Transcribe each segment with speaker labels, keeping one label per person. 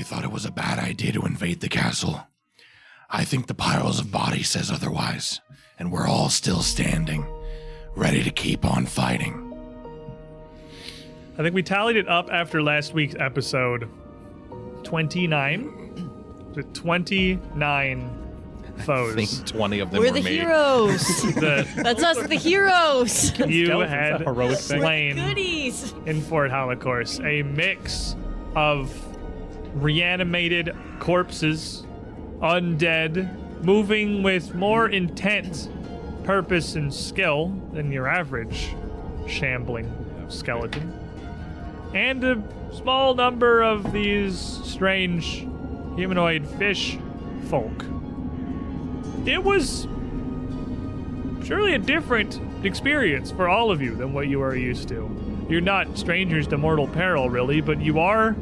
Speaker 1: thought it was a bad idea to invade the castle. I think the piles of bodies says otherwise, and we're all still standing, ready to keep on fighting.
Speaker 2: I think we tallied it up after last week's episode. 29? The 29
Speaker 1: I
Speaker 2: foes
Speaker 1: think 20 of them
Speaker 3: We're
Speaker 1: were,
Speaker 3: the
Speaker 1: me.
Speaker 3: heroes.
Speaker 2: that
Speaker 3: That's us, the heroes.
Speaker 2: you
Speaker 4: Skeletons,
Speaker 2: had
Speaker 4: a heroic thing.
Speaker 2: slain
Speaker 3: Goodies.
Speaker 2: in Fort Holocaust. A mix of reanimated corpses, undead, moving with more intent, purpose, and skill than your average shambling skeleton. And a small number of these strange humanoid fish folk. It was surely a different experience for all of you than what you are used to. You're not strangers to mortal peril, really, but you are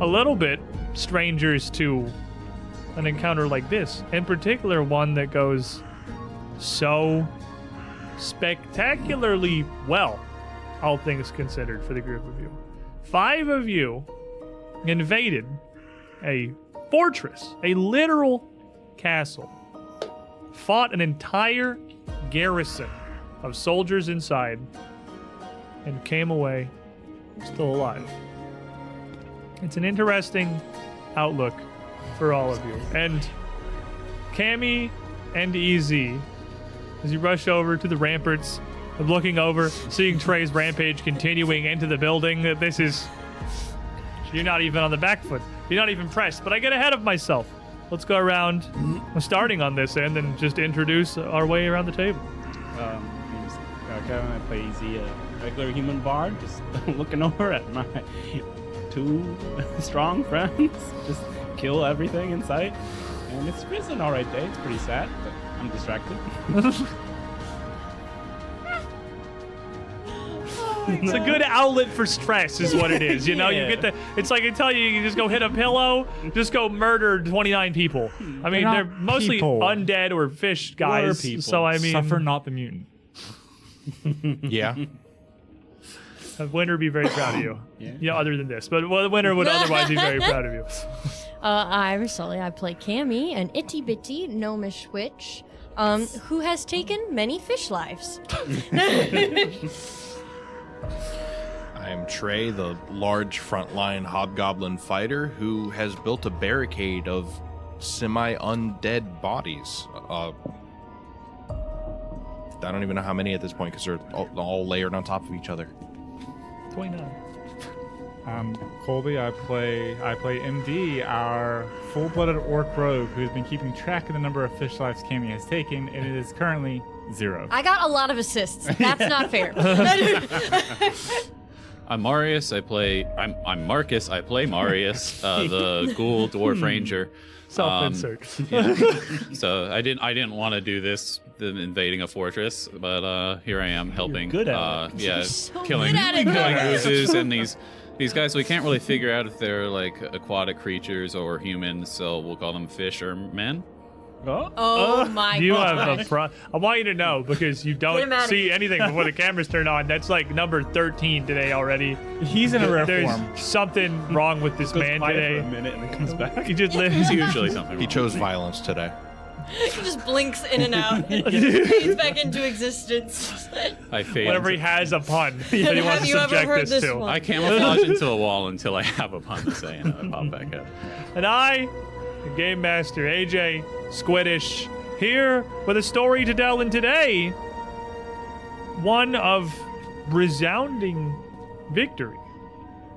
Speaker 2: a little bit strangers to an encounter like this. In particular, one that goes so spectacularly well, all things considered, for the group of you. Five of you invaded a fortress, a literal castle, fought an entire garrison of soldiers inside, and came away still alive. It's an interesting outlook for all of you. And Cammy and Easy, as you rush over to the ramparts, and looking over, seeing Trey's rampage continuing into the building, that this is. You're not even on the back foot. You're not even pressed, but I get ahead of myself. Let's go around, starting on this end, and just introduce our way around the table.
Speaker 4: Um, name's uh, Kevin. I play Z, a regular human bard, just looking over at my two strong friends, just kill everything in sight. And it's it's an alright day. It's pretty sad, but I'm distracted.
Speaker 2: It's a good outlet for stress, is what it is. You know, you get the. It's like I tell you, you just go hit a pillow, just go murder 29 people. I mean,
Speaker 5: not
Speaker 2: they're mostly
Speaker 5: people.
Speaker 2: undead or fish guys.
Speaker 4: people.
Speaker 2: So I mean,
Speaker 5: Suffer not the mutant.
Speaker 1: Yeah.
Speaker 2: Winter would be very proud of you.
Speaker 4: Yeah.
Speaker 2: Other than this, but well, Winter would otherwise be very proud of you.
Speaker 3: Uh, I'm Sully. I play Cammy, an itty bitty gnomish witch um, who has taken many fish lives.
Speaker 1: I am Trey, the large frontline hobgoblin fighter who has built a barricade of semi undead bodies. Uh, I don't even know how many at this point because they're all, all layered on top of each other.
Speaker 2: 29.
Speaker 5: Um, Colby, I play I play MD, our full-blooded orc rogue who's been keeping track of the number of fish lives Cammy has taken, and it is currently zero.
Speaker 3: I got a lot of assists. That's not fair. Oh
Speaker 6: I'm Marius. I play. I'm I'm Marcus. I play Marius, uh, the ghoul dwarf ranger. Um,
Speaker 2: Self-insert.
Speaker 6: so I didn't I didn't want to do this, the invading a fortress, but uh, here I am helping.
Speaker 4: good at
Speaker 6: uh,
Speaker 4: it.
Speaker 6: Yeah,
Speaker 3: You're so
Speaker 6: killing
Speaker 3: good at it,
Speaker 6: killing
Speaker 3: Marcus.
Speaker 6: oozes and these these guys. We can't really figure out if they're like aquatic creatures or humans, so we'll call them fish or men.
Speaker 4: Oh,
Speaker 3: oh my
Speaker 2: you
Speaker 3: god.
Speaker 2: have a pro- I want you to know because you
Speaker 3: him
Speaker 2: don't
Speaker 3: out of
Speaker 2: see
Speaker 3: here.
Speaker 2: anything before the cameras turn on. That's like number 13 today already.
Speaker 5: He's in a rare
Speaker 2: There's
Speaker 5: form.
Speaker 2: something wrong with this
Speaker 4: goes
Speaker 2: man
Speaker 4: quiet for a
Speaker 2: today.
Speaker 4: minute and it comes back.
Speaker 2: He just lives.
Speaker 6: Usually something.
Speaker 1: He
Speaker 6: wrong.
Speaker 1: chose violence today.
Speaker 3: He just blinks in and out. He's back into existence.
Speaker 6: I failed.
Speaker 2: Whenever he has a pun that he wants to
Speaker 3: you ever
Speaker 2: subject
Speaker 3: heard
Speaker 2: this,
Speaker 3: this
Speaker 2: to.
Speaker 3: one?
Speaker 6: I camouflage into a wall until I have a pun to say, and I pop back up.
Speaker 2: And I, the Game Master AJ Squiddish, here with a story to tell, and today, one of resounding victory.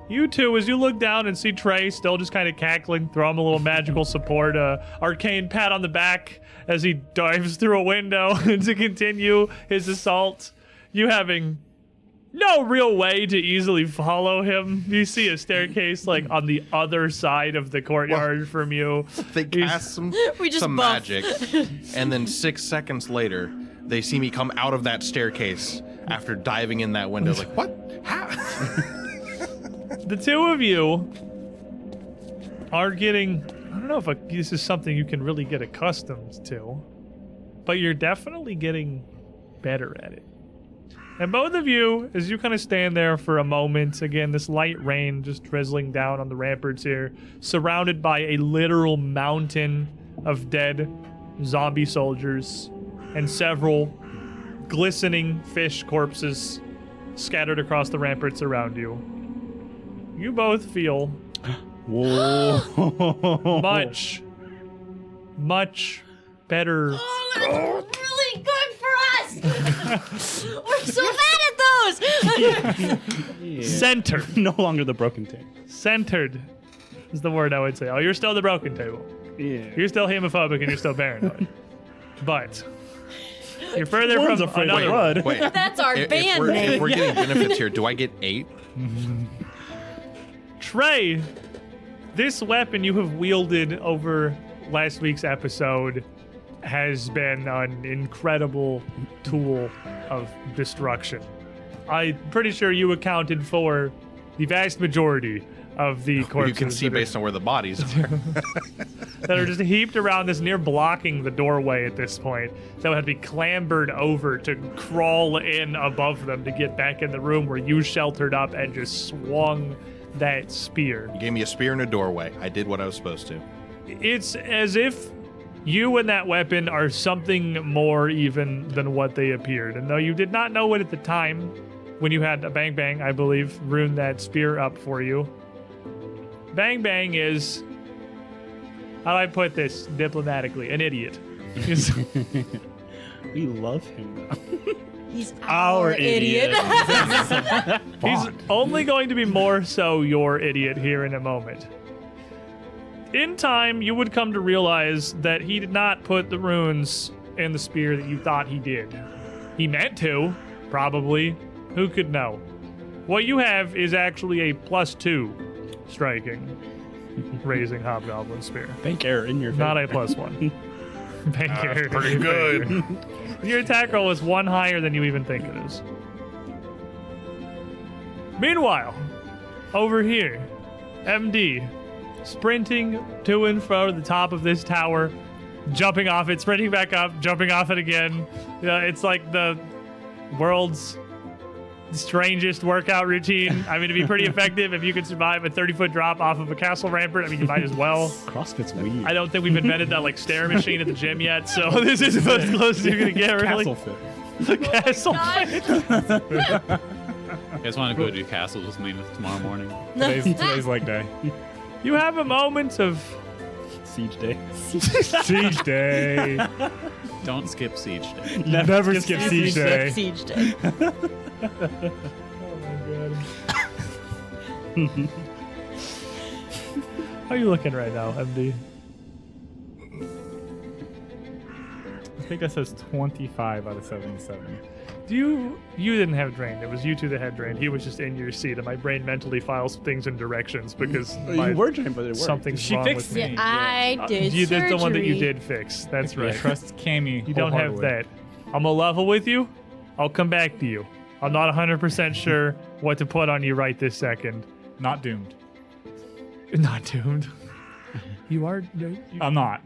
Speaker 2: You two, as you look down and see Trey still just kind of cackling, throw him a little magical support, uh, arcane pat on the back as he dives through a window to continue his assault. You having no real way to easily follow him. You see a staircase like on the other side of the courtyard from you.
Speaker 1: They
Speaker 2: He's-
Speaker 1: cast some,
Speaker 3: We just
Speaker 1: some
Speaker 3: buff.
Speaker 1: magic, and then six seconds later, they see me come out of that staircase after diving in that window. Like, what? How?
Speaker 2: The two of you are getting. I don't know if a, this is something you can really get accustomed to, but you're definitely getting better at it. And both of you, as you kind of stand there for a moment, again, this light rain just drizzling down on the ramparts here, surrounded by a literal mountain of dead zombie soldiers and several glistening fish corpses scattered across the ramparts around you. You both feel
Speaker 4: Whoa.
Speaker 2: much, much better.
Speaker 3: Oh, that's really good for us. We're so bad at those.
Speaker 2: Centered.
Speaker 4: no longer the broken thing.
Speaker 2: Centered is the word I would say. Oh, you're still the broken table.
Speaker 4: Yeah.
Speaker 2: You're still homophobic and you're still paranoid. but you're further
Speaker 4: One's
Speaker 2: from
Speaker 4: afraid of
Speaker 2: another.
Speaker 4: blood.
Speaker 1: Wait.
Speaker 3: That's our
Speaker 1: if, if
Speaker 3: band
Speaker 1: we're,
Speaker 3: name.
Speaker 1: if we're getting benefits here, do I get eight?
Speaker 2: Trey, this weapon you have wielded over last week's episode has been an incredible tool of destruction. I'm pretty sure you accounted for the vast majority of the corpses
Speaker 1: you can see
Speaker 2: that, are-
Speaker 1: based on where the bodies are.
Speaker 2: that are just heaped around this near blocking the doorway at this point. So it had to be clambered over to crawl in above them to get back in the room where you sheltered up and just swung that spear.
Speaker 1: You gave me a spear and a doorway. I did what I was supposed to.
Speaker 2: it's as if you and that weapon are something more even than what they appeared. And though you did not know it at the time, when you had a Bang Bang, I believe, ruined that spear up for you. Bang Bang is, how do I put this diplomatically? An idiot. He's-
Speaker 4: We love him.
Speaker 3: He's
Speaker 4: Our
Speaker 2: He's only going to be more so your idiot here in a moment. In time, you would come to realize that he did not put the runes in the spear that you thought he did. He meant to, probably. Who could know? What you have is actually a plus two striking, raising hobgoblin spear,
Speaker 4: Bank error in your
Speaker 2: not
Speaker 4: favor.
Speaker 2: a plus one. Thank you.
Speaker 1: Ah, pretty good.
Speaker 2: Your attack roll is one higher than you even think it is. Meanwhile, over here, MD, sprinting to and fro to the top of this tower, jumping off it, sprinting back up, jumping off it again. You know, it's like the world's strangest workout routine. I mean, it'd be pretty effective if you could survive a 30 foot drop off of a castle rampart. I mean, you might as well.
Speaker 4: CrossFit's weird.
Speaker 2: I don't think we've invented that like stair machine at the gym yet, so this is about as close as you're gonna get, really.
Speaker 4: Castle fit.
Speaker 2: The castle.
Speaker 6: You guys want to go do castles with me tomorrow morning?
Speaker 5: Today's, today's leg day.
Speaker 2: You have a moment of
Speaker 4: Siege day.
Speaker 5: Siege day.
Speaker 6: Don't skip siege day.
Speaker 5: Never, skip, siege day.
Speaker 3: Siege day.
Speaker 2: how are you looking right now, MD?
Speaker 5: I think that says 25 out of 77.
Speaker 2: Do you you didn't have drain? It was you two that had drain. He was just in your seat, and my brain mentally files things in directions because my,
Speaker 4: You were trained, but it worked.
Speaker 2: something's
Speaker 5: She
Speaker 2: wrong
Speaker 5: fixed
Speaker 2: with me. Uh,
Speaker 5: it.
Speaker 6: Uh,
Speaker 3: I did
Speaker 2: you
Speaker 3: surgery.
Speaker 2: did the one that you did fix. That's right.
Speaker 5: Trust Cammy.
Speaker 2: You don't have that. I'm a level with you. I'll come back to you. I'm not 100% sure what to put on you right this second.
Speaker 5: Not doomed.
Speaker 2: Not doomed. You are.
Speaker 5: I'm not.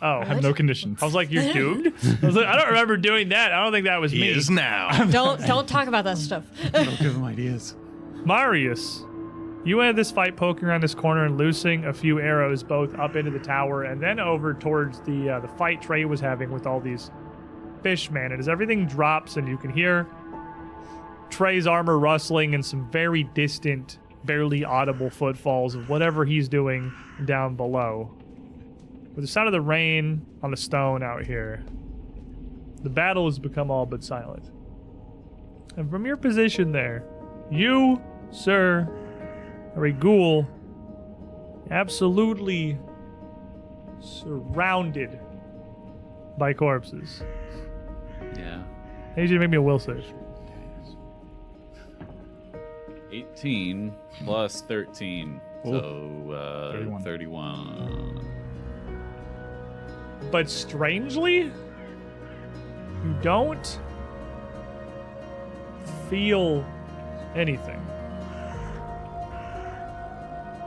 Speaker 5: I
Speaker 2: Oh,
Speaker 5: have no conditions.
Speaker 2: I was like, you're doomed? I was like, I don't remember doing that. I don't think that was
Speaker 1: He
Speaker 2: me.
Speaker 1: is now.
Speaker 3: Don't don't talk about that stuff.
Speaker 6: Don't give them ideas.
Speaker 2: Marius, you had this fight poking around this corner and loosing a few arrows both up into the tower and then over towards the uh, the fight Trey was having with all these fishmen. And as everything drops and you can hear Trey's armor rustling and some very distant, barely audible footfalls of whatever he's doing down below. With the sound of the rain on the stone out here, the battle has become all but silent. And from your position there, you, sir, are a ghoul absolutely surrounded by corpses.
Speaker 6: Yeah.
Speaker 2: I need you to make me a will save.
Speaker 6: 18 plus 13. So uh,
Speaker 5: 31.
Speaker 6: 31. 31.
Speaker 2: But strangely, you don't feel anything.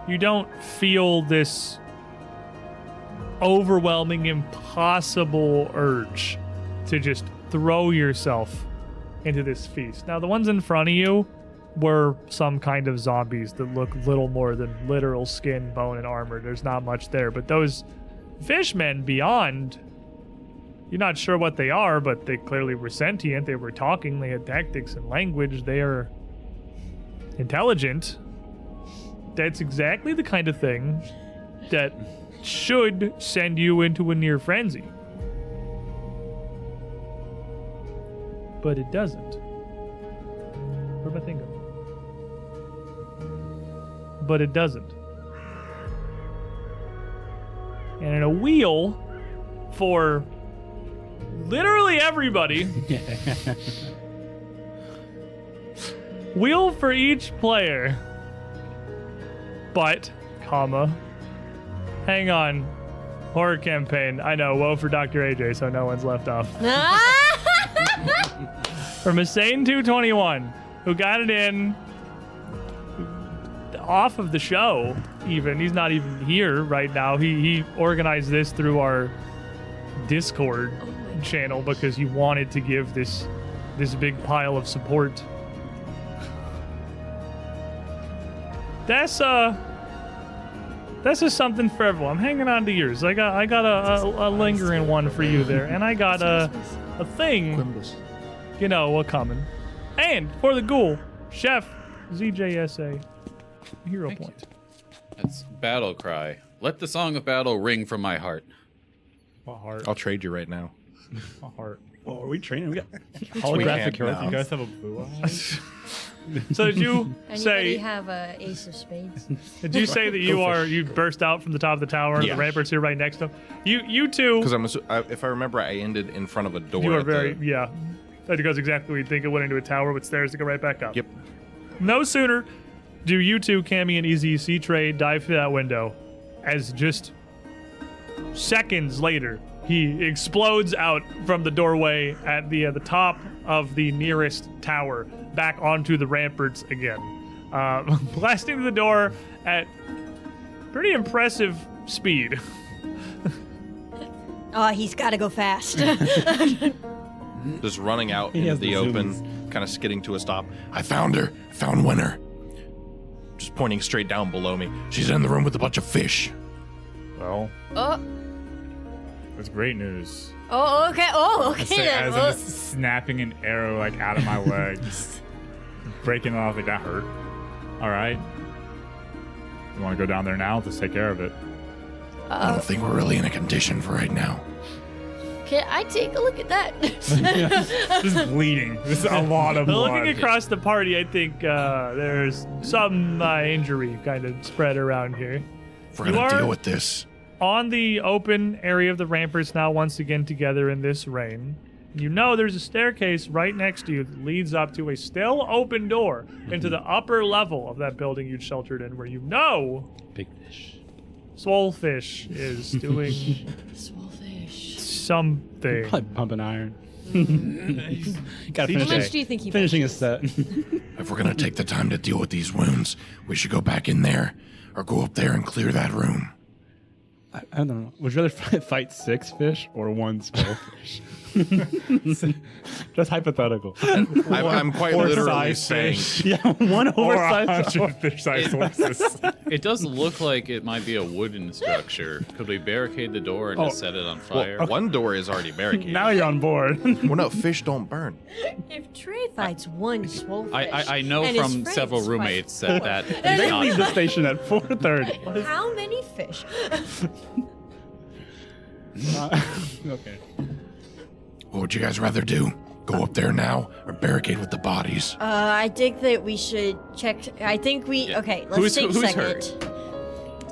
Speaker 2: You don't feel this overwhelming, impossible urge to just throw yourself into this feast. Now, the ones in front of you were some kind of zombies that look little more than literal skin, bone, and armor. There's not much there, but those fishmen beyond, you're not sure what they are, but they clearly were sentient. They were talking, they had tactics and language. They are intelligent. That's exactly the kind of thing that should send you into a near frenzy. But it doesn't. Where'd my thing go? But it doesn't. And in a wheel for literally everybody. wheel for each player. But, comma, Hang on. Horror campaign. I know. Woe for Dr. AJ, so no one's left off. From Missane221, who got it in off of the show, even. He's not even here right now. He, he organized this through our Discord channel because he wanted to give this this big pile of support. That's uh this is something for everyone. I'm hanging on to yours. I got I got a, a, a lingering one for you there, and I got a a thing,
Speaker 1: Quimbus.
Speaker 2: you know, a coming. And for the ghoul, Chef ZJSA, hero
Speaker 6: Thank
Speaker 2: point.
Speaker 6: That's battle cry. Let the song of battle ring from my heart.
Speaker 5: A heart.
Speaker 1: I'll trade you right now.
Speaker 5: A heart.
Speaker 4: Oh, are we training? We got
Speaker 1: Holographic
Speaker 5: Do You guys have a blue eye?
Speaker 2: So did you
Speaker 3: Anybody
Speaker 2: say?
Speaker 3: have a ace of spades?
Speaker 2: Did you say that you are you burst out from the top of the tower? and The
Speaker 1: Yeah.
Speaker 2: ramparts here right next to him. You you two.
Speaker 1: Because I'm, assu- I, if I remember, I ended in front of a door.
Speaker 2: You are
Speaker 1: at the-
Speaker 2: very yeah. That goes exactly where you'd think it went into a tower with stairs to go right back up.
Speaker 1: Yep.
Speaker 2: No sooner do you two, Cammy and Easy C Trade, dive through that window, as just seconds later he explodes out from the doorway at the uh, the top of the nearest tower, back onto the ramparts again, uh, blasting the door at pretty impressive speed.
Speaker 3: Oh, he's got to go fast.
Speaker 1: Just running out
Speaker 4: He
Speaker 1: into
Speaker 4: has
Speaker 1: the,
Speaker 4: the
Speaker 1: open, kind of skidding to a stop. I found her. I found Winner. Just pointing straight down below me. She's in the room with a bunch of fish.
Speaker 5: Well,
Speaker 3: oh,
Speaker 5: it's great news.
Speaker 3: oh, okay. Oh,
Speaker 5: I
Speaker 3: okay
Speaker 5: say
Speaker 3: then.
Speaker 5: as I'm
Speaker 3: Well,
Speaker 5: just snapping an arrow like out of my legs, breaking it off. Like that hurt. All right. You want to go down there now? Let's take care of it.
Speaker 1: I don't think we're really in a condition for right now.
Speaker 3: can I take a look at that?
Speaker 5: This is bleeding. This is a lot of
Speaker 2: But
Speaker 5: blood.
Speaker 2: looking across the party, I think uh, there's some uh, injury kind of spread around here.
Speaker 1: If we're
Speaker 2: You
Speaker 1: gonna
Speaker 2: are-
Speaker 1: deal with this.
Speaker 2: On the open area of the ramparts, now once again together in this rain, you know there's a staircase right next to you that leads up to a still open door
Speaker 4: Mm-hmm.
Speaker 2: into the upper level of that building you'd sheltered in, where you know
Speaker 4: big fish.
Speaker 2: Swolfish is doing
Speaker 3: Swellfish.
Speaker 2: something.
Speaker 4: Probably pumping iron. Gotta
Speaker 2: How
Speaker 4: finish
Speaker 3: How much
Speaker 4: it.
Speaker 3: do you think he
Speaker 4: Finishing a set.
Speaker 1: If we're gonna take the time to deal with these wounds, we should go back in there or go up there and clear that room.
Speaker 4: I, I don't know. Would you rather fi- fight six fish or one small fish? That's hypothetical.
Speaker 1: I'm, I'm quite literally saying
Speaker 4: yeah, one
Speaker 5: Or a
Speaker 4: oversized.
Speaker 5: hundred fish-sized horses.
Speaker 6: It does look like it might be a wooden structure. Could we barricade the door
Speaker 4: Oh.
Speaker 6: and just set it on
Speaker 1: well,
Speaker 6: fire?
Speaker 1: one door is already barricaded.
Speaker 4: Now you're on board.
Speaker 1: well, no, fish don't burn.
Speaker 3: If Trey fights one swellfish,
Speaker 6: I, I, I know
Speaker 3: and his
Speaker 6: from
Speaker 3: friends
Speaker 6: several
Speaker 3: fight
Speaker 6: roommates that
Speaker 3: one,
Speaker 6: that
Speaker 3: They
Speaker 6: is
Speaker 4: they leave the
Speaker 6: not.
Speaker 4: station at 4.30.
Speaker 3: How many fish?
Speaker 4: okay.
Speaker 1: What would you guys rather do? Go up there now or barricade with the bodies?
Speaker 3: Uh, I think that we should check. I think we
Speaker 6: Yeah.
Speaker 3: okay. Let's
Speaker 6: Who's-
Speaker 3: take a
Speaker 6: who's
Speaker 3: second.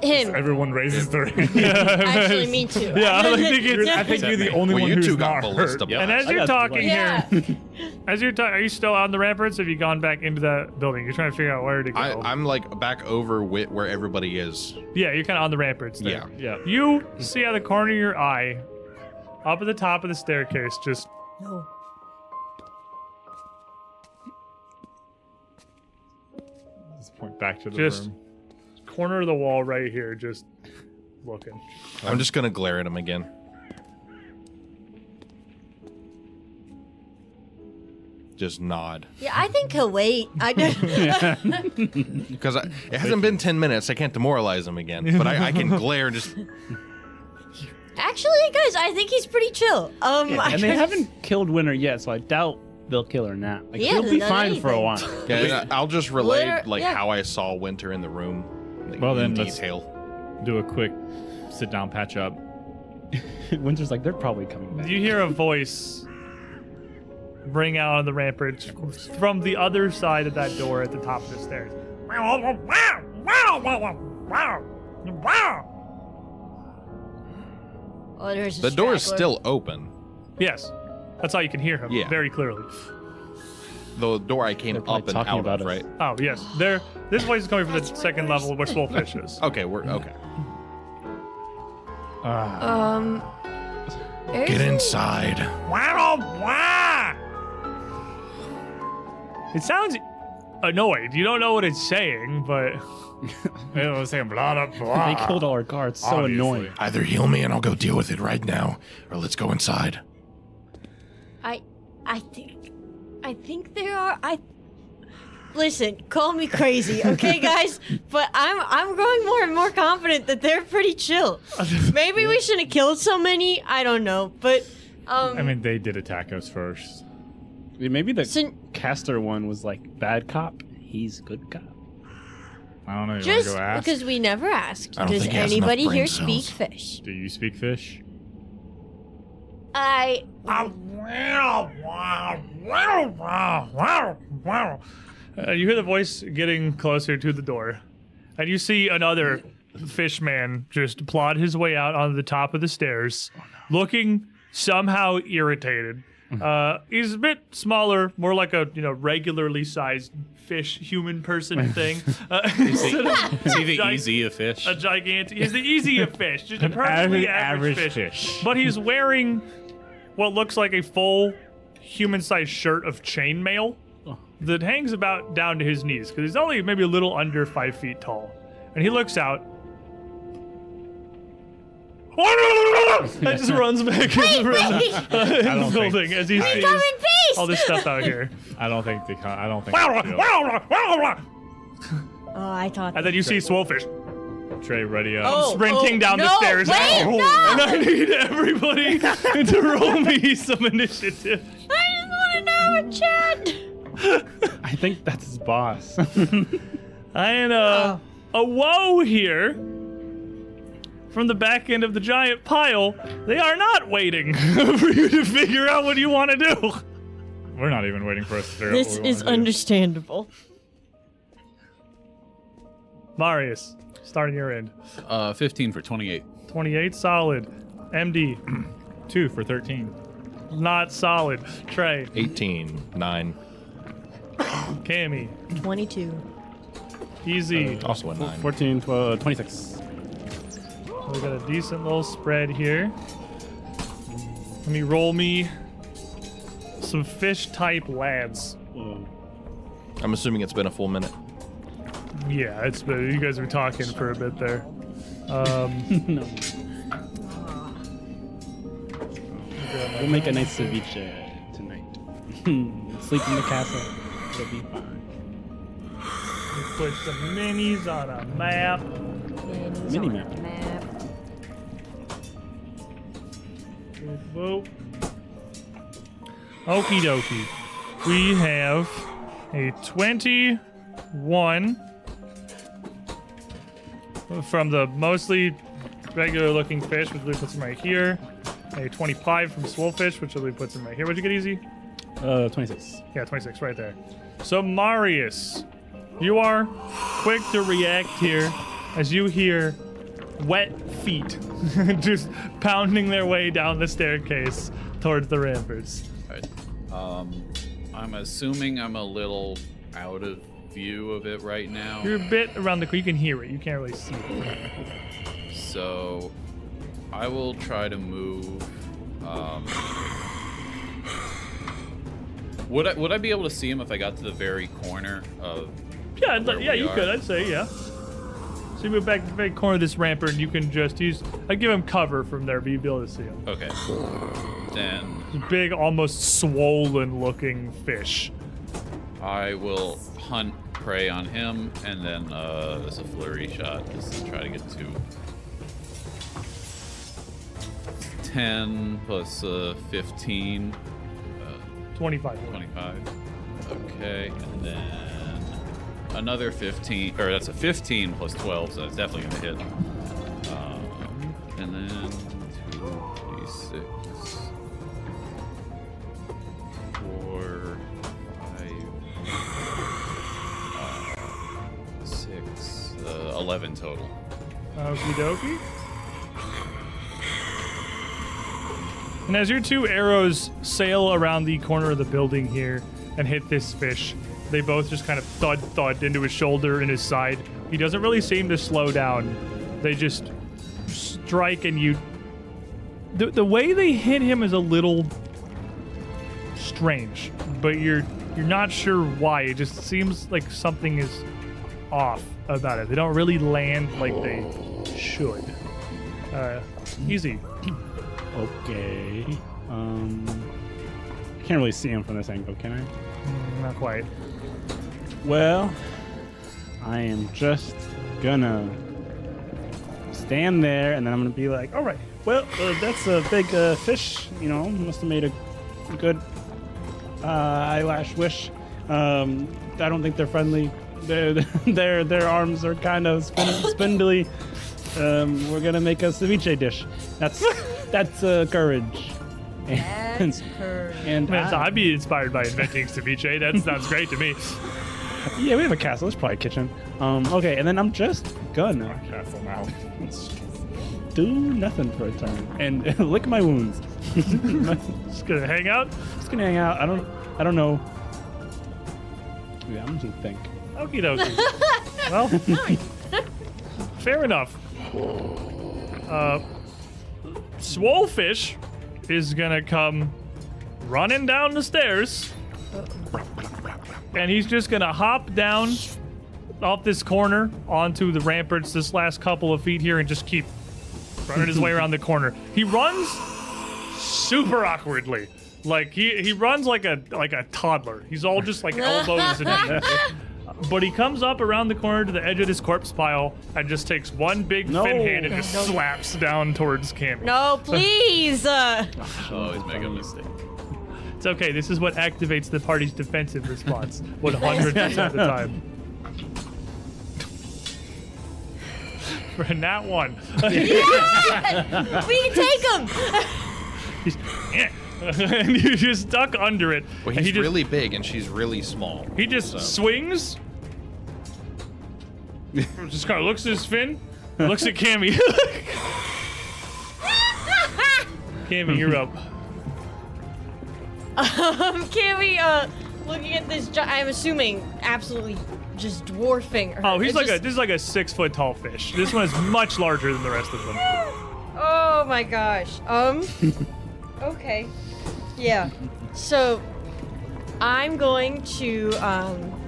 Speaker 3: Him.
Speaker 5: Everyone raises their hand.
Speaker 3: Actually, me too.
Speaker 2: Yeah, I think it's-
Speaker 5: I think you're the
Speaker 6: Wait,
Speaker 5: only
Speaker 1: well,
Speaker 5: one
Speaker 1: you
Speaker 5: who's
Speaker 1: two got
Speaker 5: not hurt.
Speaker 1: ballista
Speaker 6: Yeah.
Speaker 2: And as
Speaker 4: I
Speaker 2: you're
Speaker 4: got
Speaker 2: talking
Speaker 4: one.
Speaker 2: here,
Speaker 3: yeah.
Speaker 2: as you're talking, are you still on the ramparts? Have you gone back into that building? You're trying to figure out where to go.
Speaker 1: I, I'm like back over wit where everybody is.
Speaker 2: Yeah, you're kind of on the ramparts. There.
Speaker 1: Yeah.
Speaker 4: Yeah.
Speaker 2: You see out of the corner of your eye, up at the top of the staircase, just
Speaker 3: No.
Speaker 5: Just point back to the
Speaker 2: Just-
Speaker 5: room.
Speaker 2: corner of the wall right here, just looking.
Speaker 1: I'm just gonna glare at him again. just nod
Speaker 3: Yeah, I think he'll wait. I do
Speaker 1: because it hasn't been ten minutes. I can't demoralize him again, but I, I can glare and just.
Speaker 3: Actually, guys, I think he's pretty chill. Um, I
Speaker 4: and they haven't killed Winter yet, so I doubt they'll kill her now. Like,
Speaker 3: He
Speaker 4: he'll
Speaker 3: hasn't
Speaker 4: be
Speaker 3: done
Speaker 4: fine for a
Speaker 3: anything.
Speaker 4: while.
Speaker 1: Yeah, and I'll just relay
Speaker 3: Liter-
Speaker 1: like
Speaker 3: yeah.
Speaker 1: how I saw Winter in the room. like,
Speaker 7: Well, then
Speaker 1: in
Speaker 7: let's-
Speaker 1: detail.
Speaker 7: Do a quick sit down, patch up.
Speaker 4: Winter's like, they're probably coming back.
Speaker 2: You hear a voice ring out on the ramparts from the other side of that door at the top of the stairs.
Speaker 3: oh, there's a
Speaker 1: The door is
Speaker 3: straggler.
Speaker 1: still open.
Speaker 2: Yes, that's how you can hear him
Speaker 1: Yeah.
Speaker 2: very clearly.
Speaker 1: The door I came
Speaker 4: They're probably
Speaker 1: up and
Speaker 4: talking
Speaker 1: out
Speaker 4: about
Speaker 1: of,
Speaker 4: us.
Speaker 1: right?
Speaker 2: Oh yes, there. This voice is coming from the
Speaker 3: That's where
Speaker 2: second
Speaker 3: there's-
Speaker 2: level where Swolfish is.
Speaker 1: Okay, we're okay.
Speaker 3: Um, there's
Speaker 1: Get
Speaker 2: Uh,
Speaker 3: a-
Speaker 1: inside.
Speaker 2: It sounds annoyed. You don't know what it's saying, but
Speaker 5: It was saying blah blah
Speaker 4: They
Speaker 5: blah.
Speaker 2: Ah,
Speaker 4: killed all our guards. So
Speaker 5: Obviously.
Speaker 4: annoying.
Speaker 1: Either heal me and I'll go deal with it right now, or let's go inside.
Speaker 3: I, I think, I think there are. I listen. Call me crazy, okay, guys? But I'm I'm growing more and more confident that they're pretty chill. Maybe we shouldn't have killed so many. I don't know, but um,
Speaker 5: I mean, they did attack us first.
Speaker 4: Yeah, Maybe the
Speaker 3: So-
Speaker 4: caster one was like bad cop. He's good cop.
Speaker 5: I don't know. You
Speaker 3: just
Speaker 5: want to go ask?
Speaker 3: because we never asked.
Speaker 1: I don't
Speaker 3: Does
Speaker 1: think he has enough
Speaker 3: anybody
Speaker 1: brain
Speaker 3: here
Speaker 1: cells.
Speaker 3: speak fish?
Speaker 5: Do you speak fish?
Speaker 3: I
Speaker 2: Uh, you hear the voice getting closer to the door, and you see another fishman just plod his way out on the top of the stairs, looking somehow irritated. Uh, he's a bit smaller, more like a you know regularly sized fish human person thing. Uh, instead of
Speaker 6: See the
Speaker 2: Giant-
Speaker 6: easy of fish.
Speaker 2: a gigantic. He's the easy of fish, just a perfectly average, fish. But he's wearing what looks like a full human-sized shirt of chainmail
Speaker 5: Oh.
Speaker 2: that hangs about down to his knees because he's only maybe a little under five feet tall. And he looks out. and just runs back in the room, in the
Speaker 5: don't think-
Speaker 2: building as he sees
Speaker 3: come in peace.
Speaker 2: all this stuff out here.
Speaker 5: I don't think they. Con- I don't think. they feel-
Speaker 2: and
Speaker 3: Oh, I thought.
Speaker 2: then you see Swellfish
Speaker 5: Trey, ready up.
Speaker 3: Oh,
Speaker 2: sprinting
Speaker 3: oh,
Speaker 2: down the
Speaker 3: no,
Speaker 2: stairs. Oh.
Speaker 3: wait,
Speaker 2: And
Speaker 3: no!
Speaker 2: I need everybody to roll me some initiative.
Speaker 3: I just want to know what Chad.
Speaker 4: I think that's his boss.
Speaker 2: I am a, a woe here from the back end of the giant pile. They are not waiting for you to figure out what you want to do.
Speaker 5: We're not even waiting for us to figure out
Speaker 3: This
Speaker 5: what we
Speaker 3: is
Speaker 5: wanna do.
Speaker 3: understandable.
Speaker 2: Marius, starting your end.
Speaker 6: Uh, 15 for 28.
Speaker 2: 28 solid. MD,
Speaker 5: two for thirteen.
Speaker 2: not solid. Trey,
Speaker 1: 18, 9,
Speaker 2: Cammy,
Speaker 3: 22.
Speaker 2: Easy.
Speaker 1: also a 9.
Speaker 4: 14, 12, 26.
Speaker 2: We got a decent little spread here. Let me roll me some fish type lads.
Speaker 1: I'm assuming it's been a full minute.
Speaker 2: Yeah, it's been, you guys were talking for a bit there. Um,
Speaker 4: We'll make a nice ceviche uh, tonight. Sleep in the castle. It'll be fine.
Speaker 2: put some minis on a map.
Speaker 4: Mini map.
Speaker 2: Boop. Okie dokie. We have a 21 from the mostly regular looking fish, which really puts him right here. A 25 from Swolfish, which really puts him right here. What'd you get easy?
Speaker 4: Uh, 26.
Speaker 2: Yeah, 26 right there. So, Marius, you are quick to react here as you hear wet feet just pounding their way down the staircase towards the ramparts.
Speaker 6: Alright. Um, I'm assuming I'm a little out of view of it right now.
Speaker 2: You're a bit around the corner. You can hear it. You can't really see it.
Speaker 6: So I will try to move. Um, would I would I be able to see him if I got to the very corner of?
Speaker 2: Yeah, I'd-
Speaker 6: Where
Speaker 2: yeah
Speaker 6: we
Speaker 2: you
Speaker 6: are.
Speaker 2: could, I'd say, yeah. So you move back to the very corner of this rampart, and you can just use. I give him cover from there, but you'll be able to see him.
Speaker 6: Okay. Then
Speaker 2: Big, almost swollen-looking fish.
Speaker 6: I will hunt prey on him, and then uh, it's a flurry shot. Just to try to get two. Ten plus uh, fifteen, uh,
Speaker 2: Twenty-five.
Speaker 6: twenty-five. Okay, and then another fifteen, or that's a fifteen plus twelve, so it's definitely gonna hit. Um, and then two d six, four, five, uh, six, uh, eleven total.
Speaker 2: Okie dokie. And as your two arrows sail around the corner of the building here and hit this fish, they both just kind of thud thud into his shoulder and his side. He doesn't really seem to slow down. They just strike and you. The, the way they hit him is a little strange, but you're you're not sure why. It just seems like something is off about it. They don't really land like they should. Uh, easy.
Speaker 4: Okay. Um, I can't really see him from this angle, can I?
Speaker 2: Mm, Not quite.
Speaker 4: Well, I am just gonna stand there, and then I'm gonna be like, "All right, well, uh, that's a big uh, fish. You know, must have made a good uh, eyelash wish. Um, I don't think they're friendly. Their their their arms are kind of spin- spindly. Um, we're gonna make a ceviche dish. That's that's uh, courage. And, and
Speaker 2: Man, so
Speaker 5: Ah.
Speaker 4: I-
Speaker 2: I'd be inspired by inventing ceviche. That sounds great to me.
Speaker 4: yeah, we have a castle. It's probably a kitchen. Um, okay, and then I'm just gonna
Speaker 5: Castle now.
Speaker 4: do nothing for a turn and lick my wounds. just
Speaker 2: Just gonna hang out.
Speaker 4: gonna hang out. I don't. I don't know. Yeah, I'm just gonna think.
Speaker 2: Okie dokie. well, fair enough. Uh, Swolefish is gonna come running down the stairs, and he's just gonna hop down off this corner onto the ramparts this last couple of feet here and just keep running his way around the corner. He runs super awkwardly. Like he, he runs like a like a toddler. He's all just like elbows and but he comes up around the corner to the edge of this corpse pile and just takes one big
Speaker 4: No.
Speaker 2: fin hand and just slaps down towards Cammy.
Speaker 3: No, please. Uh,
Speaker 6: Oh, he's making a mistake.
Speaker 2: It's okay. This is what activates the party's defensive response 100% of the time. For a nat one.
Speaker 3: we can take him.
Speaker 2: He's, "Eh," and you just duck under it.
Speaker 1: Well,
Speaker 2: and
Speaker 1: he's
Speaker 2: he just,
Speaker 1: really big and she's really small.
Speaker 2: He just
Speaker 1: so-
Speaker 2: swings. just kind of looks at his fin, looks at Cammy. Cammy, you're up.
Speaker 3: Um, can we, uh, looking at this, gi- I'm assuming absolutely just dwarfing her.
Speaker 2: Oh, he's
Speaker 3: It's
Speaker 2: like a
Speaker 3: just-
Speaker 2: this is like a six foot tall fish. This one is much larger than the rest of them.
Speaker 3: Oh my gosh. Um. okay. Yeah. So, I'm going to um.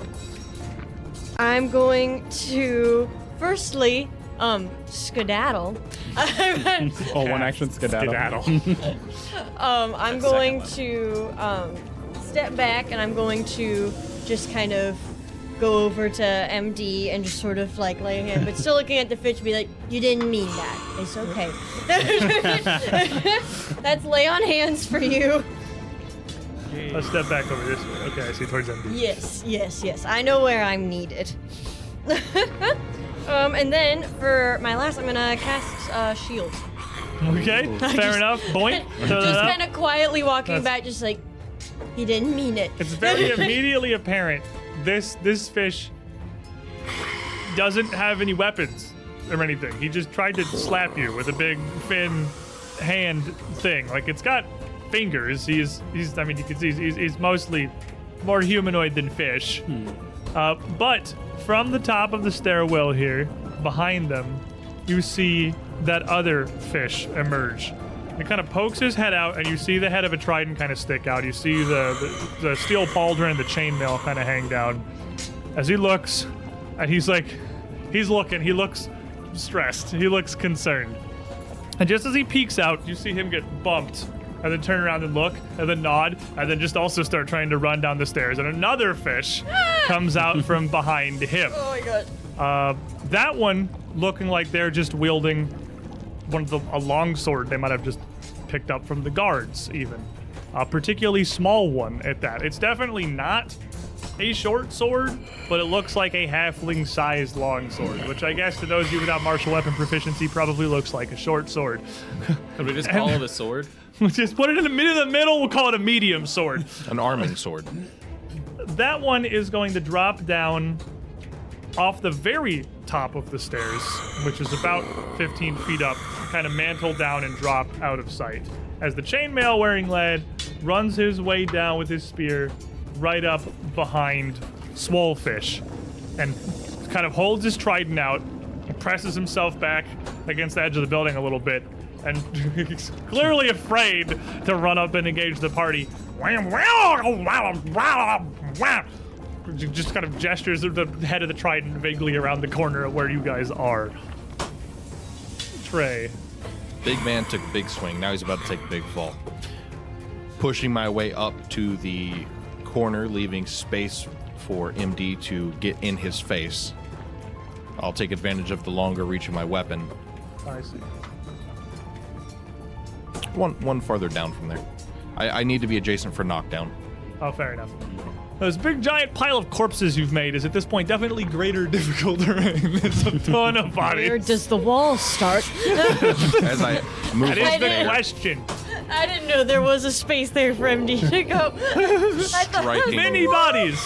Speaker 3: I'm going to firstly um skedaddle. um,
Speaker 5: Oh, one action skedaddle.
Speaker 3: I'm going to um step back and I'm going to just kind of go over to MD and just sort of like lay a hand, but still looking at the fish, and be like, "You didn't mean that. It's okay." That's lay on hands for you.
Speaker 2: Let's step back over this way. Okay, I see towards MD.
Speaker 3: Yes, yes, yes. I know where I'm needed. um, and then for my last, I'm gonna cast uh, shield.
Speaker 2: Okay, fair
Speaker 3: just-
Speaker 2: enough. Boink. Throw that
Speaker 3: Just
Speaker 2: up.
Speaker 3: kind of quietly walking
Speaker 2: That's-
Speaker 3: back, just like he didn't mean it.
Speaker 2: It's very immediately apparent this this fish doesn't have any weapons or anything. He just tried to slap you with a big fin hand thing. Like it's got fingers. He's he's I mean you can see he's, he's mostly more humanoid than fish. Uh, but from the top of the stairwell here, behind them, you see that other fish emerge. It kind of pokes his head out, and you see the head of a trident kind of stick out. You see the, the, the steel pauldron and the chainmail kind of hang down. As he looks, and he's like, He's looking. He looks stressed. He looks concerned. And just as he peeks out, you see him get bumped, and then turn around and look, and then nod, and then just also start trying to run down the stairs. And another fish comes out from behind him.
Speaker 3: Oh my god.
Speaker 2: Uh, that one looking like they're just wielding one of the a long sword they might have just picked up from the guards, even a particularly small one at that. It's definitely not a short sword, but it looks like a halfling-sized long sword, which I guess to those of you without martial weapon proficiency probably looks like a short sword.
Speaker 6: Could we just call it a sword?
Speaker 2: We'll just put it in the middle of the middle. We'll call it a medium sword.
Speaker 1: An arming sword.
Speaker 2: That one is going to drop down off the very top of the stairs, which is about 15 feet up, kind of mantle down and drop out of sight. As the chainmail wearing lad runs his way down with his spear right up behind Swolefish and kind of holds his trident out, presses himself back against the edge of the building a little bit, and is clearly afraid to run up and engage the party. Wham, wham, wham, wham, wham j- just kind of gestures of the head of the trident vaguely around the corner of where you guys are. Trey.
Speaker 1: Big man took big swing. Now he's about to take big fall. Pushing my way up to the corner, leaving space for MD to get in his face. I'll take advantage of the longer reach of my weapon.
Speaker 2: I see.
Speaker 1: One one farther down from there. I, I need to be adjacent for knockdown.
Speaker 2: Oh, fair enough. This big giant pile of corpses you've made is at this point definitely greater difficult terrain. It's a ton of
Speaker 3: Where
Speaker 2: bodies.
Speaker 3: does the wall start?
Speaker 1: As I move
Speaker 2: That is
Speaker 1: up
Speaker 2: the
Speaker 1: there,
Speaker 2: question.
Speaker 3: I didn't know there was a space there for MD to go. I thought-
Speaker 1: Striking.
Speaker 2: Many bodies.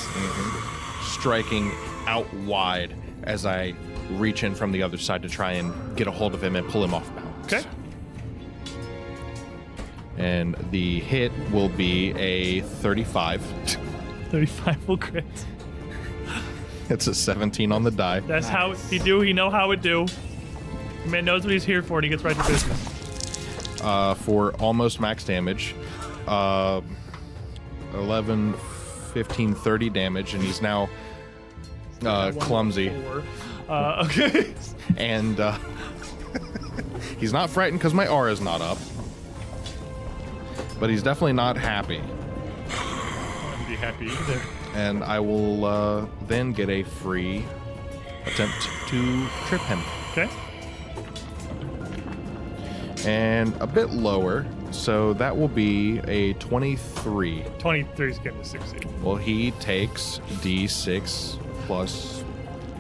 Speaker 1: striking out wide as I reach in from the other side to try and get a hold of him and pull him off balance.
Speaker 2: Okay.
Speaker 1: And the hit will be a 35.
Speaker 2: 35 will crit.
Speaker 1: It's a 17 on the die.
Speaker 2: That's how he do. He know how it do. The man knows what he's here for and he gets right to business.
Speaker 1: uh, for almost max damage. Uh, 11, 15, 30 damage, and he's now uh, clumsy.
Speaker 2: Four. Uh, okay.
Speaker 1: And uh, he's not frightened because my aura's not up. But he's definitely not happy.
Speaker 5: Be happy.
Speaker 1: And I will uh, then get a free attempt to trip him.
Speaker 2: Okay.
Speaker 1: And a bit lower, so that will be a 23.
Speaker 2: 23 is going to succeed.
Speaker 1: Well, he takes d6 plus.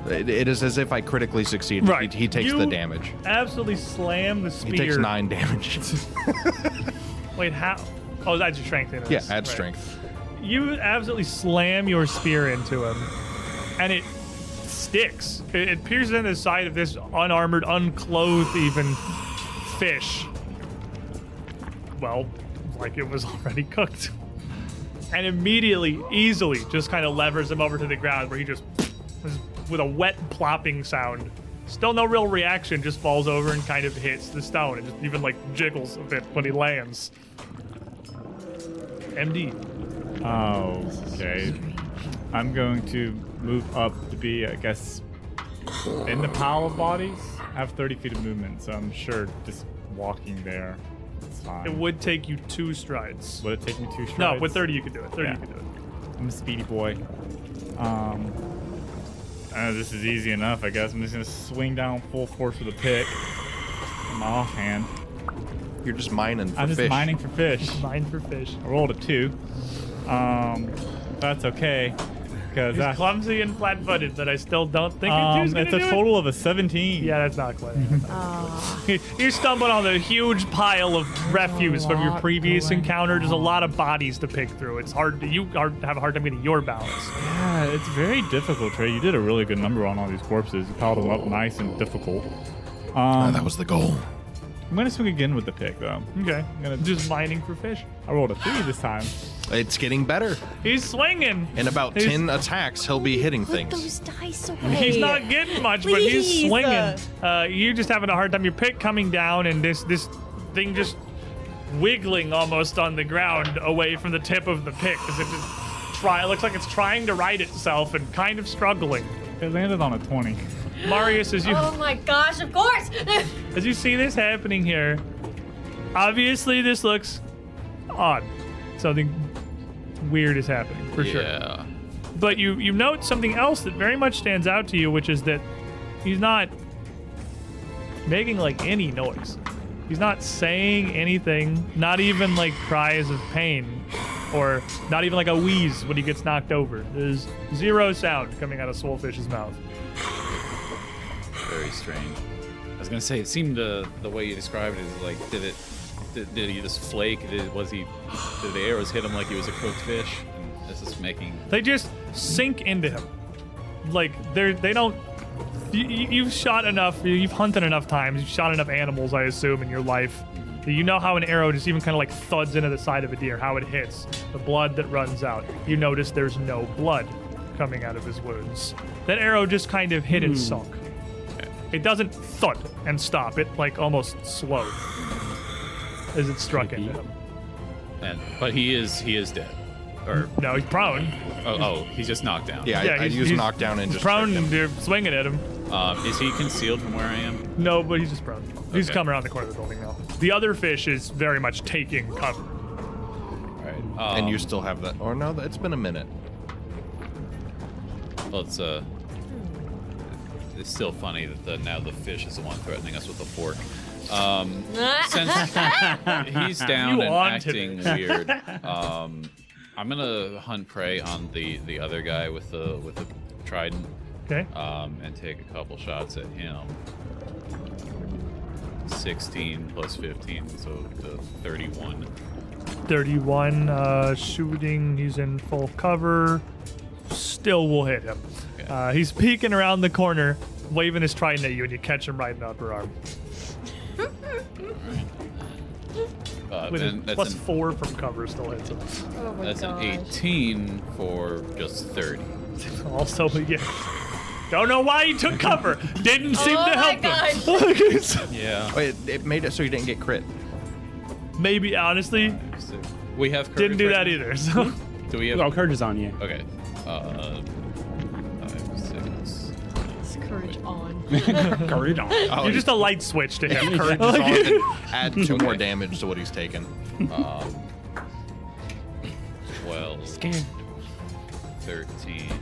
Speaker 1: It, it is as if I critically succeed.
Speaker 2: Right.
Speaker 1: He, he takes
Speaker 2: You-
Speaker 1: the damage.
Speaker 2: absolutely slam the
Speaker 1: He
Speaker 2: spear.
Speaker 1: takes nine damage.
Speaker 2: Wait, how? Oh, that's your strength. it is.
Speaker 1: yeah,
Speaker 2: Right.
Speaker 1: add strength.
Speaker 2: You absolutely slam your spear into him, and it sticks. It, it pierces in the side of this unarmored, unclothed, even fish. Well, like it was already cooked. And immediately, easily, just kind of levers him over to the ground where he just, with a wet plopping sound, still no real reaction, just falls over and kind of hits the stone and just even like jiggles a bit when he lands. MD.
Speaker 5: Oh, okay. I'm going to move up to be, I guess, in the pile of bodies. I have 30 feet of movement, so I'm sure just walking there. It's fine.
Speaker 2: It would take you two strides.
Speaker 5: Would it take me two strides?
Speaker 2: No, with 30 you could do it. 30
Speaker 5: Yeah.
Speaker 2: you could do it.
Speaker 5: I'm a speedy boy. Um, uh, this is easy enough, I guess. I'm just gonna swing down full force with a pick. My offhand.
Speaker 1: You're just mining for
Speaker 5: I'm just
Speaker 1: fish.
Speaker 5: mining for fish.
Speaker 2: Mine for fish.
Speaker 5: I rolled a two. Um, that's okay, because
Speaker 2: He's Uh,
Speaker 5: that's
Speaker 2: clumsy and flat-footed, but I still don't think a two's
Speaker 5: um,
Speaker 2: gonna
Speaker 5: it's a
Speaker 2: do it.
Speaker 5: total of a 17.
Speaker 2: Yeah, that's not quite. you stumbled on a huge pile of refuse from your
Speaker 3: lot
Speaker 2: previous
Speaker 3: going
Speaker 2: encounter. There's a lot of bodies to pick through. It's hard. To, you are, have a hard time getting your balance.
Speaker 5: Yeah, Ah, it's very difficult, Trey. You did a really good number on all these corpses. You piled them up nice and difficult.
Speaker 1: Ah,
Speaker 5: Um,
Speaker 1: that was the goal.
Speaker 5: I'm gonna swing again with the pick, though.
Speaker 2: Okay,
Speaker 5: gonna-
Speaker 2: just mining for fish.
Speaker 5: I rolled a three this time.
Speaker 1: It's getting better.
Speaker 2: He's swinging.
Speaker 1: In about
Speaker 2: He's-
Speaker 1: 10 attacks, he'll be hitting
Speaker 3: Put
Speaker 1: things.
Speaker 3: those dice away.
Speaker 2: He's not getting much, but he's
Speaker 3: Please,
Speaker 2: swinging.
Speaker 3: uh.
Speaker 2: Uh, you're just having a hard time. Your pick coming down, and this this thing just wiggling almost on the ground away from the tip of the pick because it just try. It looks like it's trying to right itself and kind of struggling.
Speaker 5: It landed on a 20.
Speaker 2: Marius, as you
Speaker 3: Oh my gosh, of course!
Speaker 2: as you see this happening here, obviously this looks odd. Something weird is happening for sure.
Speaker 6: Yeah.
Speaker 2: But you you note something else that very much stands out to you, which is that he's not making like any noise. He's not saying anything, not even like cries of pain or not even like a wheeze when he gets knocked over. There's zero sound coming out of Soulfish's mouth.
Speaker 6: Very strange. I was gonna say it seemed uh, the way you described it is like did it did, did he just flake? Did was he did the arrows hit him like he was a cooked fish? And this is making
Speaker 2: They just sink into him. Like they're they don't. You, you- you've shot enough. You've hunted enough times. You've shot enough animals, I assume, in your life. that You know how an arrow just even kind of like thuds into the side of a deer, how it hits, the blood that runs out. You notice there's no blood coming out of his wounds. That arrow just kind of hit and
Speaker 1: Hmm.
Speaker 2: sunk. It doesn't thud and stop. It like almost slowed as it struck into him.
Speaker 6: and but he is he is dead. Or
Speaker 2: No, he's prone.
Speaker 6: oh, oh he's just knocked down.
Speaker 1: Yeah, I, I
Speaker 2: he's-
Speaker 1: use
Speaker 2: he's-
Speaker 1: knockdown and
Speaker 2: he's
Speaker 1: just
Speaker 2: prone.
Speaker 1: hurt him.
Speaker 2: They're swinging at him.
Speaker 6: Um, is he concealed from where I am?
Speaker 2: No, but he's just prone. He's
Speaker 6: Okay.
Speaker 2: come around the corner of the building now. The other fish is very much taking cover.
Speaker 6: All right. Um,
Speaker 2: Oh.
Speaker 1: and you still have that. Or no, it's been a minute.
Speaker 6: Let's uh. It's still funny that the, now the fish is the one threatening us with a fork. Um, since he's down
Speaker 2: You
Speaker 6: and
Speaker 2: wanted
Speaker 6: acting weird, um, I'm gonna hunt prey on the the other guy with the with the trident,
Speaker 2: Okay.
Speaker 6: um, and take a couple shots at him. 16 plus 15, so the 31.
Speaker 2: 31 uh, shooting. He's in full cover. Still will hit him.
Speaker 6: Okay.
Speaker 2: Uh, he's peeking around the corner, waving his trident at you, and you catch him right in the upper arm.
Speaker 6: Uh,
Speaker 2: With
Speaker 6: then
Speaker 2: a
Speaker 6: that's
Speaker 2: plus
Speaker 6: an,
Speaker 2: four from cover, still hits him.
Speaker 3: oh my
Speaker 6: that's an
Speaker 3: gosh.
Speaker 6: 18 for just 30.
Speaker 2: Also, yeah. Don't know why he took cover. Didn't seem
Speaker 3: Oh
Speaker 2: to help
Speaker 3: my
Speaker 2: him.
Speaker 6: Yeah.
Speaker 1: Oh, it, it made it so you didn't get crit.
Speaker 2: Maybe, honestly,
Speaker 6: We have courage
Speaker 2: didn't do
Speaker 6: right
Speaker 2: that
Speaker 6: now?
Speaker 2: either. So.
Speaker 6: Do we have
Speaker 4: Oh, Courage is on you.
Speaker 6: Okay. Uh, five, six.
Speaker 3: It's courage on.
Speaker 4: Courage on. you.
Speaker 1: Oh,
Speaker 2: You're just a light switch to him.
Speaker 1: yeah, courage is on, then add two more damage to what he's taken.
Speaker 6: Um, 12, 13,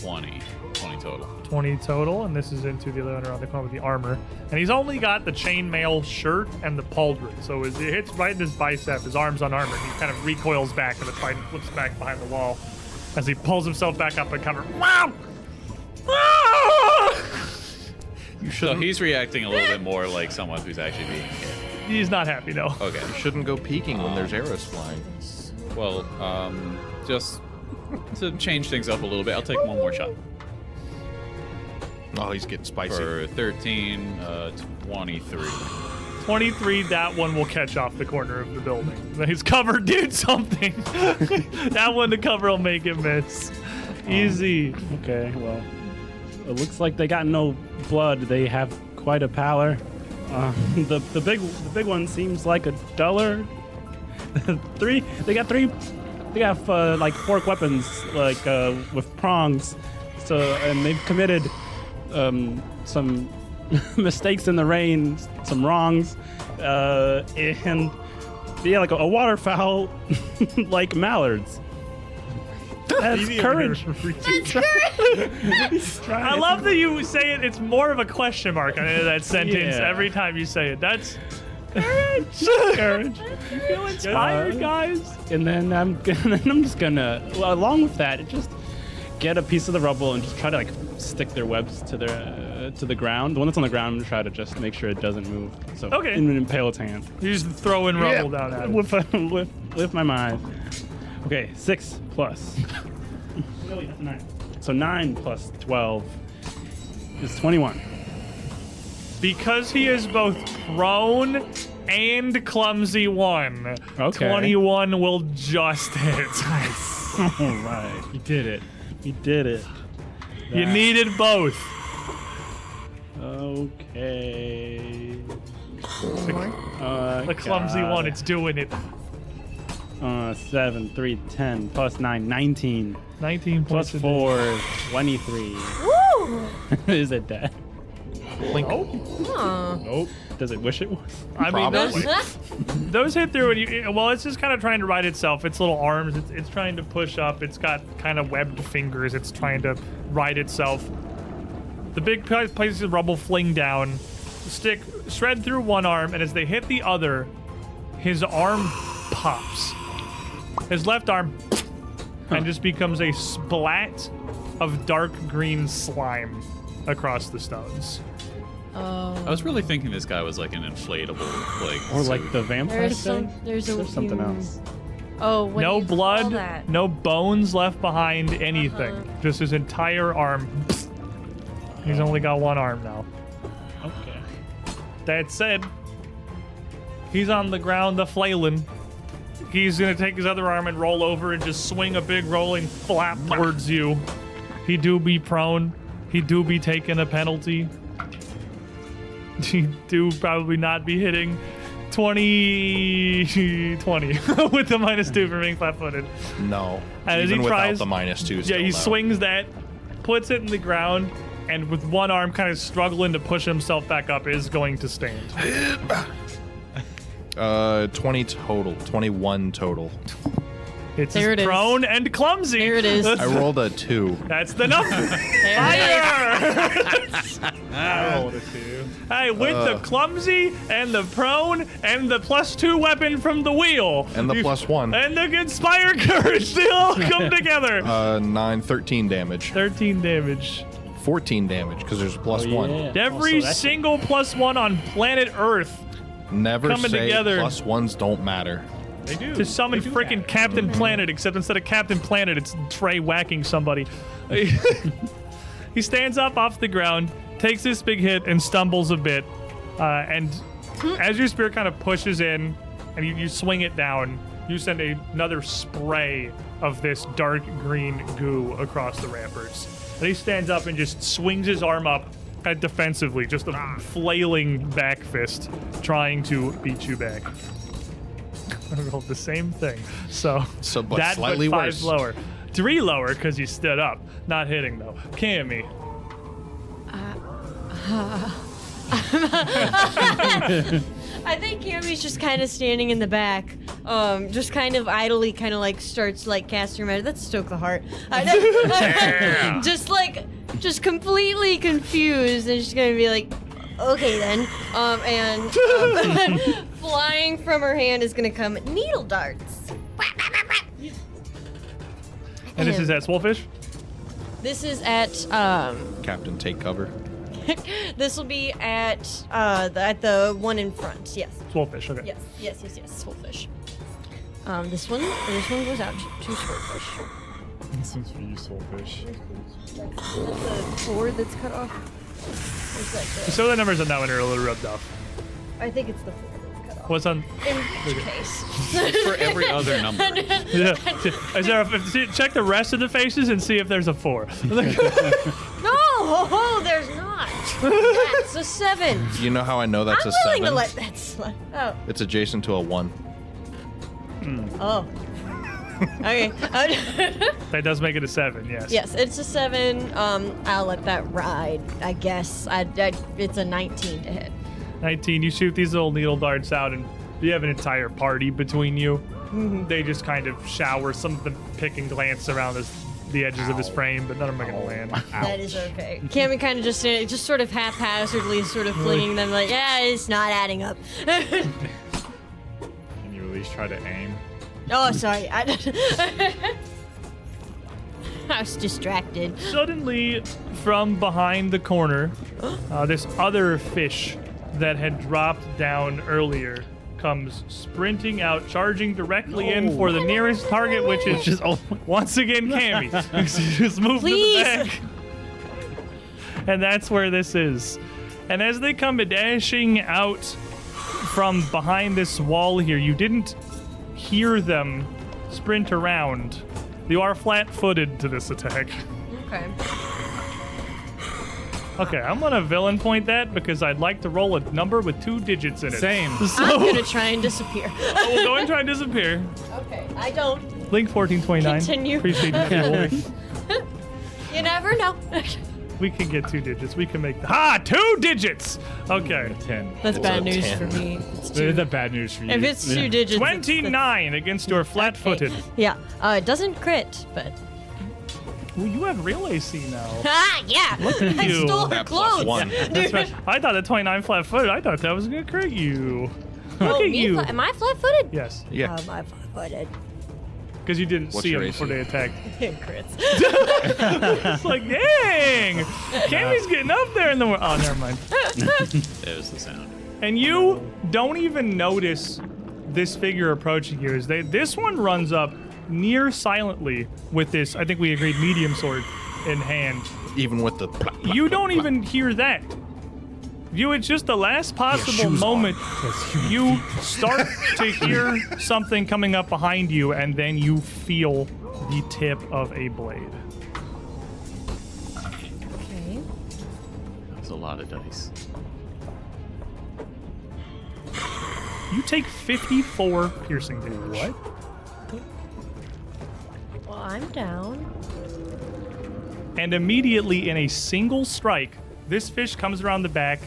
Speaker 6: 20. 20 total.
Speaker 2: 20 total, and this is into the other one around the corner with the armor. And he's only got the chainmail shirt and the pauldron, so as it hits right in his bicep, his arm's unarmored. He kind of recoils back, and the trident flips back behind the wall as he pulls himself back up and cover. Wow! Ah!
Speaker 6: You should. So he's reacting a little bit more like someone who's actually being hit.
Speaker 2: He's not happy though.
Speaker 6: Okay.
Speaker 1: You shouldn't go peeking when there's arrows flying.
Speaker 6: Well, um, just to change things up a little bit, I'll take one more shot.
Speaker 1: Oh, he's getting spicy.
Speaker 6: For 13, uh, 23.
Speaker 2: 23, that one will catch off the corner of the building. His cover did something. that one, the cover will make it miss. Easy.
Speaker 4: Okay, well, it looks like they got no blood. They have quite a pallor. Uh, the the big the big one seems like a duller. three they got three they have uh, like fork weapons like uh, with prongs. So and they've committed um, some mistakes in the rain, some wrongs, uh, and yeah, like a, a waterfowl like mallards. That's courage.
Speaker 3: It's courage!
Speaker 2: I love that you say it. It's more of a question mark on the end of that sentence
Speaker 4: Yeah.
Speaker 2: every time you say it. That's
Speaker 4: courage.
Speaker 2: feel inspired, guys.
Speaker 4: and then I'm gonna, then I'm just gonna well, along with that just get a piece of the rubble and just try to like stick their webs to their uh, to the ground. The one that's on the ground, I'm gonna try to just make sure it doesn't move. So
Speaker 2: Okay.
Speaker 4: in an impale its hand
Speaker 2: You just throw in rubble down at it.
Speaker 4: with, uh, with with my mind. Okay, six plus. no, wait, that's nine. So nine plus twelve is twenty-one.
Speaker 2: Because he is both prone and clumsy one.
Speaker 4: Okay.
Speaker 2: 21 will just hit.
Speaker 4: All right, you did it. You did it.
Speaker 2: you needed both.
Speaker 4: Okay. Uh,
Speaker 2: The clumsy
Speaker 4: God.
Speaker 2: one, it's doing it.
Speaker 4: Uh, 7, 3, 10, plus 9, 19,
Speaker 2: 19
Speaker 4: plus
Speaker 2: points of
Speaker 4: 4, 23.
Speaker 3: Woo!
Speaker 4: Is it dead?
Speaker 3: Huh.
Speaker 4: Nope. Does it wish it was?
Speaker 2: I mean, those,
Speaker 1: Probably.
Speaker 2: those hit through, and you. Well, it's just kind of trying to ride itself. Its little arms. It's, it's trying to push up. It's got kind of webbed fingers. It's trying to ride itself. The big pi- pieces of rubble fling down. The stick shred through one arm, and as they hit the other, his arm pops. His left arm, and just becomes a splat of dark green slime across the stones.
Speaker 3: Oh,
Speaker 6: I was really thinking this guy was like an inflatable, like
Speaker 4: Or
Speaker 6: suit.
Speaker 4: like the vampire
Speaker 3: There's some.
Speaker 4: thing?
Speaker 3: There's a.
Speaker 4: There's something
Speaker 3: few-
Speaker 4: else.
Speaker 3: Oh, what
Speaker 2: no
Speaker 3: do you call that? Uh-huh.
Speaker 2: blood, no bones left behind, anything. Just his entire arm. He's only got one arm now.
Speaker 4: Okay.
Speaker 2: That said, he's on the ground, the flailing. He's gonna take his other arm and roll over and just swing a big rolling flap towards you. He do be prone. He do be taking a penalty. He do probably not be hitting 20 20 with the minus two for being flat footed.
Speaker 1: No.
Speaker 2: And as
Speaker 1: Even
Speaker 2: he
Speaker 1: without
Speaker 2: tries-
Speaker 1: the minus two.
Speaker 2: Yeah,
Speaker 1: still
Speaker 2: he
Speaker 1: no.
Speaker 2: swings that, puts it in the ground, and with one arm kind of struggling to push himself back up, is going to stand.
Speaker 1: Uh, 20 total. 21 total.
Speaker 2: It's
Speaker 3: There
Speaker 2: as
Speaker 3: it is.
Speaker 2: prone and clumsy.
Speaker 3: There it is.
Speaker 1: I rolled a two.
Speaker 2: That's the number.
Speaker 3: There it is.
Speaker 5: I rolled a two.
Speaker 2: hey, with the clumsy and the prone and the plus two weapon from the wheel
Speaker 1: And the plus one.
Speaker 2: and the inspire courage, they all come together.
Speaker 1: Uh, 9, 13 damage.
Speaker 2: 13 damage.
Speaker 1: 14 damage because there's a plus
Speaker 4: Oh,
Speaker 1: one.
Speaker 4: yeah.
Speaker 2: Every
Speaker 4: Oh, so that's-
Speaker 2: single plus one on planet Earth
Speaker 1: Never
Speaker 2: Coming
Speaker 1: say
Speaker 2: together.
Speaker 1: plus ones don't matter.
Speaker 5: They do.
Speaker 2: to summon
Speaker 5: They do Mm-hmm.
Speaker 2: freaking
Speaker 5: matter.
Speaker 2: Captain Planet, except instead of Captain Planet, it's Trey whacking somebody. he stands up off the ground, takes this big hit, and stumbles a bit. Uh, and as your spear kind of pushes in and you, you swing it down, you send a, another spray of this dark green goo across the ramparts. And he stands up and just swings his arm up uh, defensively, just
Speaker 5: Ah.
Speaker 2: a flailing back fist, trying to beat you back. I rolled the same thing. So,
Speaker 1: So, but
Speaker 2: that,
Speaker 1: slightly
Speaker 2: five
Speaker 1: worse.
Speaker 2: lower. Three lower because you stood up. Not hitting though. Cammy.
Speaker 3: I think Yami's just kind of standing in the back, um, just kind of idly, kind of like starts like casting magic. That's stoke the heart. Uh, no- just like, just completely confused, and she's gonna be like, "Okay then," um, and um, flying from her hand is gonna come needle darts.
Speaker 2: And this
Speaker 3: Ew.
Speaker 2: is at Swolfish.
Speaker 3: This is at um,
Speaker 1: Captain, take cover.
Speaker 3: this will be at uh, the, at the one in front. Yes.
Speaker 2: Swolfish, okay.
Speaker 3: Yes, yes, yes, yes. Swordfish. Um, this one, this one goes out to, to swordfish.
Speaker 5: This one's for you, Soulfish.
Speaker 3: That's the four that's cut off. It's like the-
Speaker 2: So the numbers on that one are a little rubbed off.
Speaker 3: I think it's the four that's cut off.
Speaker 2: What's on?
Speaker 3: In which case,
Speaker 6: for every other number.
Speaker 2: Yeah. Is there a, see, check the rest of the faces and see if there's a four.
Speaker 3: no, oh, there's not. That's a seven.
Speaker 1: You know how I know that's
Speaker 3: I'm
Speaker 1: a
Speaker 3: willing
Speaker 1: seven?
Speaker 3: to let that slide. Oh,
Speaker 1: it's adjacent to a one.
Speaker 3: oh. okay. Uh,
Speaker 2: that does make it a seven. Yes.
Speaker 3: yes, it's a seven. Um, I'll let that ride. I guess. I, I it's a 19 to hit.
Speaker 2: 19. You shoot these little needle darts out, and you have an entire party between you.
Speaker 3: Mm-hmm.
Speaker 2: They just kind of shower, some of them picking glance around his, the edges of his frame, but none of them are going to land.
Speaker 3: That is okay. Cammy kind of just uh, just sort of haphazardly sort of flinging them like, yeah, it's not adding up.
Speaker 5: Can you at least try to aim?
Speaker 3: oh, sorry. I, I was distracted.
Speaker 2: Suddenly, from behind the corner, uh, this other fish that had dropped down earlier comes sprinting out, charging directly in for the nearest target, which is just
Speaker 4: Oh,
Speaker 2: once again Cammy. She just moved
Speaker 3: Please.
Speaker 2: to the back. And that's where this is. And as they come dashing out from behind this wall here, you didn't hear them sprint around. You are flat footed to this attack.
Speaker 3: Okay.
Speaker 2: Okay, I'm gonna villain point that because I'd like to roll a number with two digits in it.
Speaker 5: Same.
Speaker 3: I'm
Speaker 2: So
Speaker 3: gonna try and disappear.
Speaker 2: we'll go and try and disappear.
Speaker 3: okay. I don't.
Speaker 2: Link 1429.
Speaker 3: Continue.
Speaker 2: Appreciate you.
Speaker 3: You never know.
Speaker 2: We can get two digits. We can make the ha two digits. Okay,
Speaker 5: Ten.
Speaker 3: That's bad news for
Speaker 1: 10.
Speaker 3: me. It's two,
Speaker 5: There's the bad news for you.
Speaker 3: if it's two digits, it's- that's-
Speaker 2: twenty nine against your flat footed.
Speaker 3: Okay. Yeah, uh, it doesn't crit, but
Speaker 2: Well, you have real AC now.
Speaker 3: ah, yeah. Look
Speaker 2: at
Speaker 3: I
Speaker 2: you.
Speaker 3: stole her
Speaker 1: That plus
Speaker 3: clothes.
Speaker 1: one.
Speaker 3: Dude.
Speaker 2: I thought the twenty nine flat footed. I thought that was gonna crit you.
Speaker 3: Oh,
Speaker 2: Look at
Speaker 3: me
Speaker 2: you.
Speaker 3: fla- am I flat-footed?
Speaker 2: Yes,
Speaker 1: Yeah.
Speaker 3: Um, I'm flat-footed.
Speaker 2: because you didn't
Speaker 1: What's
Speaker 2: see
Speaker 1: your
Speaker 2: them before
Speaker 1: AC?
Speaker 2: they attacked.
Speaker 3: crits.
Speaker 2: It's like, dang, Cammy's getting up there in the world. Oh, never mind.
Speaker 6: There's the sound.
Speaker 2: And you don't even notice this figure approaching you. Is they this one runs up near silently with this? I think we agreed medium sword in hand.
Speaker 1: Even with the. plop, plop,
Speaker 2: You
Speaker 1: plop,
Speaker 2: don't
Speaker 1: plop.
Speaker 2: even hear that. You it's just the last possible
Speaker 1: shoes
Speaker 2: moment you start to hear something coming up behind you, and then you feel the tip of a blade.
Speaker 3: okay.
Speaker 6: That's a lot of dice.
Speaker 2: You take 54 piercing damage. What?
Speaker 3: Well, I'm down.
Speaker 2: And immediately, in a single strike, this fish comes around the back,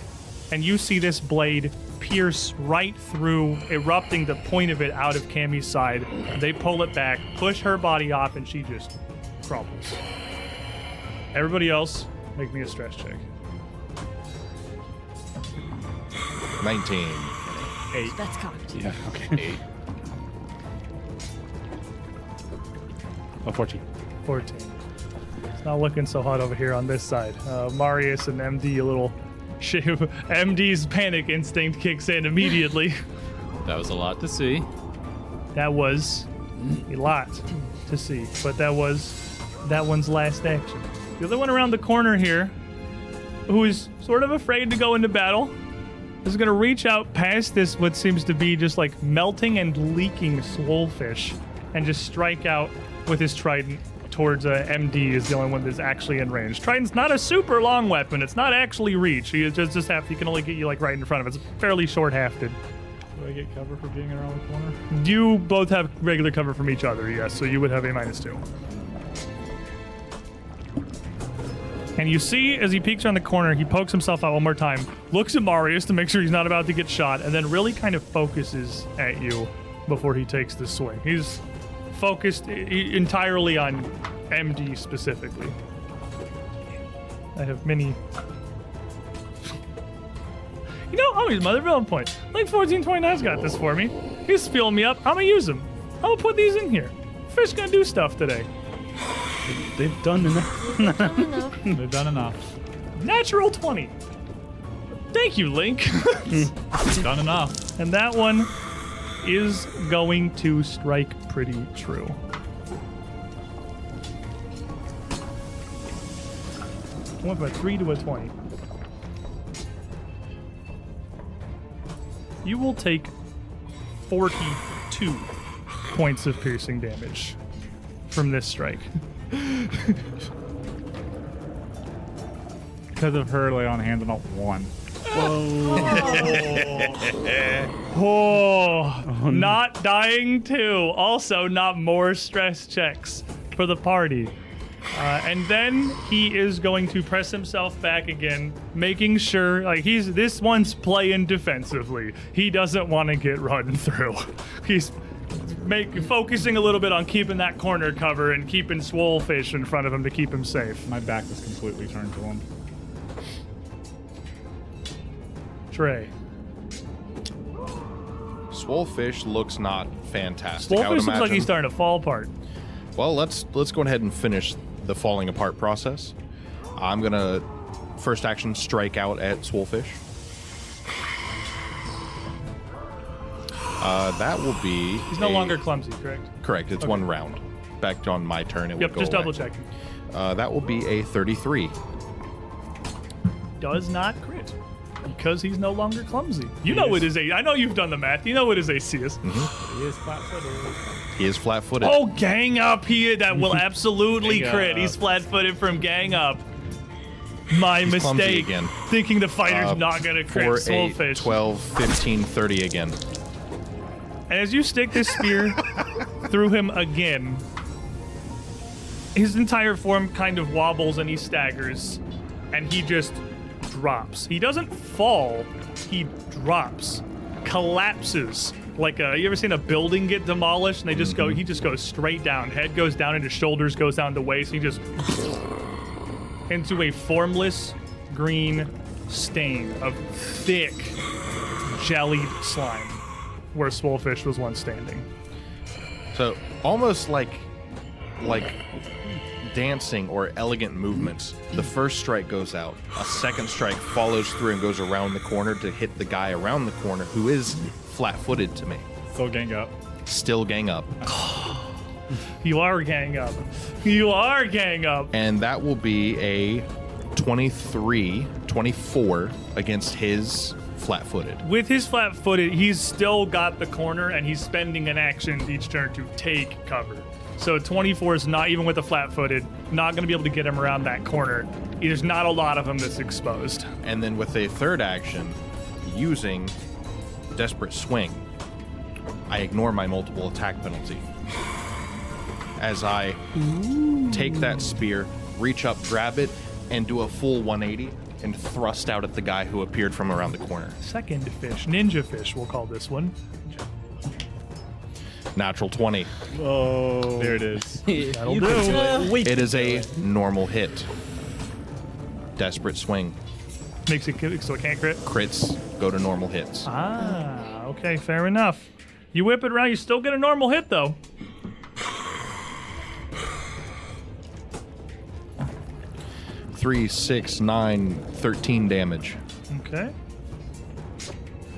Speaker 2: and you see this blade pierce right through, erupting the point of it out of Cammy's side. They pull it back, push her body off, and she just crumbles. Everybody else, make me a stress check.
Speaker 1: 19.
Speaker 3: That's cocked.
Speaker 4: Yeah, okay. Oh, 14.
Speaker 2: 14. It's not looking so hot over here on this side. Uh, Marius and MD, a little. MD's panic instinct kicks in immediately.
Speaker 6: That was a lot to see.
Speaker 2: That was a lot to see, but that was that one's last action. The other one around the corner here, who is sort of afraid to go into battle, is going to reach out past this what seems to be just like melting and leaking swolefish, and just strike out with his trident towards uh, MD is the only one that's actually in range. Trident's not a super long weapon; it's not actually reach. He is just just half. He can only get you like right in front of it. It's fairly short-hafted.
Speaker 5: Do I get cover for being around the corner?
Speaker 2: You both have regular cover from each other, yes, so you would have a minus two. And you see as he peeks around the corner, he pokes himself out one more time, looks at Marius to make sure he's not about to get shot, and then really kind of focuses at you before he takes this swing. He's focused i- i- entirely on MD specifically. I have many. You know, I'm his mother villain point. Link 1429's got this for me. He's spilling me up. I'm gonna use them. I'm gonna put these in here. Fish gonna do stuff today.
Speaker 4: They've done enough.
Speaker 5: They've done enough.
Speaker 2: Natural 20. Thank you, Link.
Speaker 5: done enough.
Speaker 2: and that one is going to strike pretty true. Went from a 3 to a 20. You will take 42 points of piercing damage from this strike.
Speaker 5: Because of her lay on hands, I'm not one.
Speaker 2: Oh, not dying too. Also, not more stress checks for the party. Uh, and then he is going to press himself back again, making sure like he's this one's playing defensively. He doesn't want to get run through. He's make focusing a little bit on keeping that corner cover and keeping Swolefish in front of him to keep him safe.
Speaker 5: My back was completely turned to him.
Speaker 2: Trey,
Speaker 1: Swolefish looks not fantastic. I
Speaker 2: Swolefish
Speaker 1: would
Speaker 2: looks like
Speaker 1: imagine.
Speaker 2: he's starting to fall apart.
Speaker 1: Well, let's let's go ahead and finish the falling apart process. I'm gonna first action strike out at Swolefish. Uh, that will be.
Speaker 2: He's no
Speaker 1: a-
Speaker 2: longer clumsy, correct?
Speaker 1: correct. It's one round. Back on my turn. It
Speaker 2: Yep,
Speaker 1: will go
Speaker 2: just double
Speaker 1: away.
Speaker 2: checking.
Speaker 1: Uh, that will be a 33.
Speaker 2: does not crit because he's no longer clumsy. You know it is a. I know you've done the math. You know it is a CS.
Speaker 5: He is flat-footed.
Speaker 1: He is flat-footed.
Speaker 2: Oh, gang up here! That will absolutely
Speaker 4: Gang
Speaker 2: crit.
Speaker 4: up.
Speaker 2: He's flat-footed from gang up. My
Speaker 1: He's clumsy
Speaker 2: mistake.
Speaker 1: again.
Speaker 2: Thinking the fighter's
Speaker 1: Uh,
Speaker 2: not gonna crit.
Speaker 1: four, eight,
Speaker 2: Soulfish.
Speaker 1: 12, 15, 30 again.
Speaker 2: And as you stick this spear through him again, his entire form kind of wobbles and he staggers. and he just drops. He doesn't fall, he drops, collapses. Like uh you ever seen a building get demolished and they just go, he just goes straight down. Head goes down into shoulders, goes down to waist. He just into a formless green stain of thick jellied slime where Swolefish was once standing.
Speaker 1: So almost like like dancing or elegant movements. The first strike goes out. A second strike follows through and goes around the corner to hit the guy around the corner who is flat-footed to me.
Speaker 5: Still gang up.
Speaker 1: Still gang up.
Speaker 2: You are gang up. You are gang up.
Speaker 1: And that will be a 23, 24 against his flat-footed.
Speaker 2: With his flat footed, he's still got the corner and he's spending an action each turn to take cover. So 24 is not, even with the flat footed, not going to be able to get him around that corner. There's not a lot of him that's exposed.
Speaker 1: And then with a third action, using Desperate Swing, I ignore my multiple attack penalty. As I take that spear, reach up, grab it, and do a full 180 and thrust out at the guy who appeared from around the corner.
Speaker 2: Second fish, ninja fish, we'll call this one.
Speaker 1: Natural 20.
Speaker 5: There it is.
Speaker 2: That'll do.
Speaker 1: It is a normal hit. Desperate Swing.
Speaker 2: Makes it ki- so it can't crit.
Speaker 1: Crits go to normal hits.
Speaker 2: Ah, okay, fair enough. You whip it around, you still get a normal hit though.
Speaker 1: Three, six, nine, thirteen damage.
Speaker 2: Okay.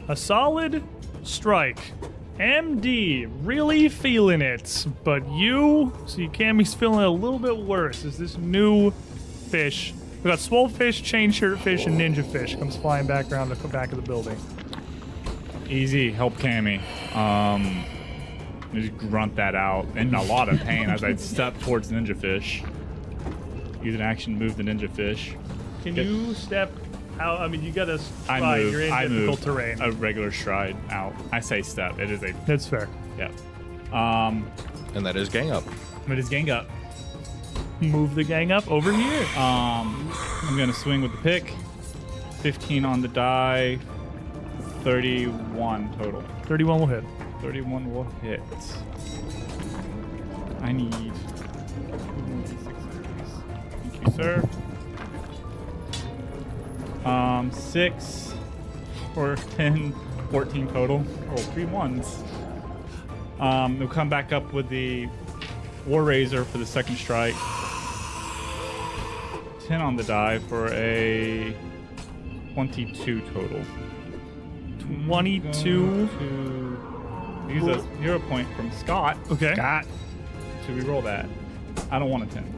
Speaker 2: A solid strike. MD, really feeling it. But you, see, Cammy's feeling a little bit worse. Is this new fish? We got swole fish, chain shirt fish, and ninja fish comes flying back around the back of the building.
Speaker 5: Easy, help Cammy. Um, I just grunt that out in a lot of pain as I step towards Ninja Fish. Use an action, move the Ninja Fish.
Speaker 2: Can
Speaker 5: Good.
Speaker 2: you step out? I mean, you gotta stride.
Speaker 5: I move.
Speaker 2: You're in
Speaker 5: I
Speaker 2: difficult
Speaker 5: move.
Speaker 2: terrain.
Speaker 5: A regular stride out. I say step. It is a
Speaker 2: That's fair.
Speaker 5: yeah. Um,
Speaker 1: And that is gang up.
Speaker 5: but it's gang up.
Speaker 2: Move the gang up over here.
Speaker 5: Um, I'm gonna swing with the pick. 15 on the die. 31 total.
Speaker 2: 31 will hit.
Speaker 5: 31 will hit. I need. Thank you, sir. Um, six or 10, 14 total. Oh, three ones. Um, we'll come back up with the War Razor for the second strike. 10 on the die for a 22 total.
Speaker 2: 22.
Speaker 5: Two. Use a hero point from Scott.
Speaker 2: Okay.
Speaker 5: Scott. Should we roll that? I don't want a 10.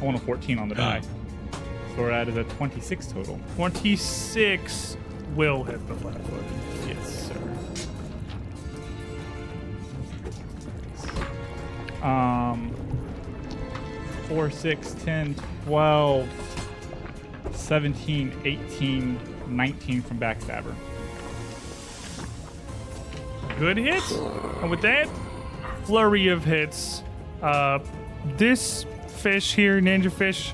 Speaker 5: I want a 14 on the die. So we're at a 26 total.
Speaker 2: 26 will hit the flat foot.
Speaker 5: Yes, sir. Um, 4, 6, 10, 12, 17, 18, 19 from Backstabber.
Speaker 2: Good hit. And with that, flurry of hits. Uh, this fish here, Ninja Fish,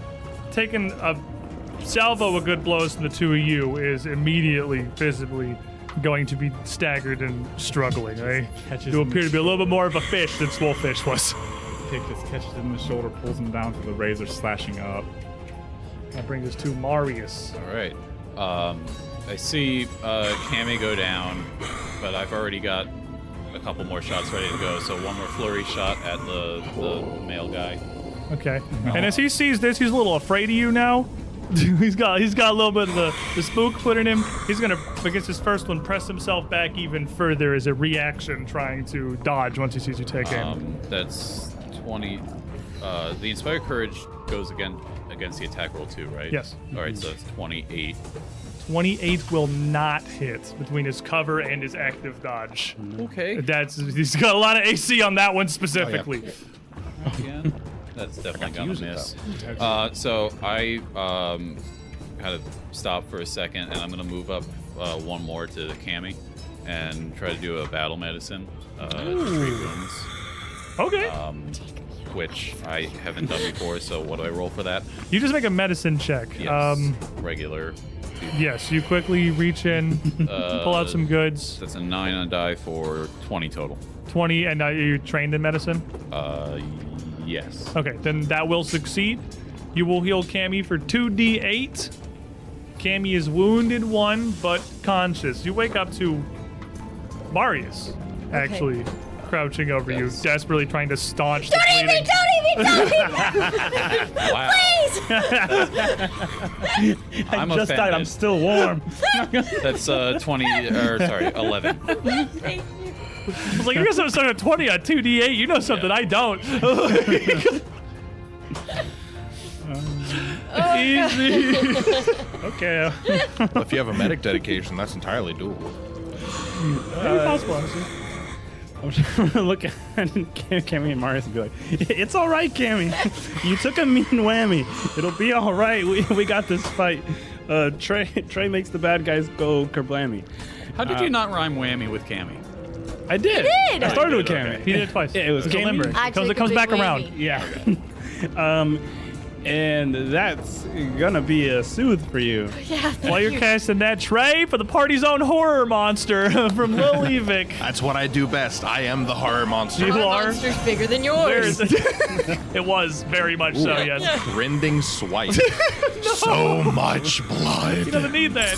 Speaker 2: taking a salvo of good blows from the two of you is immediately, visibly going to be staggered and struggling. They
Speaker 5: Catches
Speaker 2: do
Speaker 5: him.
Speaker 2: appear to be a little bit more of a fish than Swolfish was.
Speaker 5: Pick just catches him in the shoulder, pulls him down to the razor, slashing up.
Speaker 2: That brings us to Marius.
Speaker 6: All right. Um, I see uh, Cammy go down, but I've already got a couple more shots ready to go. So one more flurry shot at the, the male guy.
Speaker 2: Okay. And as he sees this, he's a little afraid of you now. he's got he's got a little bit of the, the spook put in him. He's gonna against his first one press himself back even further as a reaction, trying to dodge once he sees you take aim.
Speaker 6: Um, that's 20. Uh, the Inspire Courage goes again against the attack roll too, right?
Speaker 2: Yes.
Speaker 6: All right, so it's 28.
Speaker 2: 28 will not hit between his cover and his active dodge.
Speaker 6: Hmm. Okay.
Speaker 2: That's he's got a lot of AC on that one specifically.
Speaker 6: Oh, again. That's definitely gonna miss. Uh, so I um, kind of stop for a second, and I'm gonna move up uh, one more to the Cammy and try to do a battle medicine, uh, three wounds.
Speaker 2: Okay.
Speaker 6: Um, which I haven't done before. So what do I roll for that?
Speaker 2: You just make a medicine check.
Speaker 6: Yes,
Speaker 2: Um,
Speaker 6: regular.
Speaker 2: yes, you quickly reach in,
Speaker 6: Uh,
Speaker 2: pull out some goods.
Speaker 6: That's a nine on die for twenty total.
Speaker 2: 20, and uh, you're trained in medicine?
Speaker 6: Uh, yes.
Speaker 2: Okay, then that will succeed. You will heal Cammy for 2d8. Cammy is wounded one, but conscious. You wake up to Marius actually crouching over
Speaker 6: Yes.
Speaker 2: you, desperately trying to staunch the
Speaker 3: Don't eat me!
Speaker 2: bleeding.
Speaker 3: Don't eat me! Don't eat me!
Speaker 6: Wow.
Speaker 3: Please!
Speaker 4: I
Speaker 6: I'm
Speaker 4: just died. I'm
Speaker 6: offended.
Speaker 4: still warm.
Speaker 6: That's uh twenty or sorry eleven.
Speaker 3: Thank you.
Speaker 2: I was like, you guys have started at 20 on 2d8. You know something
Speaker 6: Yeah.
Speaker 2: I don't.
Speaker 3: Oh,
Speaker 2: Easy.
Speaker 5: Okay.
Speaker 2: uh,
Speaker 1: if you have a medic dedication, that's entirely doable.
Speaker 4: I'm just gonna look at Cam- Cammy and Marius and be like, "It's all right, Cammy. You took a mean whammy. It'll be all right. We, we got this fight. Uh, Trey Trey makes the bad guys go kerblammy.
Speaker 6: How did you not rhyme whammy with Cammy?
Speaker 4: I did.
Speaker 3: did.
Speaker 4: I started with
Speaker 6: Okay.
Speaker 4: Cammy.
Speaker 2: he did it twice.
Speaker 4: Yeah, it was
Speaker 2: a
Speaker 4: Cammy.
Speaker 2: limerick.
Speaker 3: I
Speaker 2: Comes, it
Speaker 3: took a
Speaker 2: comes
Speaker 3: big
Speaker 2: back
Speaker 3: whammy.
Speaker 2: around.
Speaker 4: Yeah. um, and that's gonna be a soothe for you.
Speaker 3: Yeah, thank
Speaker 2: While you're
Speaker 3: you.
Speaker 2: casting that tray for the party's own horror monster from Lilyvic.
Speaker 1: That's what I do best. I am the horror monster.
Speaker 2: You
Speaker 3: My
Speaker 2: are-
Speaker 3: monster's bigger than
Speaker 2: Where
Speaker 3: yours.
Speaker 2: is it? it was very much so, yes.
Speaker 1: Rending swipe. So much
Speaker 2: He
Speaker 1: blood.
Speaker 2: doesn't need that.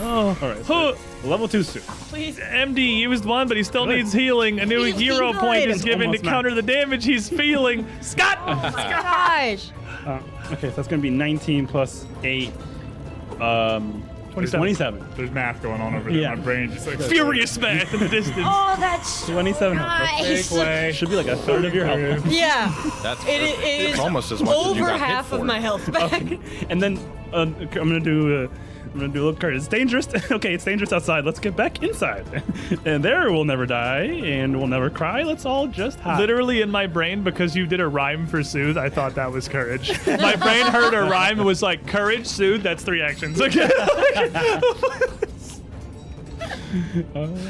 Speaker 2: Oh.
Speaker 4: All right. So
Speaker 2: Huh,
Speaker 4: level two soothe.
Speaker 2: Please,
Speaker 3: Oh,
Speaker 2: MD used one, but he still needs healing. A new
Speaker 3: He's
Speaker 2: hero point
Speaker 3: good.
Speaker 2: is given to
Speaker 4: Almost not.
Speaker 2: counter the damage he's feeling. Scott!
Speaker 3: Gosh.
Speaker 4: Uh, okay, so that's gonna be 19 plus eight. Um,
Speaker 5: 27.
Speaker 4: 27.
Speaker 5: There's math going on over there.
Speaker 4: Yeah.
Speaker 5: My brain just like
Speaker 2: Furious man in the distance.
Speaker 3: Oh, that's so
Speaker 4: 27 health.
Speaker 3: nice.
Speaker 4: Should be like a third of your health.
Speaker 3: Yeah,
Speaker 6: That's
Speaker 3: it, i-
Speaker 6: perfect.
Speaker 3: it is
Speaker 1: It's almost as much as you
Speaker 3: over
Speaker 1: got hit
Speaker 3: half
Speaker 1: for.
Speaker 3: of my health back.
Speaker 4: And then uh, I'm gonna do. Uh, I'm gonna do a little card. It's dangerous. okay, it's dangerous outside. Let's get back inside. and there we'll never die, and we'll never cry. Let's all just hide.
Speaker 2: Literally in my brain, because you did a rhyme for soothe, I thought that was courage. My brain heard a rhyme and was like, courage, soothe, that's three actions. Okay.
Speaker 3: Oh,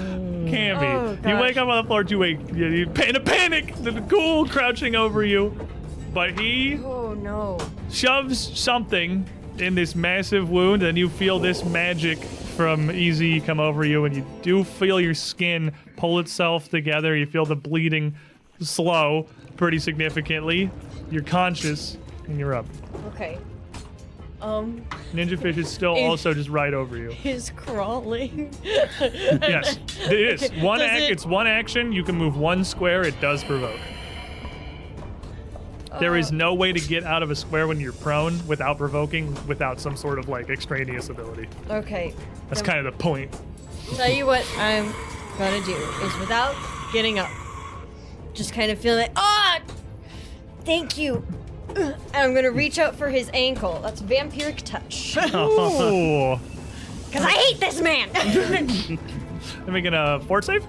Speaker 2: Cammy, you
Speaker 3: gosh.
Speaker 2: wake up on the floor, you wake you, you, in a panic, the ghoul crouching over you, but he
Speaker 3: Oh no.
Speaker 2: shoves something in this massive wound, and you feel this magic from Easy come over you, and you do feel your skin pull itself together. You feel the bleeding slow pretty significantly. You're conscious, and you're up.
Speaker 3: Okay. Um,
Speaker 2: Ninja Fish is still
Speaker 3: Is-
Speaker 2: also just right over you.
Speaker 3: his crawling.
Speaker 2: Yes, it is
Speaker 3: Okay,
Speaker 2: one.
Speaker 3: does
Speaker 2: Ac-
Speaker 3: it-
Speaker 2: It's one action. You can move one square. It does provoke. There
Speaker 3: Oh.
Speaker 2: is no way to get out of a square when you're prone without provoking, without some sort of like extraneous ability.
Speaker 3: Okay.
Speaker 2: That's kind of the point.
Speaker 3: Tell you what I'm gonna do is without getting up, just kind of feeling like, ah, thank you. And I'm gonna reach out for his ankle. That's vampiric touch.
Speaker 2: Oh. Ooh.
Speaker 3: Cause I hate this man.
Speaker 2: Am I gonna fort save?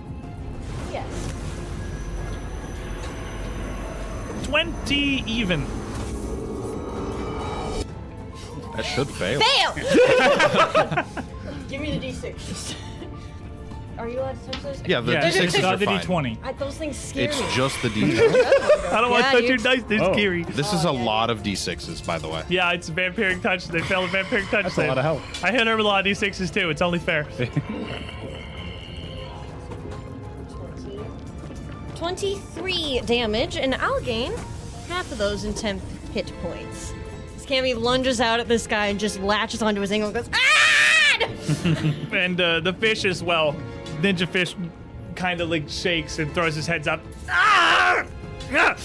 Speaker 3: yes.
Speaker 2: Twenty even.
Speaker 1: That should fail.
Speaker 3: Fail. Give me the d6. Are you allowed to touch those?
Speaker 1: Yeah, the
Speaker 2: Yeah,
Speaker 1: d6s
Speaker 3: it's
Speaker 1: are
Speaker 5: not the
Speaker 1: fine.
Speaker 5: d20.
Speaker 3: I, those things scare
Speaker 1: It's
Speaker 3: me.
Speaker 1: just the d10.
Speaker 2: I don't want
Speaker 3: Yeah,
Speaker 2: to touch
Speaker 3: you-
Speaker 2: your dice. They're
Speaker 5: Oh.
Speaker 2: scary.
Speaker 1: This is a lot of d6s, by the way.
Speaker 2: Yeah, it's vampiric touch. They failed a vampiric touch
Speaker 5: That's a
Speaker 2: save.
Speaker 5: lot of help.
Speaker 2: I hit her with a lot of d6s too. It's only fair.
Speaker 3: 23 damage, and I'll gain half of those in 10 hit points. Scammy lunges out at this guy and just latches onto his ankle and goes, Ah!
Speaker 2: and uh, the fish as well. Ninja fish kind of like shakes and throws his heads up. Ah! Ah!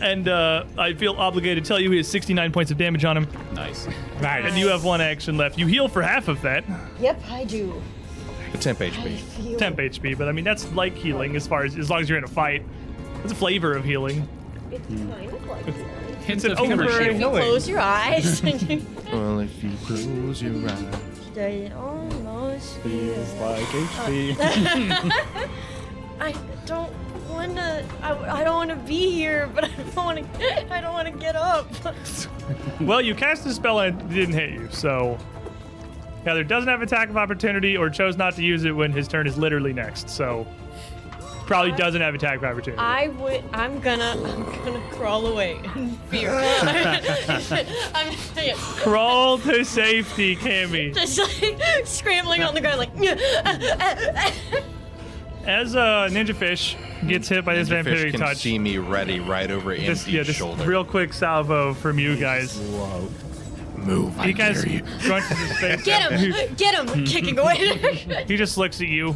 Speaker 2: And uh, I feel obligated to tell you he has 69 points of damage on him,
Speaker 6: Nice.
Speaker 2: and you have one action left. You heal for half of that,
Speaker 3: Yep, I do.
Speaker 1: The temp
Speaker 3: I
Speaker 1: HP.
Speaker 3: feel
Speaker 2: temp HP, but I mean that's like healing as far as as long as you're in a fight. It's a flavor of healing.
Speaker 3: It's kind of like healing.
Speaker 6: Hints
Speaker 2: an
Speaker 6: of
Speaker 2: over-
Speaker 3: If
Speaker 6: courage.
Speaker 3: you close your eyes, and
Speaker 1: Well, if you close your eyes.
Speaker 3: you almost
Speaker 4: Feels
Speaker 3: feel.
Speaker 4: like HP.
Speaker 3: I don't wanna. I, I don't wanna be here, but I don't wanna. I don't wanna get up.
Speaker 2: Well, you cast the spell and it didn't hit you, so either doesn't have attack of opportunity or chose not to use it when his turn is literally next. So Probably doesn't have attack of opportunity.
Speaker 3: I would. I'm gonna. I'm gonna crawl away in fear. I'm yeah,
Speaker 2: Crawl to safety, Cammy.
Speaker 3: just like scrambling on the ground, like. uh,
Speaker 2: As uh, Ninja Fish gets hit by this
Speaker 1: Ninja Fish
Speaker 2: vampiric
Speaker 1: can
Speaker 2: touch,
Speaker 1: see me ready right over
Speaker 2: this
Speaker 1: MD's
Speaker 2: yeah, this
Speaker 1: shoulder.
Speaker 2: real quick salvo from you guys.
Speaker 1: Move, I
Speaker 2: You guys
Speaker 1: dare you.
Speaker 2: grunt his face.
Speaker 3: Get him! Get him! Kicking away.
Speaker 2: He just looks at you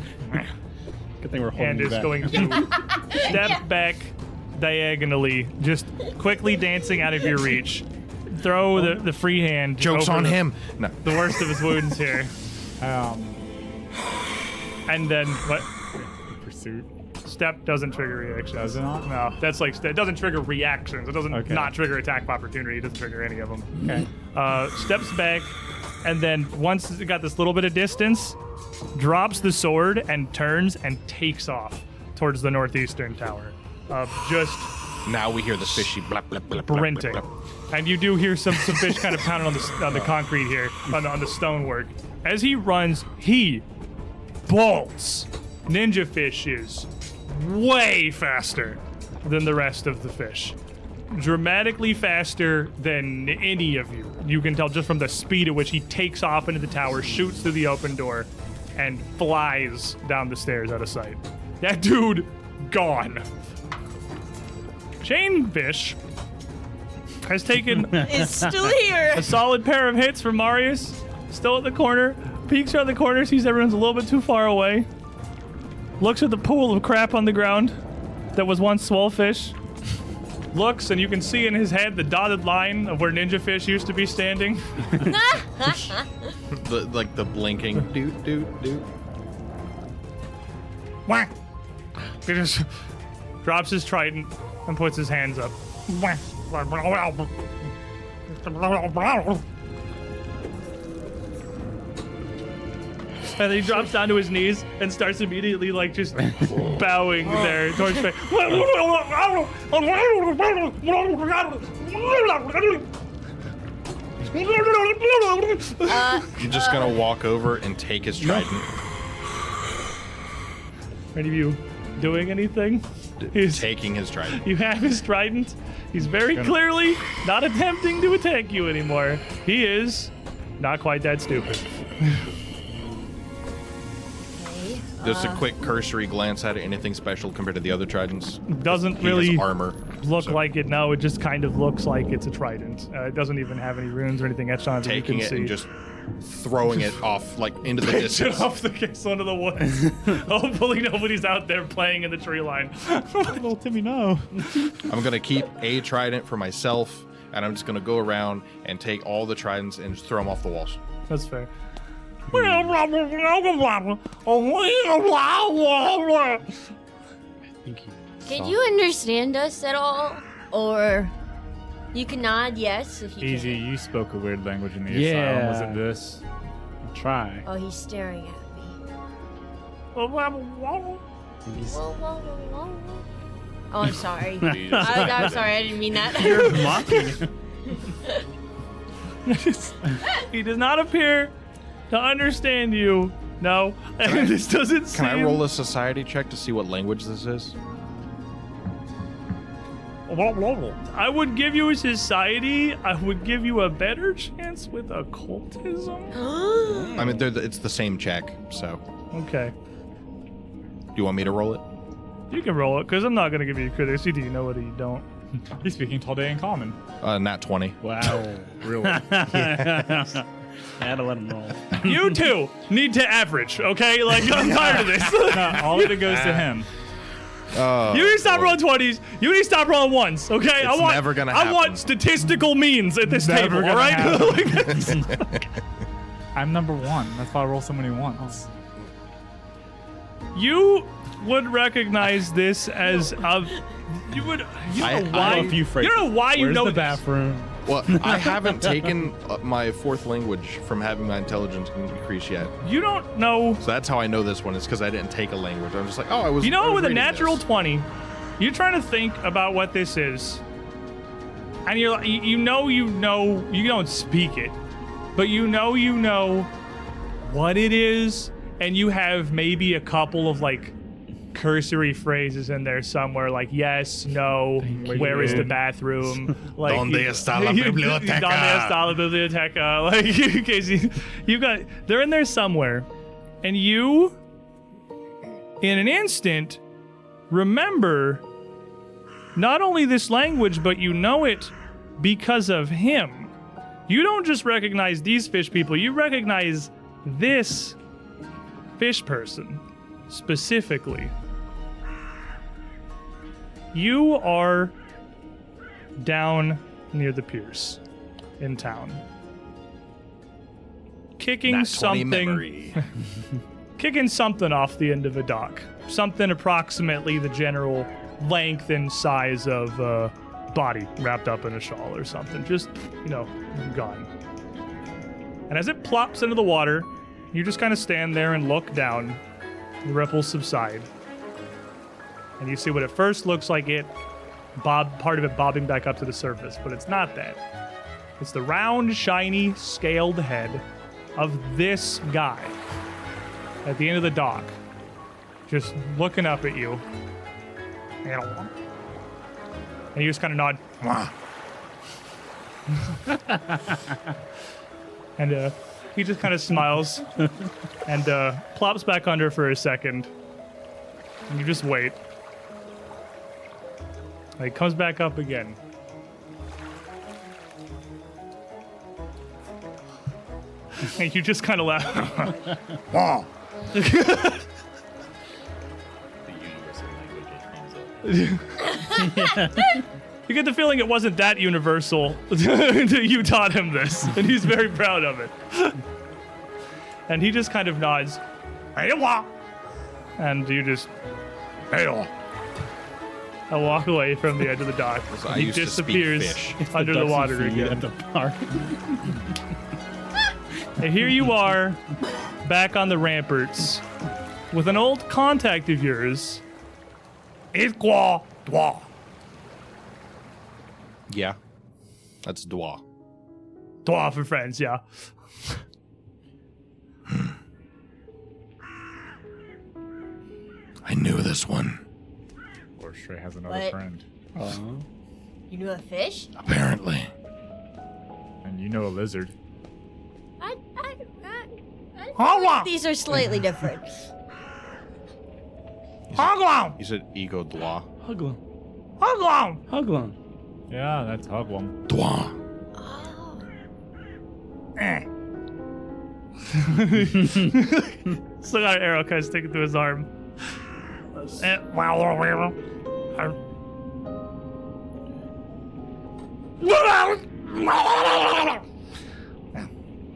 Speaker 4: Good thing we're holding
Speaker 2: and
Speaker 4: you
Speaker 2: is
Speaker 4: back.
Speaker 2: going to step back diagonally, just quickly dancing out of your reach. Throw the, the free hand.
Speaker 1: Joke's
Speaker 2: over
Speaker 1: on
Speaker 2: the-
Speaker 1: him. No.
Speaker 2: The worst of his wounds here.
Speaker 5: Um,
Speaker 2: And then what?
Speaker 5: pursuit.
Speaker 2: Step doesn't trigger reaction.
Speaker 5: Does it not?
Speaker 2: No, that's like it doesn't trigger reactions. It doesn't
Speaker 5: Okay.
Speaker 2: not trigger attack of opportunity. It doesn't trigger any of them. Uh,
Speaker 5: Okay.
Speaker 2: steps back, and then once it got this little bit of distance, drops the sword and turns and takes off towards the northeastern tower. Uh, just
Speaker 1: Now we hear the fishy blap blap blap. blap, blap,
Speaker 2: sprinting,
Speaker 1: blap.
Speaker 2: and you do hear some some fish kind of pounding on the s- on the concrete here on the, on the stonework. As he runs, he bolts. Ninja fish is way faster than the rest of the fish. Dramatically faster than any of you. You can tell just from the speed at which he takes off into the tower, shoots through the open door, and flies down the stairs out of sight. That dude gone. Chainfish has taken
Speaker 3: Is still here.
Speaker 2: a solid pair of hits from Marius. Still at the corner. Peeks around the corner, sees everyone's a little bit too far away. Looks at the pool of crap on the ground that was once Swellfish. Looks, and you can see in his head the dotted line of where Ninja Fish used to be standing.
Speaker 1: The, like the blinking. Doot doot doot.
Speaker 2: Whack! He just drops his trident and puts his hands up. Whack. And he drops down to his knees and starts immediately like just bowing there towards fa-
Speaker 1: You're just
Speaker 3: Uh.
Speaker 1: gonna walk over and take his trident.
Speaker 2: Any of you doing anything? He's-
Speaker 1: Taking his trident.
Speaker 2: You have his trident. He's very clearly not attempting to attack you anymore. He is not quite that stupid.
Speaker 1: Just a quick cursory glance at it. Anything special compared to the other tridents?
Speaker 2: Doesn't
Speaker 1: He
Speaker 2: really
Speaker 1: has armor.
Speaker 2: look
Speaker 1: so
Speaker 2: like it. No, it just kind of looks like it's a trident. Uh, it doesn't even have any runes or anything etched on it. that you
Speaker 1: taking
Speaker 2: can
Speaker 1: it
Speaker 2: see.
Speaker 1: and just throwing it off like into the
Speaker 2: Pitch it
Speaker 1: distance.
Speaker 2: off the castle into the woods. Hopefully nobody's out there playing in the tree line.
Speaker 5: Little Timmy, no.
Speaker 1: I'm gonna keep a trident for myself, and I'm just gonna go around and take all the tridents and just throw them off the walls.
Speaker 2: That's fair.
Speaker 1: Hmm.
Speaker 2: Oh,
Speaker 4: Thank you.
Speaker 3: Can you understand us at all? Or you can nod yes if you
Speaker 5: Easy,
Speaker 3: can.
Speaker 5: you spoke a weird language in the asylum. Was
Speaker 4: Yeah.
Speaker 5: it this?
Speaker 4: I'll try.
Speaker 3: Oh, he's staring at me.
Speaker 4: He's-
Speaker 3: Whoa, whoa, whoa, whoa. Oh, I'm sorry. I, I'm sorry. I didn't mean that.
Speaker 4: You're mocking.
Speaker 2: He does not appear to understand you. No, and this doesn't
Speaker 1: Can
Speaker 2: seem.
Speaker 1: I roll a society check to see what language this is?
Speaker 2: I would give you a society. I would give you a better chance with occultism.
Speaker 1: I mean, they're the, it's the same check. So,
Speaker 2: Okay,
Speaker 1: do you want me to roll it?
Speaker 2: you can roll it because I'm not gonna give you critics. You do you know it or you don't.
Speaker 5: He's speaking Tal'Daean common.
Speaker 1: Uh, not twenty.
Speaker 4: wow.
Speaker 5: Really?
Speaker 4: I had to let him roll.
Speaker 2: You two need to average. Okay, like I'm tired of this.
Speaker 5: no, all of it goes to him.
Speaker 1: Uh,
Speaker 2: You need to stop rolling twenties. You need to stop rolling ones. Okay, I
Speaker 1: It's
Speaker 2: want.
Speaker 1: never gonna
Speaker 2: I
Speaker 1: happen.
Speaker 2: want statistical means at this table.
Speaker 5: Never gonna
Speaker 2: All right.
Speaker 5: happen.
Speaker 2: Like,
Speaker 5: I'm number one. That's why I roll so many ones.
Speaker 2: You would recognize this as a. You would. You
Speaker 1: I-
Speaker 2: don't know
Speaker 1: I
Speaker 2: why.
Speaker 1: know a
Speaker 2: you
Speaker 1: few
Speaker 2: don't know why you
Speaker 7: Where's
Speaker 2: know
Speaker 7: the
Speaker 2: this.
Speaker 7: bathroom?
Speaker 1: Well, I haven't taken uh, my fourth language from having my intelligence increase yet,
Speaker 2: You don't know.
Speaker 1: so that's how I know this one. Is because I didn't take a language. I'm just like, oh, I was.
Speaker 2: You
Speaker 1: I
Speaker 2: know,
Speaker 1: was
Speaker 2: with a
Speaker 1: reading
Speaker 2: natural
Speaker 1: this.
Speaker 2: twenty, you're trying to think about what this is, and you're like- you you know you know you don't speak it, but you know you know what it is, and you have maybe a couple of like cursory phrases in there somewhere, like yes, no, where is the bathroom? Like
Speaker 1: Donde está la
Speaker 2: you-
Speaker 1: biblioteca?
Speaker 2: Donde está la biblioteca? Like you, Casey, you got they're in there somewhere, and you, in an instant, remember not only this language, but you know it because of him. You don't just recognize these fish people; you recognize this fish person specifically. You are down near the piers in town. Kicking
Speaker 1: Nat 20
Speaker 2: something
Speaker 1: memory.
Speaker 2: kicking something off the end of a dock. Something approximately the general length and size of a body wrapped up in a shawl or something. Just, you know, gone. And as it plops into the water, you just kind of stand there and look down. The ripples subside. And you see what at first looks like it bob part of it bobbing back up to the surface, but it's not that. It's the round, shiny, scaled head of this guy at the end of the dock, just looking up at you. And you just kind of nod. "Mwah." and uh, he just kind of smiles and uh, plops back under for a second. And you just wait. And he comes back up again. and you just kind of laugh.
Speaker 6: The universal language it comes up.
Speaker 2: You get the feeling it wasn't that universal that you taught him this, and he's very proud of it. and he just kind of nods, "Hey-wa," and you just
Speaker 1: Hell.
Speaker 2: I walk away from the edge of the dock.
Speaker 1: So I
Speaker 2: he
Speaker 1: used to speak
Speaker 2: disappears
Speaker 1: fish.
Speaker 2: under the,
Speaker 4: Ducks and
Speaker 2: water
Speaker 4: feed
Speaker 2: again.
Speaker 4: at the park.
Speaker 2: And here you are, back on the ramparts, with an old contact of yours. Itqua Dwa.
Speaker 1: Yeah. That's Dwa.
Speaker 2: Dwa for friends, yeah.
Speaker 1: I knew this one.
Speaker 5: Or Shrey has another
Speaker 3: What?
Speaker 5: friend.
Speaker 3: You knew a fish?
Speaker 1: Apparently.
Speaker 5: And you know a lizard.
Speaker 3: I, I, I, I feel
Speaker 2: Hogwa!
Speaker 3: like these are slightly different.
Speaker 2: Hoglong!
Speaker 1: You said Ego Dwa.
Speaker 4: Huglum.
Speaker 2: Hoglong!
Speaker 4: Huglum.
Speaker 5: Yeah, that's Hugwum.
Speaker 1: Dwa.
Speaker 3: Oh,
Speaker 2: Still got an arrow kind of sticking through his arm. Eh, wow, wow, wow, wow. Arm.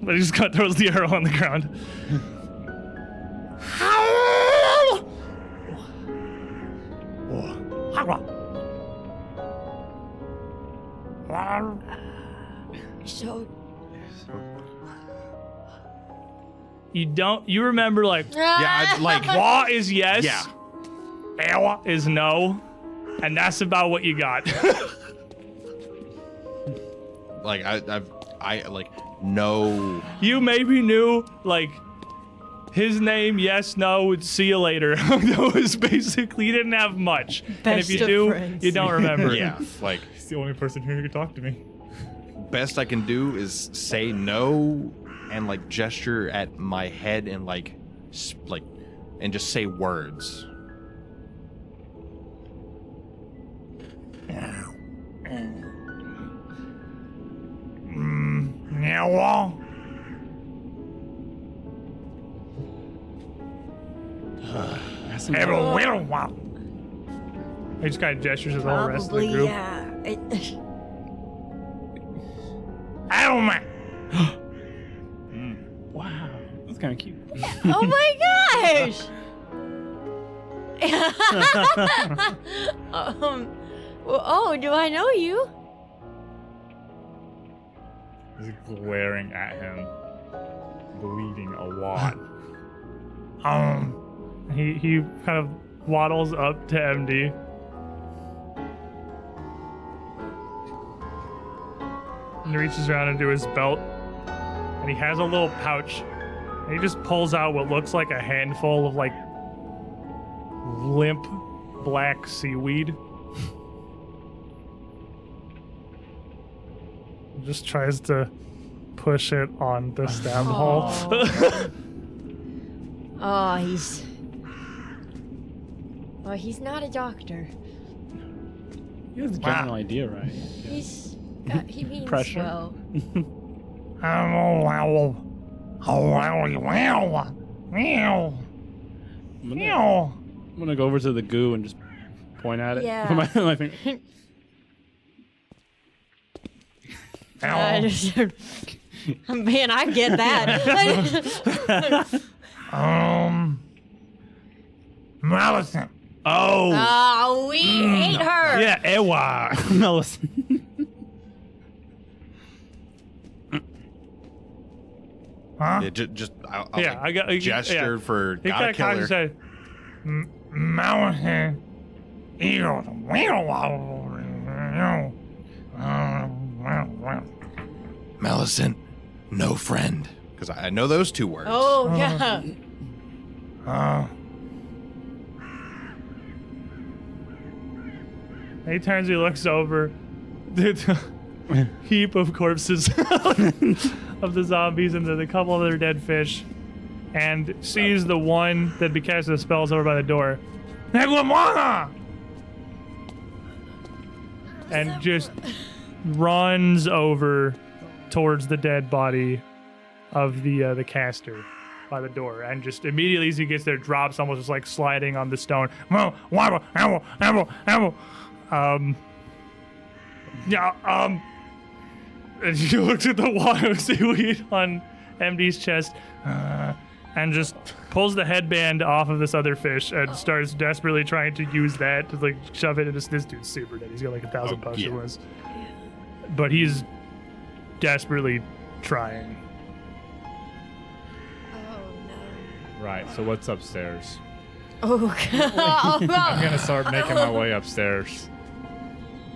Speaker 2: But he just cut throws the arrow on the ground.
Speaker 3: so
Speaker 2: You don't. You remember like
Speaker 1: Yeah, I'd like.
Speaker 2: wa is yes,
Speaker 1: Yeah.
Speaker 2: ewa is no, and that's about what you got.
Speaker 1: Like, I, I've. I, like, no.
Speaker 2: you maybe knew like his name, yes, no, see you later. that was basically you didn't have much. and if
Speaker 3: Best
Speaker 2: you
Speaker 3: of
Speaker 2: do,
Speaker 3: friends.
Speaker 2: you don't remember.
Speaker 1: Yeah. Like,
Speaker 5: He's the only person here who can talk to me.
Speaker 1: best I can do is say no and, like, gesture at my head and, like, sp- like, and just say words.
Speaker 2: Yeah, well. He just kind of gestures at the whole rest of the
Speaker 3: probably
Speaker 2: group.
Speaker 3: yeah. It-
Speaker 4: Wow. That's kind of cute.
Speaker 3: oh my gosh! um, well, oh, do I know you?
Speaker 5: He's glaring at him, bleeding a lot.
Speaker 2: He he kind of waddles up to MD. And reaches around into his belt. And he has a little pouch. And he just pulls out what looks like a handful of like limp black seaweed. Just tries to push it on the stem hole.
Speaker 3: Oh, he's. Well, he's not a doctor.
Speaker 4: You have the
Speaker 2: Wow.
Speaker 4: general idea, right?
Speaker 3: He's. Got, he means
Speaker 4: Pressure.
Speaker 3: well.
Speaker 2: I'm all wow. Oh, wow, wow. Meow,
Speaker 4: I'm gonna,
Speaker 2: meow.
Speaker 4: I'm gonna go over to the goo and just point at it.
Speaker 3: Yeah.
Speaker 4: with my, my finger.
Speaker 3: I understand. Man, I get that.
Speaker 2: Um, Maleficent.
Speaker 4: Oh.
Speaker 3: oh, we hate her.
Speaker 4: yeah, Ewa. Melison.
Speaker 2: Huh?
Speaker 1: Yeah, just, just I, I
Speaker 2: Yeah,
Speaker 1: like,
Speaker 2: I got- yeah.
Speaker 1: gestured for
Speaker 2: He
Speaker 1: gotta
Speaker 2: got
Speaker 1: kill
Speaker 2: kind
Speaker 1: her.
Speaker 2: of said, "Maleficent, eagle, wow, wow."
Speaker 1: Millicent, no friend. Because I, I know those two words.
Speaker 3: Oh, yeah.
Speaker 2: Uh. He turns, he looks over. There's a heap of corpses of the zombies, and there's a couple other dead fish. And sees the one that be casting the spells over by the door. Neguamana! And just runs over towards the dead body of the uh, the caster by the door, and just immediately as he gets there, drops almost just like sliding on the stone. Whoa, wobble, ammo, ammo, ammo. Um, yeah, um, and she looks at the wad of seaweed on MD's chest, uh, and just pulls the headband off of this other fish and starts desperately trying to use that to like shove it into this, this dude's super dead. He's got like a thousand
Speaker 1: Oh,
Speaker 2: bucks
Speaker 1: yeah.
Speaker 2: or less, but he's desperately trying.
Speaker 3: Oh, no.
Speaker 5: Right. So what's upstairs?
Speaker 3: Oh, God. Oh,
Speaker 5: I'm
Speaker 3: God.
Speaker 5: gonna start making my way upstairs.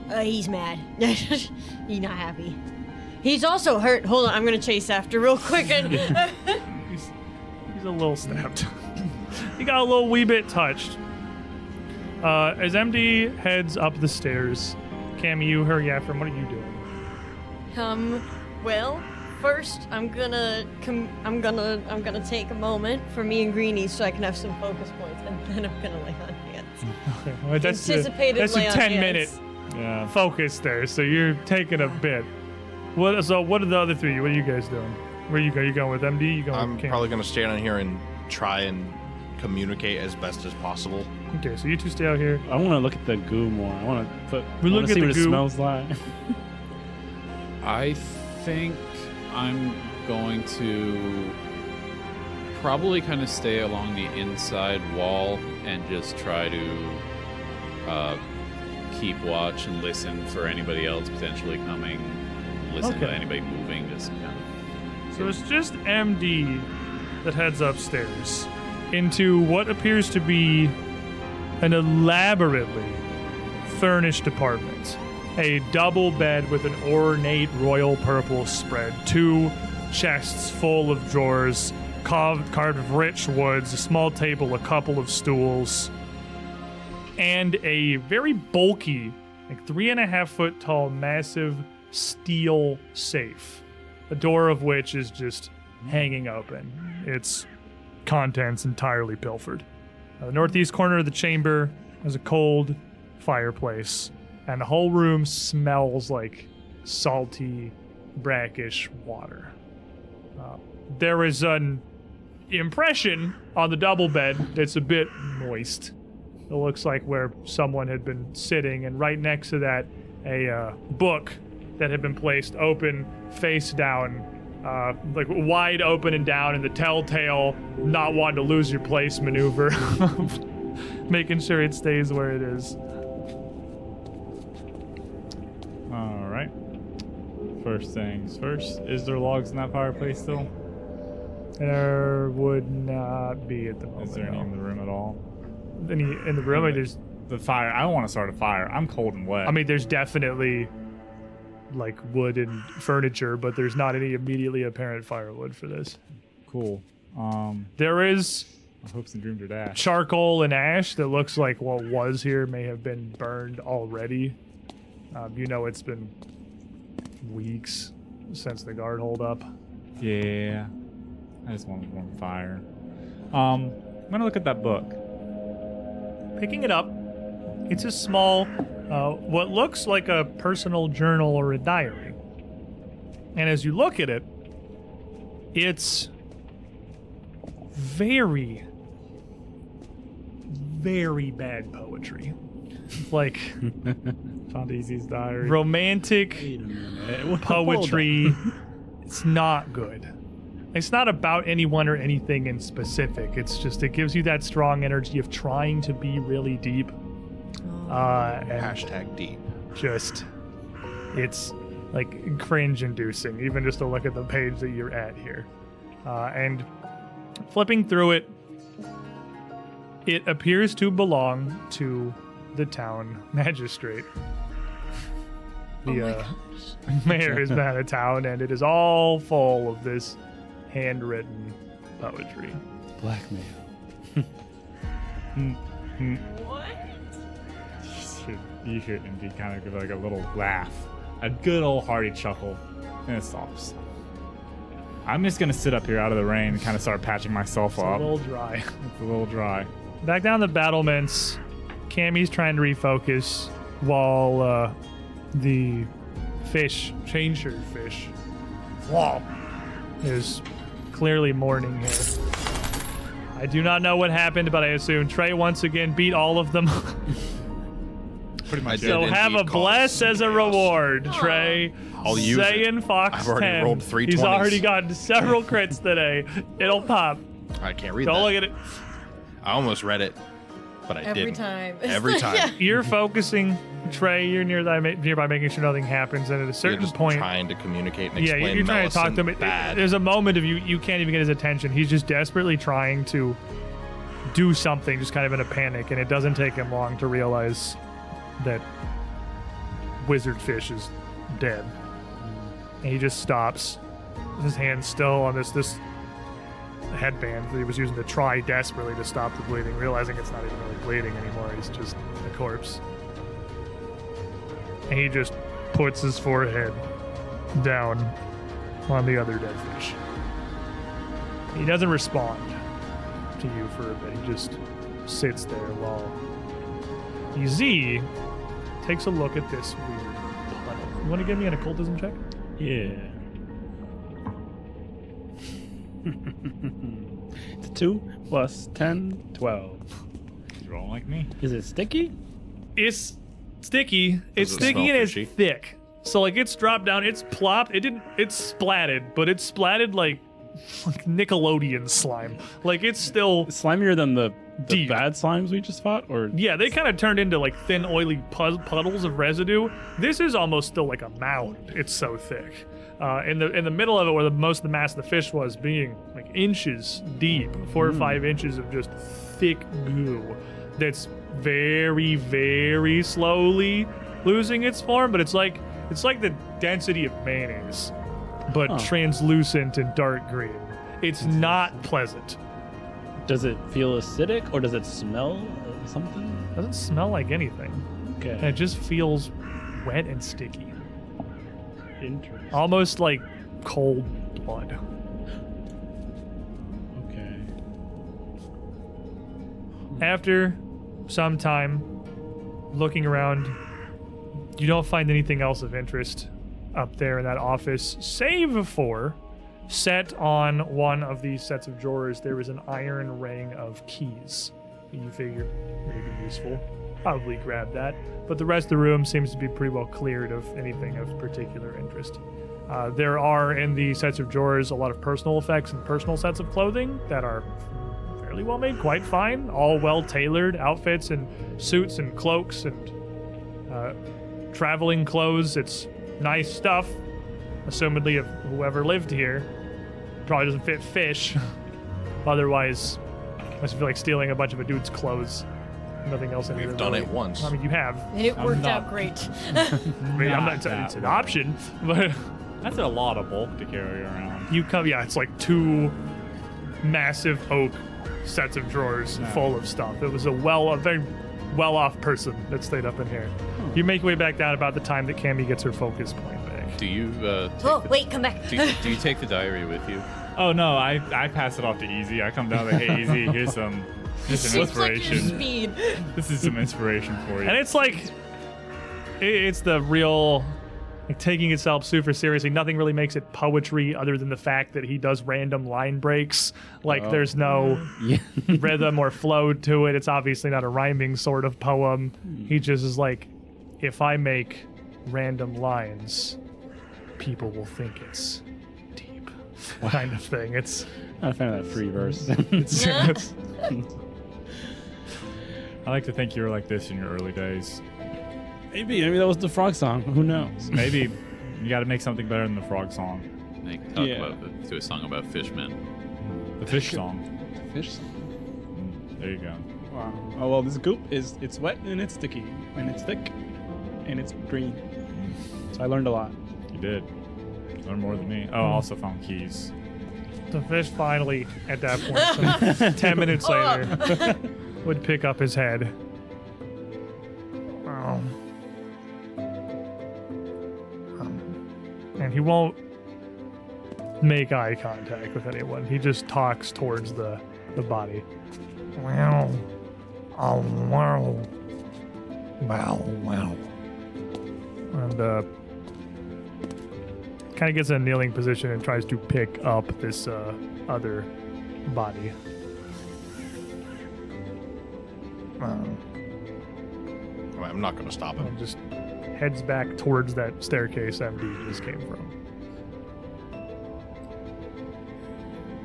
Speaker 3: Uh, he's mad. he's not happy. He's also hurt. Hold on, I'm gonna chase after real quick. And
Speaker 2: He's, he's a little snapped. he got a little wee bit touched. Uh, as MD heads up the stairs, Cam, you hurry after him. What are you doing?
Speaker 3: um, well, first I'm gonna com- I'm gonna I'm gonna take a moment for me and Greenie so I can have some focus points, and then I'm gonna lay on hands.
Speaker 2: Okay, well, that's a,
Speaker 3: Anticipated
Speaker 2: that's
Speaker 3: lay
Speaker 2: a
Speaker 3: on
Speaker 2: ten
Speaker 3: hands.
Speaker 2: minute
Speaker 5: Yeah.
Speaker 2: focus there, so you're taking a bit. What? So what are the other three? What are you guys doing? Where you go? You going with MD? You going
Speaker 1: I'm
Speaker 2: with Cam?
Speaker 1: probably gonna stand on here and try and communicate as best as possible.
Speaker 2: okay, so you two stay out here.
Speaker 4: I want to look at the goo more. I want to put.
Speaker 2: We look
Speaker 4: I wanna
Speaker 2: at
Speaker 4: see
Speaker 2: the
Speaker 4: what
Speaker 2: goo.
Speaker 4: it smells like.
Speaker 6: I think I'm going to probably kind of stay along the inside wall and just try to uh, keep watch and listen for anybody else potentially coming, listen to
Speaker 2: Okay.
Speaker 6: anybody moving, just kind of.
Speaker 2: So it's just MD that heads upstairs into what appears to be an elaborately furnished apartment. A double bed with an ornate royal purple spread, two chests full of drawers, carved, carved of rich woods, a small table, a couple of stools, and a very bulky, like three and a half foot tall, massive steel safe the door of which is just hanging open. Its contents entirely pilfered. Uh, the northeast corner of the chamber has a cold fireplace, and the whole room smells like salty, brackish water. Uh, there is an impression on the double bed that's a bit moist. It looks like where someone had been sitting, and right next to that, a uh, book that had been placed open, face down, uh, like wide open and down, in the telltale not wanting to lose your place maneuver, making sure it stays where it is.
Speaker 5: All right. First things first. Is there logs in that fireplace still?
Speaker 2: There would not be at the moment.
Speaker 5: Is there any in the room at all?
Speaker 2: no. Any in the room? I mean, there's,
Speaker 5: The fire. I don't want to start a fire. I'm cold and wet.
Speaker 2: I mean, there's definitely like wood and furniture, but there's not any immediately apparent firewood for this.
Speaker 5: cool. Um.
Speaker 2: There is
Speaker 5: My hopes and dreams are dashed.
Speaker 2: charcoal and ash that looks like what was here may have been burned already. Um, you know, it's been weeks since the guard hold up.
Speaker 5: Yeah. I just want a warm fire. Um, I'm gonna look at that book.
Speaker 2: Picking it up, it's a small, uh, what looks like a personal journal or a diary. And as you look at it, it's very, very bad poetry. Like
Speaker 5: Found Easy's diary.
Speaker 2: romantic.
Speaker 4: Wait a minute. Well, hold on.
Speaker 2: poetry. it's not good. It's not about anyone or anything in specific. It's just it gives you that strong energy of trying to be really deep, uh, and
Speaker 1: Hashtag deep.
Speaker 2: just it's like cringe-inducing, even just to look at the page that you're at here. Uh, and flipping through it, it appears to belong to the town magistrate. The uh, mayor is out of town, and it is all full of this handwritten poetry.
Speaker 4: Blackmail.
Speaker 5: Should, you hear Envy kind of give like a little laugh, a good old hearty chuckle, and it stops. I'm just gonna sit up here out of the rain and kind of start patching myself
Speaker 2: A
Speaker 5: up.
Speaker 2: little dry.
Speaker 5: it's a little dry.
Speaker 2: Back down the battlements, Cammy's trying to refocus while uh, the fish, changer fish, Wall, is clearly mourning here. I do not know what happened, but I assume Trey once again beat all of them.
Speaker 1: Pretty much.
Speaker 2: so have a bless as a reward, Trey.
Speaker 1: I'll use it.
Speaker 2: Saying Fox
Speaker 1: I've already
Speaker 2: 10.
Speaker 1: rolled three
Speaker 2: He's
Speaker 1: 20s.
Speaker 2: already gotten several crits today. It'll pop.
Speaker 1: I can't read
Speaker 2: Don't
Speaker 1: that.
Speaker 2: look at it.
Speaker 1: I almost read it, but I
Speaker 3: every
Speaker 1: didn't.
Speaker 3: time.
Speaker 1: Every time.
Speaker 3: Yeah.
Speaker 2: you're focusing Trey. You're near that, nearby, making sure nothing happens. And at a
Speaker 1: You're
Speaker 2: certain
Speaker 1: just
Speaker 2: point,
Speaker 1: trying to communicate and
Speaker 2: yeah,
Speaker 1: explain.
Speaker 2: you're, you're trying to talk to him. It-
Speaker 1: Bad.
Speaker 2: There's a moment of you you can't even get his attention. He's just desperately trying to do something, just kind of in a panic, and it doesn't take him long to realize that Wizard Fish is dead. And he just stops, his hand still on this this headband that he was using to try desperately to stop the bleeding, realizing it's not even really bleeding anymore. He's just a corpse. And he just puts his forehead down on the other dead fish. He doesn't respond to you for a bit. He just sits there while EZ takes a look at this weird puddle. You want to give me an occultism check?
Speaker 4: Yeah. it's a 2 plus 10, 12.
Speaker 5: You rolling like me?
Speaker 4: Is it sticky?
Speaker 2: It's sticky. It's
Speaker 1: it
Speaker 2: sticky
Speaker 1: smell
Speaker 2: and
Speaker 1: fishy?
Speaker 2: it's thick. So like it's dropped down, it's plopped. It didn't. It's splatted, but it's splatted like, like Nickelodeon slime. Like it's still.
Speaker 4: Slimier than the, the
Speaker 2: Deep.
Speaker 4: bad slimes we just fought? Or
Speaker 2: Yeah, they kind of turned into like thin, oily pu- puddles of residue. This is almost still like a mound. It's so thick. Uh, in the in the middle of it, where the most of the mass of the fish was, being like inches deep, four or five inches of just thick goo, that's very, very slowly losing its form. But it's like it's like the density of mayonnaise, but
Speaker 4: Huh.
Speaker 2: translucent and dark green. It's not pleasant.
Speaker 4: does it feel acidic or does it smell uh, something?
Speaker 2: Doesn't smell like anything. and
Speaker 4: Okay.
Speaker 2: it just feels wet and sticky,
Speaker 4: Interesting.
Speaker 2: almost like cold blood.
Speaker 4: Okay.
Speaker 2: After some time looking around, you don't find anything else of interest up there in that office, save for set on one of these sets of drawers, there is an iron ring of keys. that You figure may be useful. Probably grab that. But the rest of the room seems to be pretty well cleared of anything of particular interest. Uh, there are in the sets of drawers a lot of personal effects and personal sets of clothing that are fairly well made, quite fine, all well tailored outfits and suits and cloaks and uh, traveling clothes. It's nice stuff, assumedly of whoever lived here. Probably doesn't fit fish. Otherwise, I just feel like stealing a bunch of a dude's clothes. Nothing else. in
Speaker 1: We've
Speaker 2: here
Speaker 1: done
Speaker 2: really-
Speaker 1: it once.
Speaker 2: I mean, you have.
Speaker 3: And it
Speaker 5: I'm
Speaker 3: worked
Speaker 5: not-
Speaker 3: out great.
Speaker 2: I mean, I'm
Speaker 5: Not
Speaker 2: not,
Speaker 5: that
Speaker 2: it's an
Speaker 5: one.
Speaker 2: option, but
Speaker 5: That's a lot of bulk to carry around.
Speaker 2: you come. Yeah, it's like two massive oak sets of drawers full of stuff. It was a well, a very well-off person that stayed up in here. You make your way back down about the time that Cammy gets her focus point back.
Speaker 6: Do you? Uh, take
Speaker 3: Oh,
Speaker 6: the-
Speaker 3: wait, come back.
Speaker 6: Do you, do you take the diary with you?
Speaker 5: Oh no, I I pass it off to Easy. I come down like, hey Easy, here's some this is some
Speaker 3: Seems like your
Speaker 5: inspiration.
Speaker 3: speed.
Speaker 5: this is some inspiration for you.
Speaker 2: And it's like, i- it's the real, like taking itself super seriously. Nothing really makes it poetry other than the fact that he does random line breaks. Like there's no rhythm or flow to it. It's obviously not a rhyming sort of poem. He just is like, if I make random lines, people will think it's deep, kind of thing. It's
Speaker 4: Not a fan of that free verse.
Speaker 2: it's, it's
Speaker 5: I like to think you were like this in your early days.
Speaker 4: maybe, maybe that was the frog song. Who knows?
Speaker 5: Maybe you got to make something better than the frog song,
Speaker 6: They can talk
Speaker 4: Yeah.
Speaker 6: about do a song about fishmen.
Speaker 5: the fish song. Mm,
Speaker 4: Fish song.
Speaker 5: There you go.
Speaker 4: Wow. Oh well, this goop is it's wet and it's sticky and it's thick and it's green. So I learned a lot.
Speaker 5: You did. Learn more than me. Oh, I also found keys.
Speaker 2: The fish finally, at that point, some- ten minutes later, would pick up his head. Um, um, and he won't make eye contact with anyone. He just talks towards the, the body.
Speaker 8: Well, oh, well, well, well.
Speaker 2: and uh, kind of gets in a kneeling position and tries to pick up this uh, other body.
Speaker 1: I'm not going to stop him.
Speaker 2: and just heads back towards that staircase MD just came from.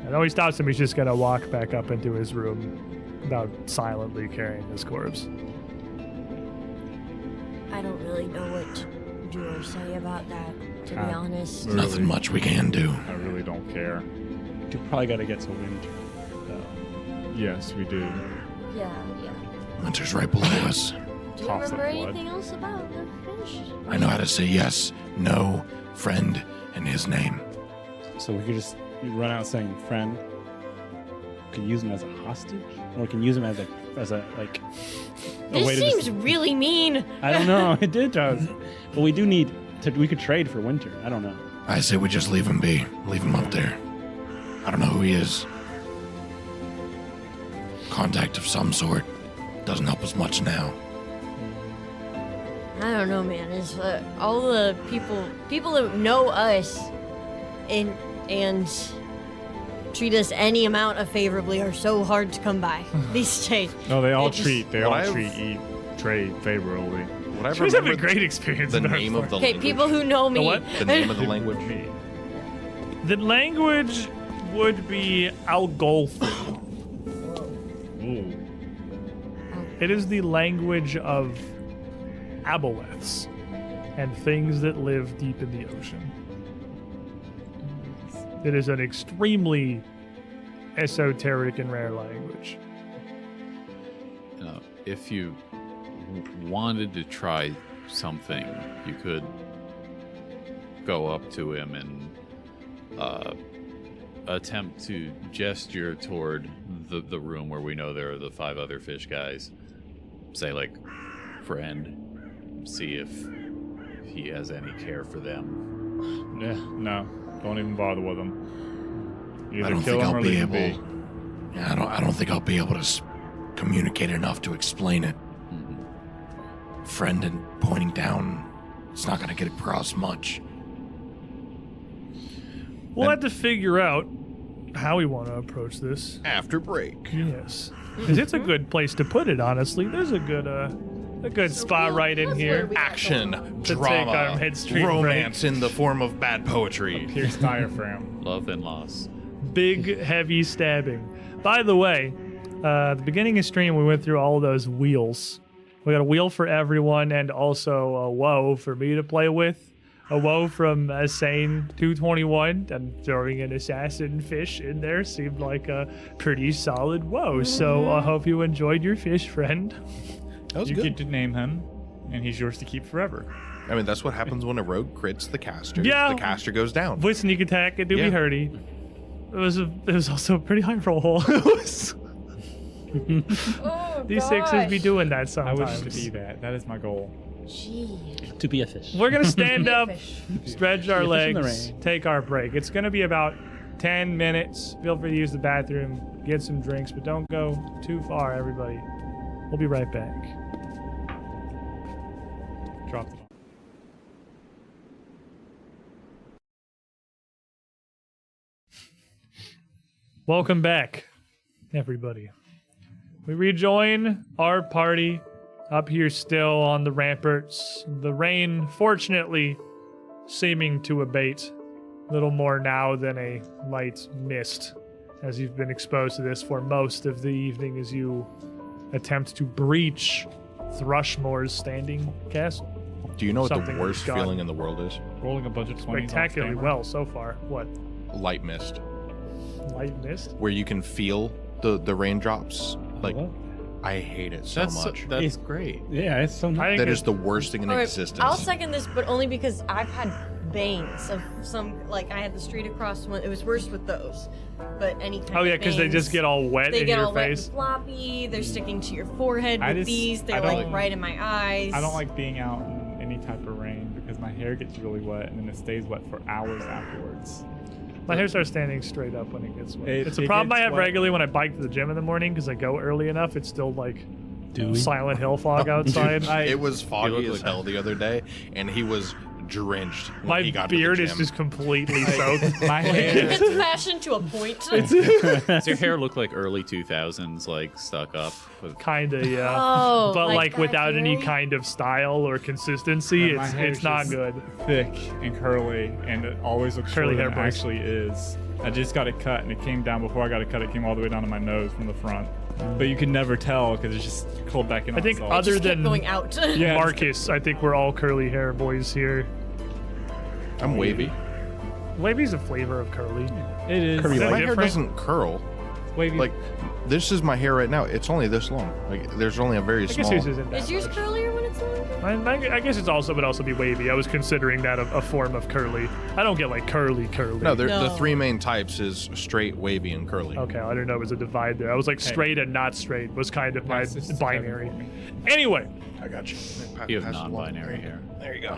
Speaker 2: And though he stops him, he's just gonna walk back up into his room without silently carrying his corpse.
Speaker 3: I don't really know what to do or say about that, to be
Speaker 2: Uh.
Speaker 5: Ah.
Speaker 3: honest.
Speaker 5: Really,
Speaker 1: Nothing much we can do.
Speaker 5: I really don't care.
Speaker 4: You probably gotta get to wind.
Speaker 5: Yes, we do.
Speaker 3: Yeah, yeah.
Speaker 1: Winter's right below us.
Speaker 3: Do you
Speaker 5: Coughs up
Speaker 3: remember
Speaker 5: blood.
Speaker 3: anything else about the fish?
Speaker 2: Oh,
Speaker 1: I know how to say yes, no, friend, and his name.
Speaker 4: So we could just run out saying, "Friend, could use him as a hostage, or we can use him as a as a like." A
Speaker 3: This
Speaker 4: way to
Speaker 3: seems
Speaker 4: just-
Speaker 3: really mean.
Speaker 4: I don't know. It did, Charles. But we do need to. We could trade for winter. I don't know.
Speaker 1: I say we just leave him be. Leave him up there. I don't know who he is. Contact of some sort doesn't help us much now.
Speaker 3: I don't know, man. It's uh, all the people people that know us and and treat us any amount of favorably are so hard to come by these days.
Speaker 2: Oh,
Speaker 5: No, they all
Speaker 3: It just-
Speaker 5: treat. They
Speaker 1: Well,
Speaker 5: all
Speaker 1: I've-
Speaker 5: treat eat trade favorably.
Speaker 1: Would I
Speaker 2: She's having a great experience.
Speaker 1: the
Speaker 2: in our
Speaker 1: name of the
Speaker 3: Okay,
Speaker 1: language?
Speaker 3: people who know me.
Speaker 2: what?
Speaker 1: The name of the language?
Speaker 2: The language would be Algolfi. It is the language of aboleths and things that live deep in the ocean. It is an extremely esoteric and rare language.
Speaker 6: Uh, if you w- wanted to try something, you could go up to him and uh, attempt to gesture toward the, the room where we know there are the five other fish guys. Say, like, friend, see if he has any care for them.
Speaker 5: Yeah, no, don't even bother with them. You
Speaker 1: I
Speaker 5: Either
Speaker 1: don't
Speaker 5: kill
Speaker 1: think
Speaker 5: them
Speaker 1: I'll
Speaker 5: or
Speaker 1: be
Speaker 5: leave them
Speaker 1: able. I don't. I don't think I'll be able to s- communicate enough to explain it.
Speaker 6: Mm-hmm.
Speaker 1: Friend and pointing down, it's not going to get across much.
Speaker 2: We'll have to figure out how we want to approach this.
Speaker 1: After break.
Speaker 2: Yes. 'Cause it's a good place to put it, honestly. There's a good uh a good spot
Speaker 3: real
Speaker 2: right in
Speaker 3: puzzler
Speaker 2: here.
Speaker 3: we got
Speaker 1: Action,
Speaker 2: To take our
Speaker 1: drama,
Speaker 2: head straight
Speaker 1: romance in the form of bad poetry.
Speaker 5: Pierce diaphragm.
Speaker 6: Love and loss.
Speaker 2: big heavy stabbing. By the way, uh, at the beginning of stream we went through all those wheels. We got a wheel for everyone and also a woe for me to play with. A woe from uh, Sane 221 and throwing an assassin fish in there seemed like a pretty solid woe. So I hope you enjoyed your fish, friend.
Speaker 1: That was
Speaker 5: you get to name him, and he's yours to keep forever.
Speaker 1: I mean, that's what happens when a rogue crits the caster.
Speaker 2: Yeah.
Speaker 1: The caster goes down.
Speaker 2: With sneak attack, it do
Speaker 1: Yeah.
Speaker 2: be hurty. It was a, it was also a pretty high roll. it was
Speaker 3: Oh,
Speaker 2: These sixes be doing that
Speaker 5: I
Speaker 2: sometimes.
Speaker 5: wish to be that. That is my goal.
Speaker 3: Gee.
Speaker 4: To be a fish.
Speaker 2: We're gonna stand up,
Speaker 3: Fish.
Speaker 2: stretch our
Speaker 4: You're fishing the
Speaker 2: legs,
Speaker 4: rain.
Speaker 2: take our break. It's gonna be about ten minutes. Feel free to use the bathroom, get some drinks, but don't go too far, everybody. We'll be right back.
Speaker 5: Drop the
Speaker 2: Welcome back, everybody. We rejoin our party up here still on the ramparts. The rain, fortunately, seeming to abate little more now than a light mist, as you've been exposed to this for most of the evening as you attempt to breach Thrushmore's standing castle.
Speaker 1: Do you know what
Speaker 2: Something
Speaker 1: the worst
Speaker 2: gone.
Speaker 1: feeling in the world is?
Speaker 5: rolling a bunch of twenties.
Speaker 2: Spectacularly well so far. What?
Speaker 1: Light mist,
Speaker 2: Light mist?
Speaker 1: where you can feel the the raindrops. Like
Speaker 4: Hello?
Speaker 1: I hate it so
Speaker 6: That's
Speaker 1: much.
Speaker 6: that's
Speaker 4: It's-
Speaker 6: great.
Speaker 4: Yeah, it's so
Speaker 2: I
Speaker 4: nice.
Speaker 2: think
Speaker 1: that
Speaker 2: it's-
Speaker 1: is the worst thing in
Speaker 3: All right,
Speaker 1: existence.
Speaker 3: I'll second this, but only because I've had veins of some. Like I had the street across one. It was worse with those, but any. Kind
Speaker 2: Oh, yeah,
Speaker 3: because
Speaker 2: because they just get all wet
Speaker 3: They
Speaker 2: in
Speaker 3: get
Speaker 2: your
Speaker 3: all wet and
Speaker 2: face.
Speaker 3: floppy. They're sticking to your forehead
Speaker 5: I
Speaker 3: with
Speaker 5: just-
Speaker 3: these.
Speaker 5: I
Speaker 3: They're
Speaker 5: don't
Speaker 3: like
Speaker 5: like-
Speaker 3: right in my eyes.
Speaker 5: I don't like being out in any type of rain because my hair gets really wet and then it stays wet for hours afterwards.
Speaker 2: My hair starts standing straight up when it gets wet.
Speaker 5: It-
Speaker 2: it's a
Speaker 5: it
Speaker 2: problem I
Speaker 5: gets
Speaker 2: have
Speaker 5: wet.
Speaker 2: regularly when I bike to the gym in the morning because I go early enough. It's still like
Speaker 4: Dewy.
Speaker 2: Silent Hill fog outside.
Speaker 5: I-
Speaker 1: it was foggy
Speaker 6: looked
Speaker 1: as
Speaker 6: like-
Speaker 1: hell the other day, and he was drenched. When
Speaker 2: My
Speaker 1: he got to the
Speaker 2: beard is
Speaker 1: gym.
Speaker 2: just completely soaked.
Speaker 5: My hair.
Speaker 3: It's fashioned to a point.
Speaker 6: Does your hair look like early 2000s, like stuck up? With...
Speaker 2: Kinda, yeah.
Speaker 3: Oh,
Speaker 2: but
Speaker 3: like
Speaker 2: like
Speaker 3: that,
Speaker 2: without any
Speaker 3: really?
Speaker 2: kind of style or consistency,
Speaker 5: And my
Speaker 2: it's
Speaker 5: hair's
Speaker 2: it's not
Speaker 5: just-
Speaker 2: good.
Speaker 5: thick and curly, and it always looks
Speaker 2: Curly
Speaker 5: curly hair. Than
Speaker 2: hair
Speaker 5: it
Speaker 2: boys.
Speaker 5: actually is. I just got it cut, and it came down before I got it cut. It came all the way down to my nose from the front, but you can never tell because it's just curled back in.
Speaker 2: I
Speaker 5: on
Speaker 2: think
Speaker 5: itself.
Speaker 2: other
Speaker 3: Just kept
Speaker 2: than
Speaker 3: going out.
Speaker 5: yeah, it's-
Speaker 2: Marcus, I think we're all curly hair boys here.
Speaker 1: I'm wavy.
Speaker 2: Wavy's a flavor of curly.
Speaker 5: it is.
Speaker 2: Curly
Speaker 5: Curly
Speaker 2: Is that
Speaker 1: My
Speaker 5: like,
Speaker 1: hair
Speaker 2: different?
Speaker 1: doesn't curl.
Speaker 5: wavy.
Speaker 1: Like this is my hair right now. It's only this long. Like there's only a very
Speaker 2: I guess
Speaker 1: small.
Speaker 2: yours isn't that.
Speaker 3: Is yours curlier when it's long?
Speaker 2: I, I- I guess it's also would also be wavy. I was considering that a, a form of curly. I don't get like curly curly.
Speaker 1: No, there- the
Speaker 3: No.
Speaker 1: three main types is straight, wavy, and curly.
Speaker 2: Okay, I didn't know it was a divide there. I was like straight and not straight was kind of my
Speaker 5: Nice, this is
Speaker 2: binary.
Speaker 5: Kevin.
Speaker 2: Anyway,
Speaker 1: I got you. Pa-
Speaker 6: You have
Speaker 1: pass it along.
Speaker 6: non-binary hair.
Speaker 1: There you go.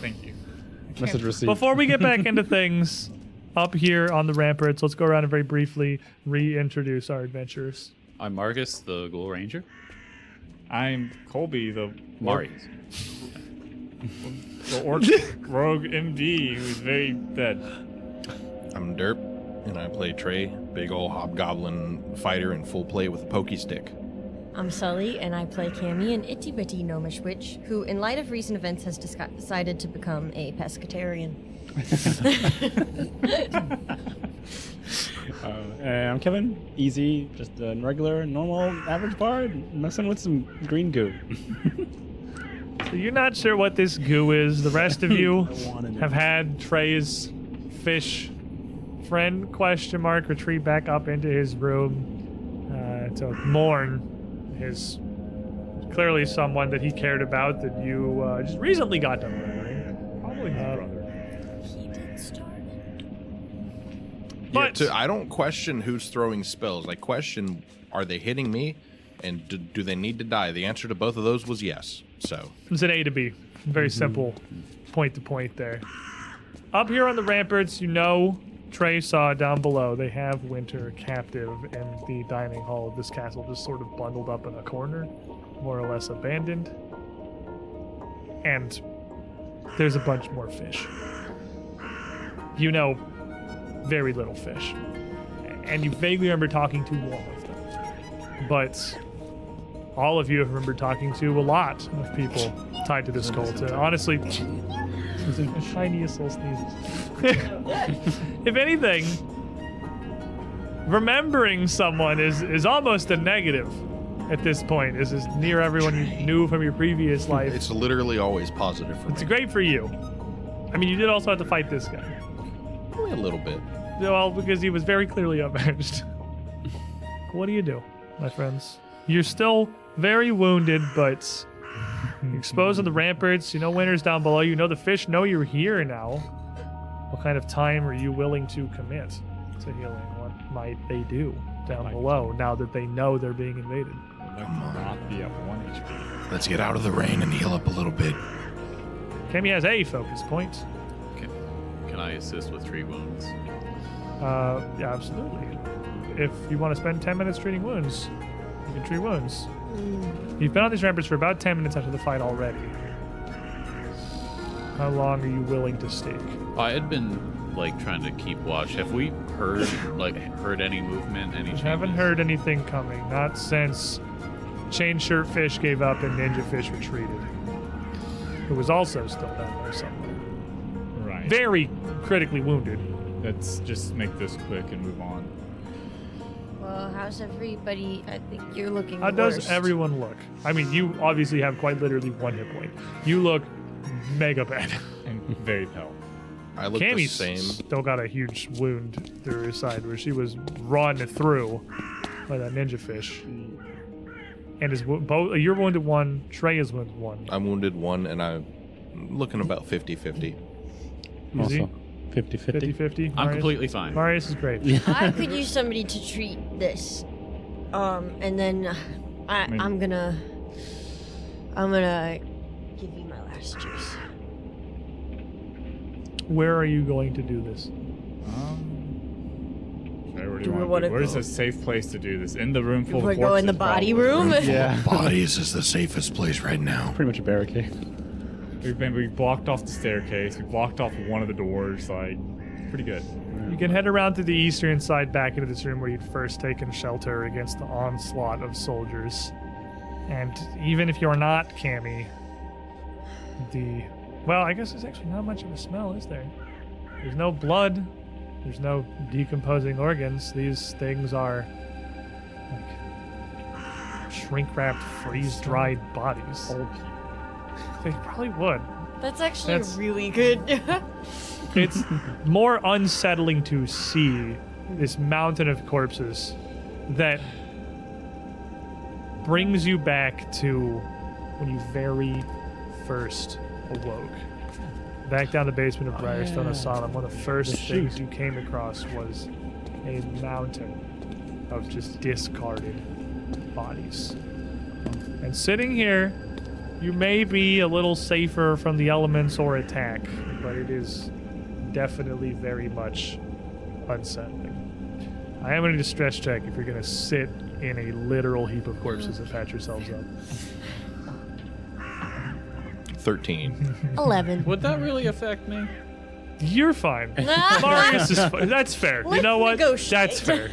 Speaker 5: Thank you.
Speaker 7: Message received.
Speaker 2: before we get back into things up here on the ramparts, let's go around and very briefly reintroduce our adventurers.
Speaker 6: I'm Marcus, the Ghoul Ranger.
Speaker 5: I'm Colby, the
Speaker 6: Marius.
Speaker 5: the orc rogue MD who's very dead.
Speaker 1: I'm Derp, and I play Trey, big old hobgoblin fighter in full plate with a pokey stick.
Speaker 3: I'm Sully, and I play Cammy, an itty bitty gnomish witch who, in light of recent events, has disca- decided to become a pescatarian.
Speaker 4: Uh, and I'm Kevin. Easy, just a regular, normal, average bard messing with some green goo.
Speaker 2: So you're not sure what this goo is. The rest of you
Speaker 4: I wanted it.
Speaker 2: have had Trey's fish friend question mark retreat back up into his room uh, to mourn his clearly someone that he cared about that you uh, just recently got done murdering.
Speaker 5: Probably his
Speaker 2: Uh,
Speaker 5: brother.
Speaker 3: He did starve.
Speaker 1: Yeah,
Speaker 2: But-
Speaker 1: to- I don't question who's throwing spells. I question are they hitting me, and do, do they need to die? The answer to both of those was yes. So
Speaker 2: It's an A to B. Very
Speaker 5: Mm-hmm.
Speaker 2: simple point to point there. Up here on the ramparts, you know Trey saw down below they have Winter captive and the dining hall of this castle just sort of bundled up in a corner, more or less abandoned. And there's a bunch more fish. You know very little fish. And you vaguely remember talking to one of them. But all of you have remembered talking to a lot of people tied to this cult. And honestly, the tiniest little sneezes. if anything, remembering someone is is almost a negative at this point. Is is near everyone you knew from your previous life.
Speaker 1: it's literally always positive for
Speaker 2: It's
Speaker 1: me.
Speaker 2: great for you. I mean, you did also have to fight this guy.
Speaker 1: Only a little bit.
Speaker 2: Well, because he was very clearly avenged. what do you do, my friends? You're still very wounded, but you're exposed to the ramparts. You know winter's down below. You know the fish know you're here now. What kind of time are you willing to commit to healing? What might they do down below now that they know they're being invaded.
Speaker 5: Not be up one HP.
Speaker 1: Let's get out of the rain and heal up a little bit.
Speaker 2: Kemi has a focus point.
Speaker 6: Can, can I assist with three wounds?
Speaker 2: Uh, yeah, absolutely. If you want to spend 10 minutes treating wounds, you can treat wounds. You've been on these ramparts for about 10 minutes after the fight already. How long are you willing to stake?
Speaker 6: I had been like trying to keep watch. Have we heard like heard any movement? Any? Changes?
Speaker 2: Haven't heard anything coming, not since Chain Shirt Fish gave up and Ninja Fish retreated. Who was also still down there somewhere.
Speaker 5: Right.
Speaker 2: Very critically wounded.
Speaker 5: Let's just make this quick and move on.
Speaker 3: Well, how's everybody? I think you're looking.
Speaker 2: How does
Speaker 3: worst.
Speaker 2: everyone look? I mean, you obviously have quite literally one hit point. You look mega bad.
Speaker 5: And very pale.
Speaker 1: I look the
Speaker 2: Cammy's
Speaker 1: same.
Speaker 2: still got a huge wound through her side where she was run through by that ninja fish. And is both you're wounded one, Trey is wounded one.
Speaker 1: I'm wounded one and I'm looking about 50 50.
Speaker 4: I'm
Speaker 2: Is he?
Speaker 4: also
Speaker 2: 50
Speaker 4: 50 50.
Speaker 2: 50.
Speaker 6: I'm completely fine.
Speaker 2: Marius is great.
Speaker 3: I could use somebody to treat this. Um, and then uh, I,
Speaker 5: Maybe.
Speaker 3: I'm gonna, I'm gonna give you my last juice.
Speaker 2: Where are you going to do this?
Speaker 5: Um, okay, where do,
Speaker 3: Do we
Speaker 5: you want
Speaker 3: wanna
Speaker 5: to do? Where's
Speaker 3: go-
Speaker 5: a safe place to do this? In the room full
Speaker 3: We're
Speaker 5: of
Speaker 3: going in the
Speaker 5: corpses,
Speaker 3: body
Speaker 5: probably.
Speaker 3: room.
Speaker 4: Yeah.
Speaker 1: Bodies is the safest place right now.
Speaker 4: Pretty much a barricade.
Speaker 5: We've been we blocked off the staircase. We blocked off one of the doors. Like, pretty good.
Speaker 2: You can head around to the eastern side back into this room where you'd first taken shelter against the onslaught of soldiers. And even if you're not Cammy, the well, I guess there's actually not much of a smell, is there? There's no blood, there's no decomposing organs. These things are like shrink wrapped, freeze dried bodies.
Speaker 5: Old people.
Speaker 2: They probably would.
Speaker 3: That's actually
Speaker 2: That's-
Speaker 3: really good.
Speaker 2: it's more unsettling to see this mountain of corpses that brings you back to when you very first awoke. Back down the basement of Briarstone Asylum, one of the first things you came across was a mountain of just discarded bodies. And sitting here, you may be a little safer from the elements or attack, but it is definitely very much unsettling. I am going to stress check if you're going to sit in a literal heap of corpses and patch yourselves up.
Speaker 1: 13.
Speaker 3: Eleven.
Speaker 6: Would that really affect me?
Speaker 2: You're fine.
Speaker 3: Let's
Speaker 2: Marius is fine. That's fair. you know what?
Speaker 3: negotiate.
Speaker 2: That's fair.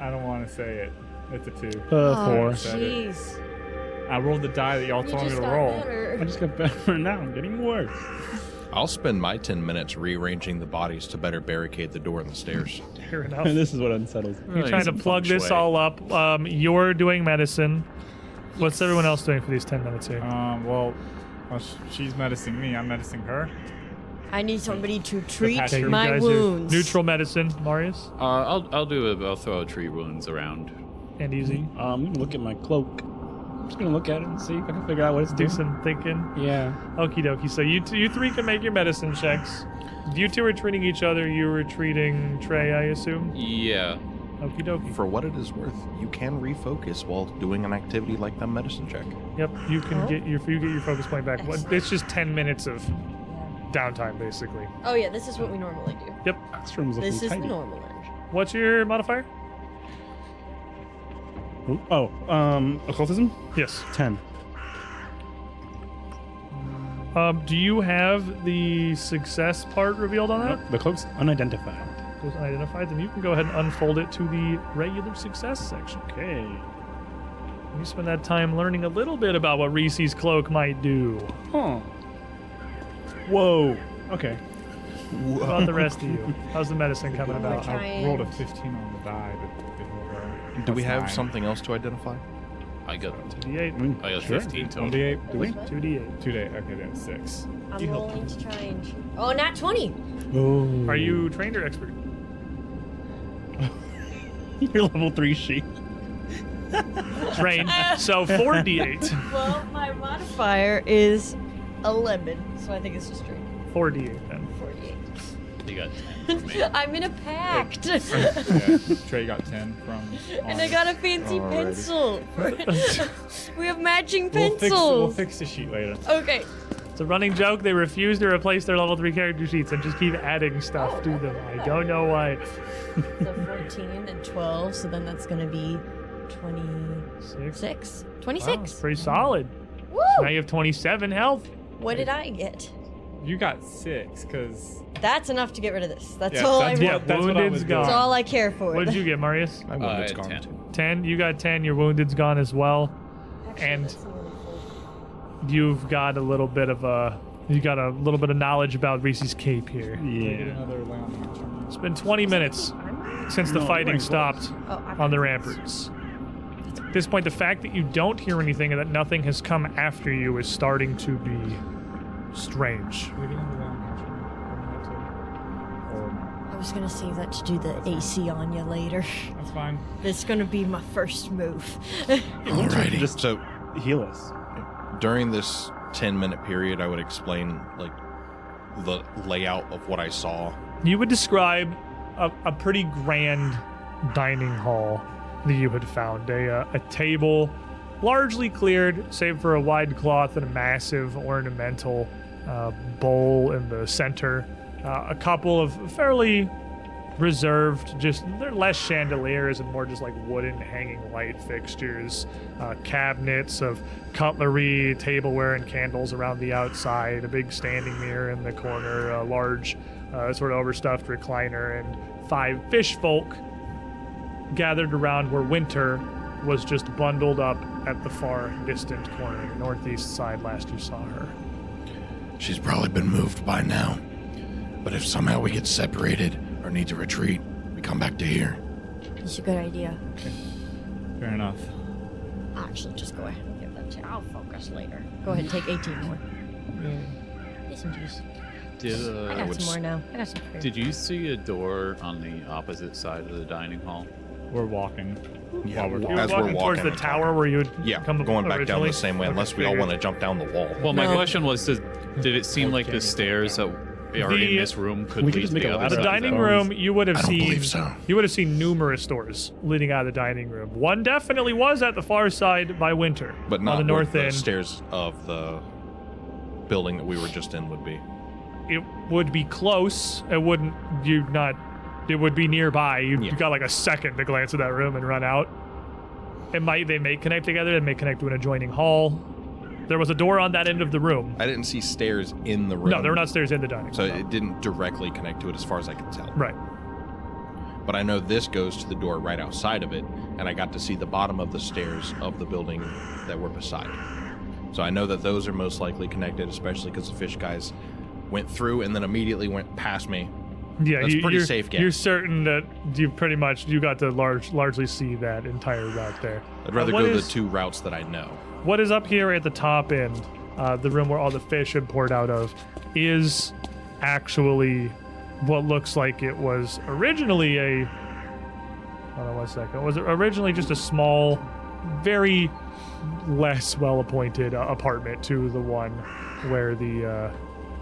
Speaker 5: I don't want to say it. It's a two.
Speaker 4: Uh,
Speaker 3: Oh,
Speaker 4: four.
Speaker 3: jeez.
Speaker 5: I rolled the die that y'all
Speaker 3: You
Speaker 5: told me
Speaker 3: just
Speaker 5: to
Speaker 3: got
Speaker 5: roll.
Speaker 4: I
Speaker 3: better.
Speaker 4: just got better now. I'm getting worse.
Speaker 1: I'll spend my 10 minutes rearranging the bodies to better barricade the door and the stairs.
Speaker 2: Fair enough.
Speaker 4: And this is what unsettles me.
Speaker 2: You're trying to plug this all up. Um, you're doing medicine. What's everyone else doing for these 10 minutes here?
Speaker 3: Oh,
Speaker 5: Um, well, well, sh- she's medicing me. I'm medicing her.
Speaker 3: I need somebody to treat
Speaker 5: patch you
Speaker 2: You
Speaker 3: my
Speaker 2: guys are
Speaker 3: wounds.
Speaker 2: Neutral medicine, Marius.
Speaker 6: Uh, I'll I'll do it. I'll throw tree wounds around.
Speaker 2: And easy.
Speaker 3: Mm-hmm.
Speaker 4: Um, I'm gonna look at my cloak. I'm just gonna look at it and see if I can figure out what it's
Speaker 2: Do
Speaker 4: doing.
Speaker 2: some thinking.
Speaker 4: Yeah.
Speaker 2: Okie dokie. So you two, you three can make your medicine checks. You two are treating each other. You were treating Trey, I assume.
Speaker 6: Yeah.
Speaker 2: Okie dokie.
Speaker 1: For what it is worth, you can refocus while doing an activity like that medicine check.
Speaker 2: Yep. You can get your you get your focus point back. What? It's just ten minutes of downtime, basically.
Speaker 3: Oh yeah, this is what we normally do.
Speaker 2: Yep.
Speaker 4: This room's looking
Speaker 3: This is the
Speaker 4: tidy.
Speaker 3: normal end.
Speaker 2: What's your modifier?
Speaker 4: Oh, um, occultism?
Speaker 2: Yes.
Speaker 4: 10.
Speaker 2: Um. Do you have the success part revealed on that?
Speaker 4: Nope, the cloak's unidentified.
Speaker 2: It was unidentified. Then you can go ahead and unfold it to the regular success section.
Speaker 4: Okay.
Speaker 2: You spend that time learning a little bit about what Reese's cloak might do.
Speaker 4: Huh. Whoa. Okay.
Speaker 2: What about the rest of you? How's the medicine coming about?
Speaker 5: I
Speaker 3: Trying.
Speaker 5: rolled a 15 on the die, but it didn't roll.
Speaker 1: Do we
Speaker 5: That's
Speaker 1: have
Speaker 5: nine.
Speaker 1: something else to identify?
Speaker 6: I got
Speaker 2: D8.
Speaker 6: I got 15 total.
Speaker 5: 1d8. Do we?
Speaker 2: 2d8.
Speaker 5: Two day. Okay, that's six.
Speaker 3: I'm rolling to try and. Oh, not twenty.
Speaker 4: Oh.
Speaker 2: Are you trained or expert?
Speaker 4: Your level 3 sheet.
Speaker 2: Trained. so 4d8.
Speaker 3: Well, my modifier is eleven, so I think it's just three.
Speaker 2: 4d8 then.
Speaker 3: Forty-eight.
Speaker 6: You got 10 for me.
Speaker 3: I'm in a pact.
Speaker 5: Yeah. Trey got 10 from.
Speaker 3: and I got a fancy
Speaker 9: Alrighty.
Speaker 3: pencil. we have matching
Speaker 5: We'll fix, we'll
Speaker 3: pencils.
Speaker 5: fix the sheet later.
Speaker 3: okay.
Speaker 2: It's a running joke. They refuse to replace their level three character sheets and just keep adding stuff to them. I don't know why.
Speaker 3: So 14 and 12, so then that's going to be 26.
Speaker 2: Six.
Speaker 3: 26.
Speaker 2: Pretty solid. Now
Speaker 3: Woo!
Speaker 2: you have 27 health.
Speaker 3: What did I get?
Speaker 5: You got six, because.
Speaker 3: That's enough to get rid of this. That's
Speaker 5: Yeah,
Speaker 3: all
Speaker 5: that's
Speaker 3: I
Speaker 5: what-
Speaker 2: Yeah,
Speaker 5: that's what I
Speaker 2: wounded's
Speaker 5: was
Speaker 2: gone.
Speaker 5: doing.
Speaker 3: That's all I care for.
Speaker 2: What did you get, Marius?
Speaker 1: I would
Speaker 6: Uh,
Speaker 1: have gone
Speaker 6: 10.
Speaker 1: too.
Speaker 2: 10. You got 10. Your wounded's gone as well. and-
Speaker 3: that's more than four.
Speaker 2: You've got a little bit of a you got a little bit of knowledge about Reese's cape here.
Speaker 5: Yeah.
Speaker 2: It's been 20 minutes since the
Speaker 4: No,
Speaker 2: fighting
Speaker 4: wearing gloves.
Speaker 2: stopped
Speaker 3: Oh, I'm
Speaker 2: on the ramparts. At this point, the fact that you don't hear anything and that nothing has come after you is starting to be strange.
Speaker 3: I was gonna save that to do the AC on you later.
Speaker 5: That's fine.
Speaker 3: That's gonna be my first move.
Speaker 1: Alrighty. Just so
Speaker 4: Heal us.
Speaker 1: during this 10 minute period, I would explain like the layout of what I saw.
Speaker 2: You would describe a, a pretty grand dining hall that you had found. A, uh, a table largely cleared, save for a wide cloth and a massive ornamental uh, bowl in the center. Uh, a couple of fairly reserved, just they're less chandeliers and more just like wooden hanging light fixtures, uh, cabinets of cutlery, tableware, and candles around the outside, a big standing mirror in the corner, a large uh, sort of overstuffed recliner, and five fish folk gathered around where Winter was just bundled up at the far distant corner, the northeast side last you saw her.
Speaker 1: She's probably been moved by now. But if somehow we get separated or need to retreat, we come back to here.
Speaker 3: It's a good idea.
Speaker 5: Fair enough.
Speaker 3: Actually, just go ahead and give that to. I'll focus later. Go ahead and take 18 more. Get some juice.
Speaker 6: Did,
Speaker 3: I
Speaker 6: uh,
Speaker 3: got
Speaker 1: would
Speaker 3: some more
Speaker 1: s-
Speaker 3: now. I got some. prayer.
Speaker 6: did you see a door on the opposite side of the dining hall?
Speaker 5: We're walking.
Speaker 1: Yeah,
Speaker 5: we're-
Speaker 1: as
Speaker 2: You were walking towards the
Speaker 1: I'm
Speaker 2: tower where you would
Speaker 1: Yeah,
Speaker 2: come
Speaker 1: going back down
Speaker 2: originally?
Speaker 1: the same way,
Speaker 2: Okay,
Speaker 1: unless we all
Speaker 2: figured.
Speaker 1: want to jump down the wall.
Speaker 6: Well, my
Speaker 3: No.
Speaker 6: question was, did, did it seem like the stairs that are in
Speaker 2: The-
Speaker 6: this room could lead
Speaker 4: We could just
Speaker 6: to
Speaker 4: make
Speaker 6: the
Speaker 4: a
Speaker 6: other
Speaker 4: ladder
Speaker 2: the
Speaker 6: side?
Speaker 4: Is that
Speaker 2: dining
Speaker 4: bones?
Speaker 2: room you would have
Speaker 1: I don't
Speaker 2: seen
Speaker 1: believe so.
Speaker 2: you would have seen numerous doors leading out of the dining room one definitely was at the far side by winter
Speaker 1: But not
Speaker 2: on the
Speaker 1: where
Speaker 2: north
Speaker 1: the
Speaker 2: end
Speaker 1: stairs of the building that we were just in would be.
Speaker 2: it would be close it wouldn't you'd not it would be nearby you
Speaker 1: Yeah.
Speaker 2: got like a second to glance at that room and run out it might they may connect together they may connect to an adjoining hall there was a door on that end of the room
Speaker 1: I didn't see stairs in the room.
Speaker 2: no there were not stairs in the dining room
Speaker 1: So it didn't directly connect to it as far as I could tell.
Speaker 2: right
Speaker 1: But I know this goes to the door right outside of it, and I got to see the bottom of the stairs of the building that were beside. it. So I know that those are most likely connected, especially because the fish guys went through and then immediately went past me.
Speaker 2: Yeah,
Speaker 1: That's
Speaker 2: you,
Speaker 1: pretty
Speaker 2: you're,
Speaker 1: safe guess.
Speaker 2: You're certain that you pretty much you got to large largely see that entire route there.
Speaker 1: I'd rather
Speaker 2: Uh, what
Speaker 1: go
Speaker 2: is-
Speaker 1: the two routes that I know.
Speaker 2: What is up here at the top end, uh, the room where all the fish had poured out of, is actually what looks like it was originally a. Hold on one second. Was it originally just a small, very less well-appointed uh, apartment to the one where the uh,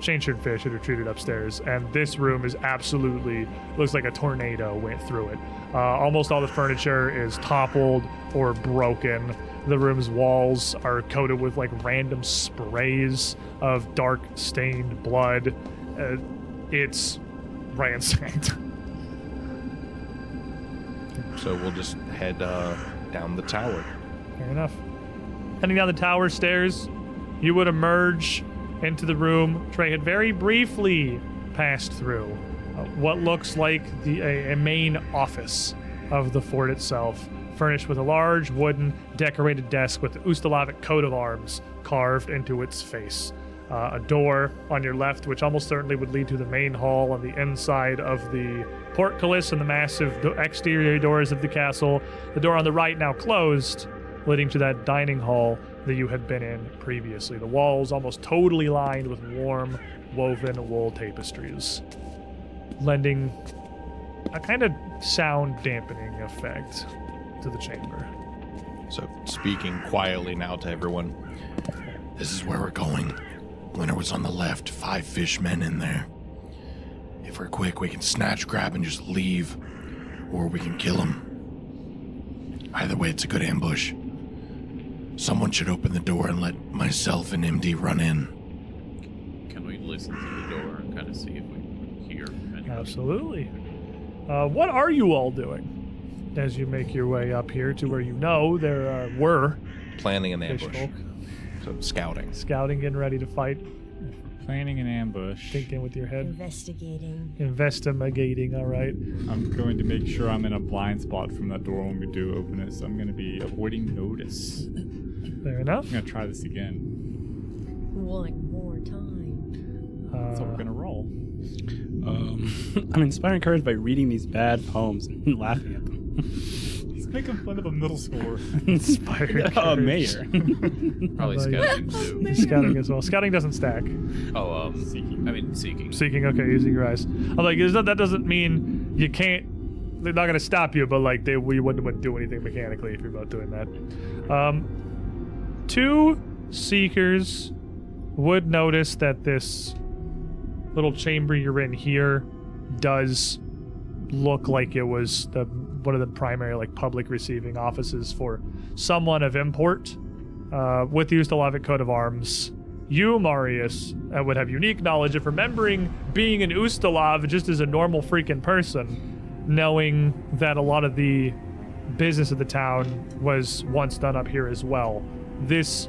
Speaker 2: Shanshan fish had retreated upstairs, and this room is absolutely looks like a tornado went through it. Uh, almost all the furniture is toppled or broken. The room's walls are coated with like random sprays of dark stained blood. Uh, it's ransacked.
Speaker 1: So we'll just head uh, down the tower.
Speaker 2: Fair enough. Heading down the tower stairs, you would emerge into the room Trey had very briefly passed through. uh, what looks like the a, a main office of the fort itself, furnished with a large wooden decorated desk with the Ustalavic coat of arms carved into its face. Uh, a door on your left, which almost certainly would lead to the main hall on the inside of the portcullis and the massive do- exterior doors of the castle. The door on the right now closed, leading to that dining hall that you had been in previously. The walls almost totally lined with warm, woven wool tapestries, lending a kind of sound dampening effect to the chamber.
Speaker 1: So speaking quietly now to everyone. This is where we're going. Winter was on the left, five fishmen in there. If we're quick, we can snatch, grab, and just leave, or we can kill him. Either way, it's a good ambush. Someone should open the door and let myself and MD run in.
Speaker 6: Can we listen to the door and kind of see if we hear anything?
Speaker 2: Absolutely. Uh, what are you all doing as you make your way up here to where you know there uh, were
Speaker 1: Planning an ambush.
Speaker 2: fishfolk
Speaker 1: So scouting.
Speaker 2: scouting, getting ready to fight,
Speaker 5: Planning an ambush.
Speaker 2: thinking with your head,
Speaker 3: Investigating.
Speaker 2: investigating. All right.
Speaker 5: I'm going to make sure I'm in a blind spot from that door when we do open it, so I'm going to be avoiding notice. I'm
Speaker 2: Fair enough.
Speaker 5: going to try this again.
Speaker 3: One more time.
Speaker 2: Uh,
Speaker 5: So we're going to roll.
Speaker 4: Um, I'm inspired and encouraged by reading these bad poems and laughing at them.
Speaker 5: He's making fun of a middle schooler.
Speaker 2: Inspired
Speaker 4: Uh,
Speaker 2: courage.
Speaker 4: mayor.
Speaker 6: Probably
Speaker 2: Like-
Speaker 6: scouting too.
Speaker 2: scouting as well. Scouting doesn't stack.
Speaker 6: Oh, um, I mean seeking.
Speaker 2: Seeking, okay, using your eyes. I'm like, it's not- that doesn't mean you can't. They're not gonna stop you, but like, they we wouldn't would do anything mechanically if you're both doing that. Um, two seekers would notice that this little chamber you're in here does look like it was the one of the primary like public receiving offices for someone of import uh, with the Ustalavic coat of arms. You, Marius, uh, would have unique knowledge of remembering being an Ustalav just as a normal freaking person, knowing that a lot of the business of the town was once done up here as well. This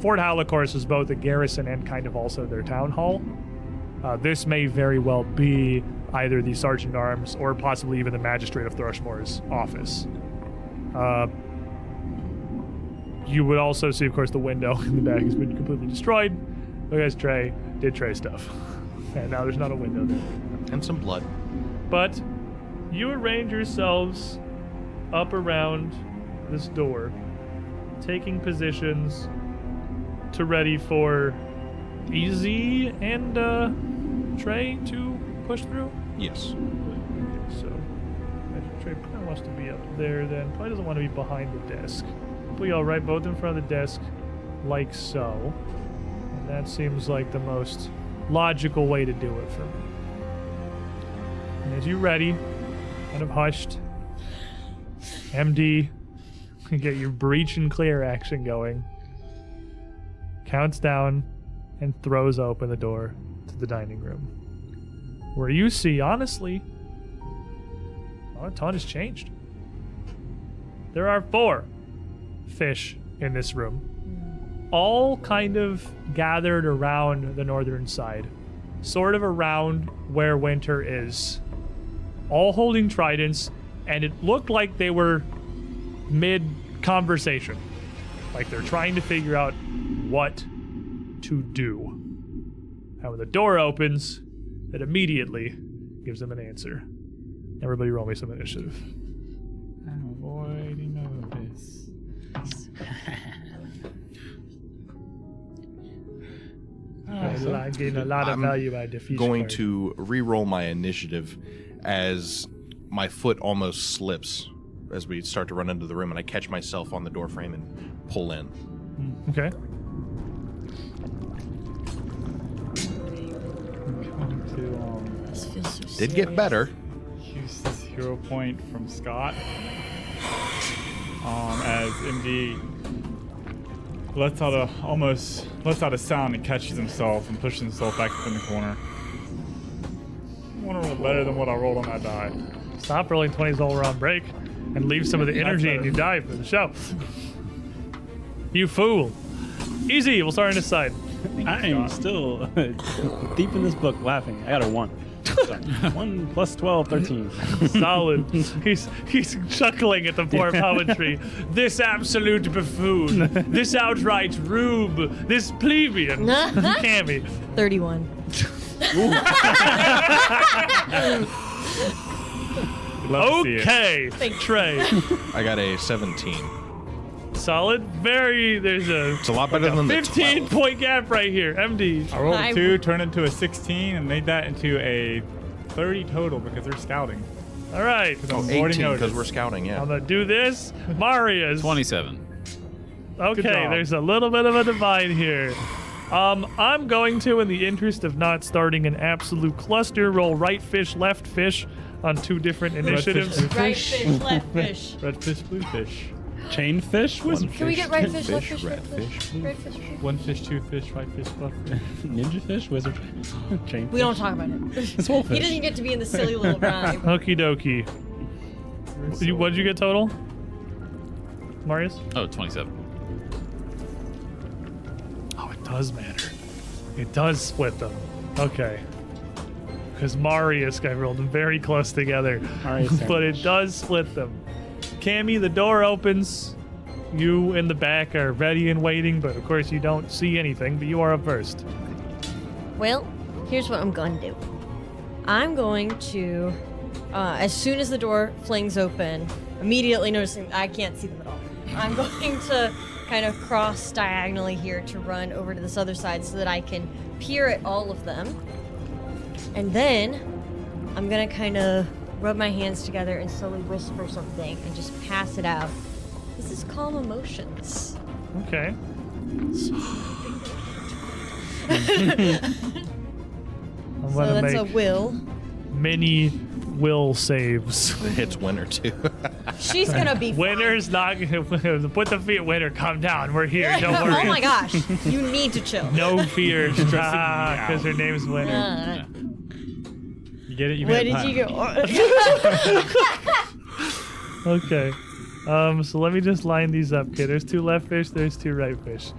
Speaker 2: Fort Howell, of course, is both a garrison and kind of also their town hall. Uh, this may very well be either the sergeant at arms or possibly even the magistrate of Thrushmore's office. Uh, you would also see, of course, the window in the back has been completely destroyed because Trey did Trey stuff. And now there's not a window there.
Speaker 1: And some blood.
Speaker 2: But you arrange yourselves up around this door, taking positions to ready for Easy and uh, Trey to push through.
Speaker 1: Yes.
Speaker 2: So, Magic Trey probably wants to be up there then. Probably doesn't want to be behind the desk. We all right, both in front of the desk, like so. And that seems like the most logical way to do it for me. And as you ready, kind of hushed, MD, get your breach and clear action going, counts down, and throws open the door to the dining room. Where you see, honestly, well, a ton has changed. There are four fish in this room, all kind of gathered around the northern side, sort of around where winter is, all holding tridents, and it looked like they were mid conversation. Like they're trying to figure out what to do. And when the door opens, it immediately gives them an answer. Everybody roll me some initiative.
Speaker 5: I'm avoiding notice.
Speaker 2: Well, I gain a lot of
Speaker 1: I'm
Speaker 2: value out of each
Speaker 1: Going
Speaker 2: card.
Speaker 1: to re-roll my initiative as my foot almost slips as we start to run into the room, and I catch myself on the doorframe and pull in.
Speaker 2: Okay.
Speaker 5: I'm going to um,
Speaker 3: This feels so serious.
Speaker 1: Did get better.
Speaker 5: use this hero point from Scott um, as MD lets out a almost lets out a sound and catches himself and pushes himself back up in the corner. I want to roll better than what I rolled on that die.
Speaker 2: Stop rolling 20s while we're on break and leave some of the energy and you die for the show. You fool. Easy, we'll start on this side.
Speaker 4: I'm still uh, deep in this book laughing. I got a one. So, one plus 12, 13.
Speaker 2: Solid. he's he's chuckling at the poor poetry. This absolute buffoon. This outright rube. This plebeian. Cammy.
Speaker 3: 31.
Speaker 5: Love to see it.
Speaker 2: Okay.
Speaker 3: Thank you.
Speaker 2: Trey.
Speaker 1: I got a 17.
Speaker 2: Solid. Very there's a
Speaker 1: It's a lot better than the
Speaker 2: 15
Speaker 1: 12.
Speaker 2: point gap right here. MD.
Speaker 5: I rolled
Speaker 3: I-
Speaker 5: a two, turned into a 16, and made that into a 30 total because they're scouting.
Speaker 2: All right.
Speaker 5: Because I'm avoiding
Speaker 1: 18 because
Speaker 5: notice.
Speaker 1: we're scouting, yeah.
Speaker 2: I'm gonna do this. Marius.
Speaker 6: Twenty-seven.
Speaker 2: Okay,
Speaker 5: job.
Speaker 2: there's a little bit of a divide here. Um, I'm going to, in the interest of not starting an absolute cluster, roll right fish, left fish on two different initiatives.
Speaker 3: Right fish, left fish.
Speaker 5: Red fish, blue fish.
Speaker 4: Chain fish was
Speaker 3: Can we get right fish, left
Speaker 1: fish,
Speaker 3: fish, right
Speaker 1: red
Speaker 3: fish, right fish? blue fish?
Speaker 5: One fish, two fish, right fish, left fish.
Speaker 4: ninja fish, wizard fish, chain.
Speaker 3: We don't talk about it.
Speaker 4: It's wolf
Speaker 3: He
Speaker 4: fish.
Speaker 3: doesn't get to be in the silly little rhyme.
Speaker 2: Okie dokie. You- What'd you get total? Marius?
Speaker 6: Oh, 27.
Speaker 2: Oh, it does matter. It does split them. Okay. Because Marius got rolled them very close together.
Speaker 4: Marius
Speaker 2: but it does split them. Cammy, the door opens. You in the back are ready and waiting, but of course you don't see anything, but you are up first.
Speaker 3: Well, here's what I'm going to do. I'm going to, uh, as soon as the door flings open, immediately noticing I can't see them at all, I'm going to kind of cross diagonally here to run over to this other side so that I can peer at all of them. And then I'm going to kind of rub my hands together and slowly whisper something and just pass it out. This is calm emotions.
Speaker 2: Okay. I'm
Speaker 3: So
Speaker 2: gonna
Speaker 3: that's a
Speaker 2: make
Speaker 3: will.
Speaker 2: many will saves.
Speaker 1: It's winter too.
Speaker 3: She's going to be fine.
Speaker 2: Winter's not gonna put the feet. Winter, calm down. We're here. Don't worry.
Speaker 3: oh my gosh, you need to chill.
Speaker 2: No fear, because her name's Winter.
Speaker 3: Uh,
Speaker 5: You get it? You
Speaker 3: where
Speaker 5: get it.
Speaker 3: did
Speaker 5: Huh.
Speaker 3: you go?
Speaker 2: Okay. Um, so let me just line these up. Okay, there's two left fish, there's two right fish.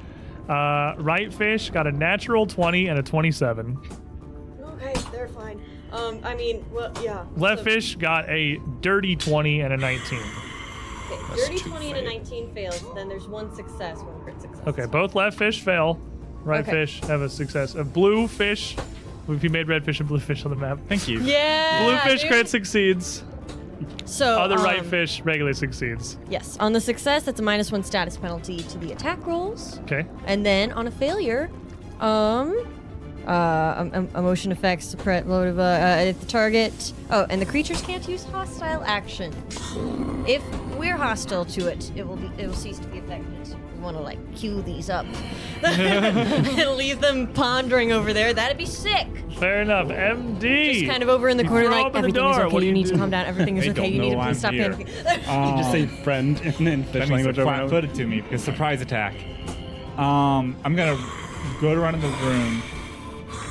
Speaker 2: Uh, right fish got a natural 20 and a 27.
Speaker 3: okay, they're fine. Um, I mean, well, yeah.
Speaker 2: Left fish got a dirty 20 and a 19.
Speaker 3: Okay, dirty 20 and a 19 fails, then there's one success, one crit success.
Speaker 2: Okay, both left fish fail. Right
Speaker 3: Okay.
Speaker 2: fish have a success. A blue fish. If you made red fish and blue fish on the map.
Speaker 5: Thank you.
Speaker 3: Yeah.
Speaker 2: Blue fish
Speaker 3: dude.
Speaker 2: crit succeeds.
Speaker 3: So
Speaker 2: Other right
Speaker 3: um,
Speaker 2: fish regularly succeeds.
Speaker 3: Yes. On the success, that's a minus one status penalty to the attack rolls,
Speaker 2: Okay.
Speaker 3: and then on a failure, um, uh, um, um, emotion effects suppress load of uh, uh, if the target. Oh, and the creatures can't use hostile action. If we're hostile to it, it will be it will cease to be affected. We want to like cue these up and leave them pondering over there. That'd be sick.
Speaker 2: Fair enough. MD.
Speaker 3: Just kind of over in the
Speaker 2: You
Speaker 3: corner,
Speaker 2: throw
Speaker 3: like
Speaker 2: open the
Speaker 3: everything is
Speaker 2: door,
Speaker 3: okay.
Speaker 2: what do
Speaker 3: You
Speaker 2: you
Speaker 3: need to
Speaker 2: do?" Um,
Speaker 3: calm down. Everything is
Speaker 5: They
Speaker 3: okay.
Speaker 5: don't
Speaker 3: You need to
Speaker 5: know
Speaker 3: please
Speaker 5: I'm
Speaker 3: stop
Speaker 5: here.
Speaker 3: panicking.
Speaker 4: You just say friend and then
Speaker 5: That
Speaker 4: fish
Speaker 5: means
Speaker 4: language
Speaker 5: they
Speaker 4: over and over.
Speaker 5: flat-footed to me because surprise attack. Um, I'm gonna go to run in the room.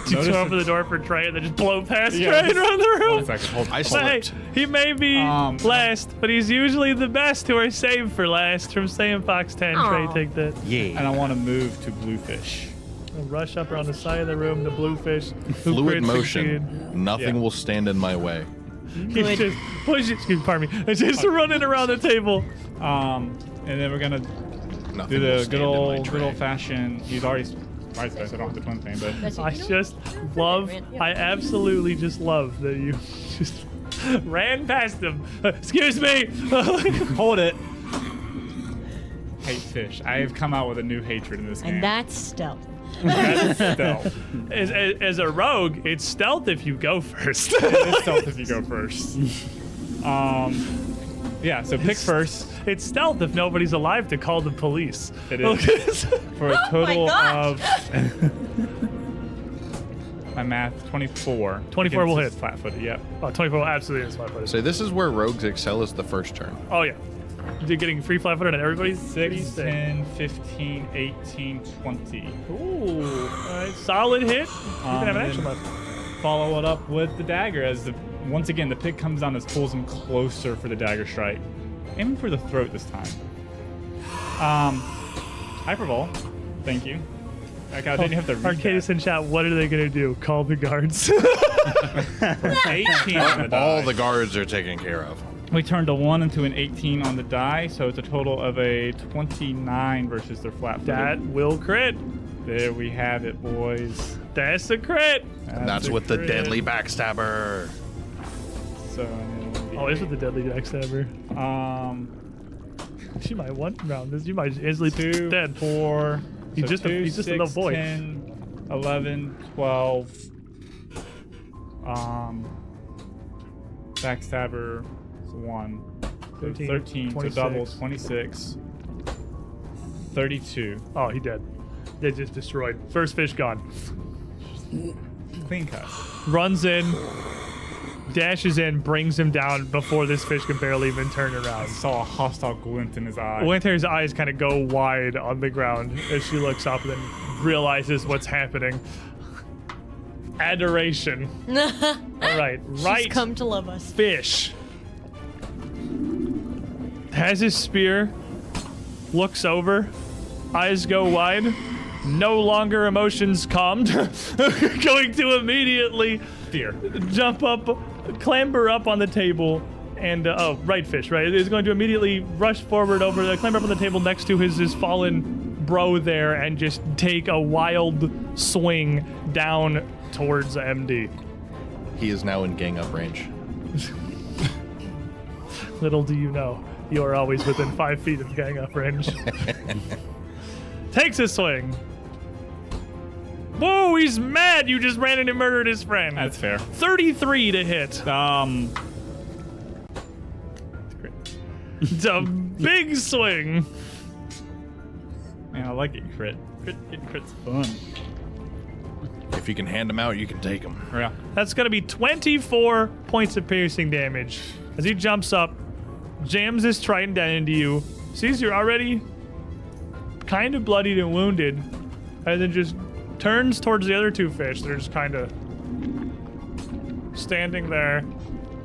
Speaker 2: You
Speaker 5: Notice
Speaker 2: throw
Speaker 5: that-
Speaker 2: open the door for Trey and then just blow past
Speaker 5: Yeah,
Speaker 2: Trey and
Speaker 5: just-
Speaker 2: run the room.
Speaker 5: One second, hold
Speaker 1: I
Speaker 5: hold-
Speaker 2: But hey,
Speaker 1: slipped.
Speaker 2: he may be
Speaker 5: Um,
Speaker 2: last, but he's usually the best who are saved for last. From Sam Fox 10,
Speaker 3: Aw.
Speaker 2: Trey, take that.
Speaker 5: And I want to move to bluefish.
Speaker 2: And rush up around the side of the room, the bluefish. who
Speaker 1: Fluid
Speaker 2: crit
Speaker 1: motion.
Speaker 2: succeed.
Speaker 1: Nothing
Speaker 5: Yeah.
Speaker 1: will stand in my way.
Speaker 2: He's
Speaker 3: Good.
Speaker 2: just, push it, excuse, pardon me. He's just running around the table.
Speaker 5: Um, and then we're gonna
Speaker 1: Nothing
Speaker 5: do
Speaker 1: will
Speaker 5: the
Speaker 1: stand
Speaker 5: good
Speaker 1: in my
Speaker 5: old, good
Speaker 1: tray.
Speaker 5: old fashioned. He's already surprised us. I don't have to do anything, but
Speaker 3: That's it.
Speaker 2: I
Speaker 3: You know-
Speaker 2: just love, I absolutely just love that you just ran past him. Uh, excuse me.
Speaker 5: hold it. Hate fish. I have come out with a new hatred in this game.
Speaker 3: And that's stealth.
Speaker 5: That's stealth.
Speaker 2: as, as, as a rogue, it's stealth if you go first.
Speaker 5: It's stealth if you go first. Um, yeah. So pick first.
Speaker 2: It's stealth if nobody's alive to call the police.
Speaker 5: It is. for a total
Speaker 3: Oh gosh.
Speaker 5: of my math 24
Speaker 2: 24 will hit.
Speaker 5: flat footed yep
Speaker 2: Oh, 24 will absolutely is flat footed.
Speaker 1: So this is where rogues excel is the first turn.
Speaker 2: oh, yeah. You're getting free flat footed on everybody?
Speaker 5: 6
Speaker 2: Six, ten.
Speaker 5: 10 15 18 20
Speaker 2: Ooh. All right. Solid hit. You can have an
Speaker 5: Um,
Speaker 2: action
Speaker 5: then-
Speaker 2: left.
Speaker 5: follow it up with the dagger as the once again the pig comes down and pulls him closer for the dagger strike aiming for the throat this time um hyperball thank you like I didn't have to read
Speaker 2: Arcadus
Speaker 5: that.
Speaker 2: in chat, what are they going to do? Call the guards.
Speaker 5: 18 on the die.
Speaker 2: Oh,
Speaker 1: All the guards are taken care of.
Speaker 5: We turned a 1 into an 18 on the die, so it's a total of a 29 versus their flat footed.
Speaker 2: that will crit.
Speaker 5: There we have it, boys.
Speaker 2: That's a crit.
Speaker 1: And that's
Speaker 5: a
Speaker 1: with the
Speaker 5: crit.
Speaker 1: deadly backstabber.
Speaker 5: So,
Speaker 2: Oh, this is the deadly backstabber.
Speaker 5: Um,
Speaker 2: She might one round this. You might just easily
Speaker 5: two,
Speaker 2: dead.
Speaker 5: four.
Speaker 2: He's
Speaker 5: so
Speaker 2: just a-
Speaker 5: two,
Speaker 2: he's just a
Speaker 5: six,
Speaker 2: little boy.
Speaker 5: 10, 11, 12. Um, backstabber is one. So
Speaker 2: 13,
Speaker 5: 13 so double,
Speaker 2: 26.
Speaker 5: 26. 32.
Speaker 2: Oh, he dead. They just destroyed. First fish gone.
Speaker 5: Clean cut.
Speaker 2: Runs in, dashes in, brings him down before this fish can barely even turn around.
Speaker 5: Saw a hostile glint in his eye.
Speaker 2: Winter's eyes kind of go wide on the ground as she looks up and then realizes what's happening. Adoration. All right, right
Speaker 3: She's come to love us.
Speaker 2: fish has his spear, looks over, eyes go wide, no longer emotions calmed, going to immediately
Speaker 5: Fear.
Speaker 2: jump up, clamber up on the table, and uh, oh, right fish, right, is going to immediately rush forward over the clamber up on the table next to his his fallen bro there, and just take a wild swing down towards MD.
Speaker 1: He is now in gang up range.
Speaker 2: Little do you know, you are always within five feet of gang up range. Takes a swing. Whoa, he's mad! You just ran in and murdered his friend.
Speaker 5: That's fair.
Speaker 2: 33 to hit.
Speaker 5: Um.
Speaker 2: It's a big swing.
Speaker 5: Man, I like it crit. Crit, it crit's fun.
Speaker 1: If you can hand him out, you can take him.
Speaker 2: Oh,
Speaker 5: Yeah.
Speaker 2: That's going to be 24 points of piercing damage as he jumps up, jams his trident down into you, sees you're already kind of bloodied and wounded, and then just turns towards the other two fish that are just kind of standing there,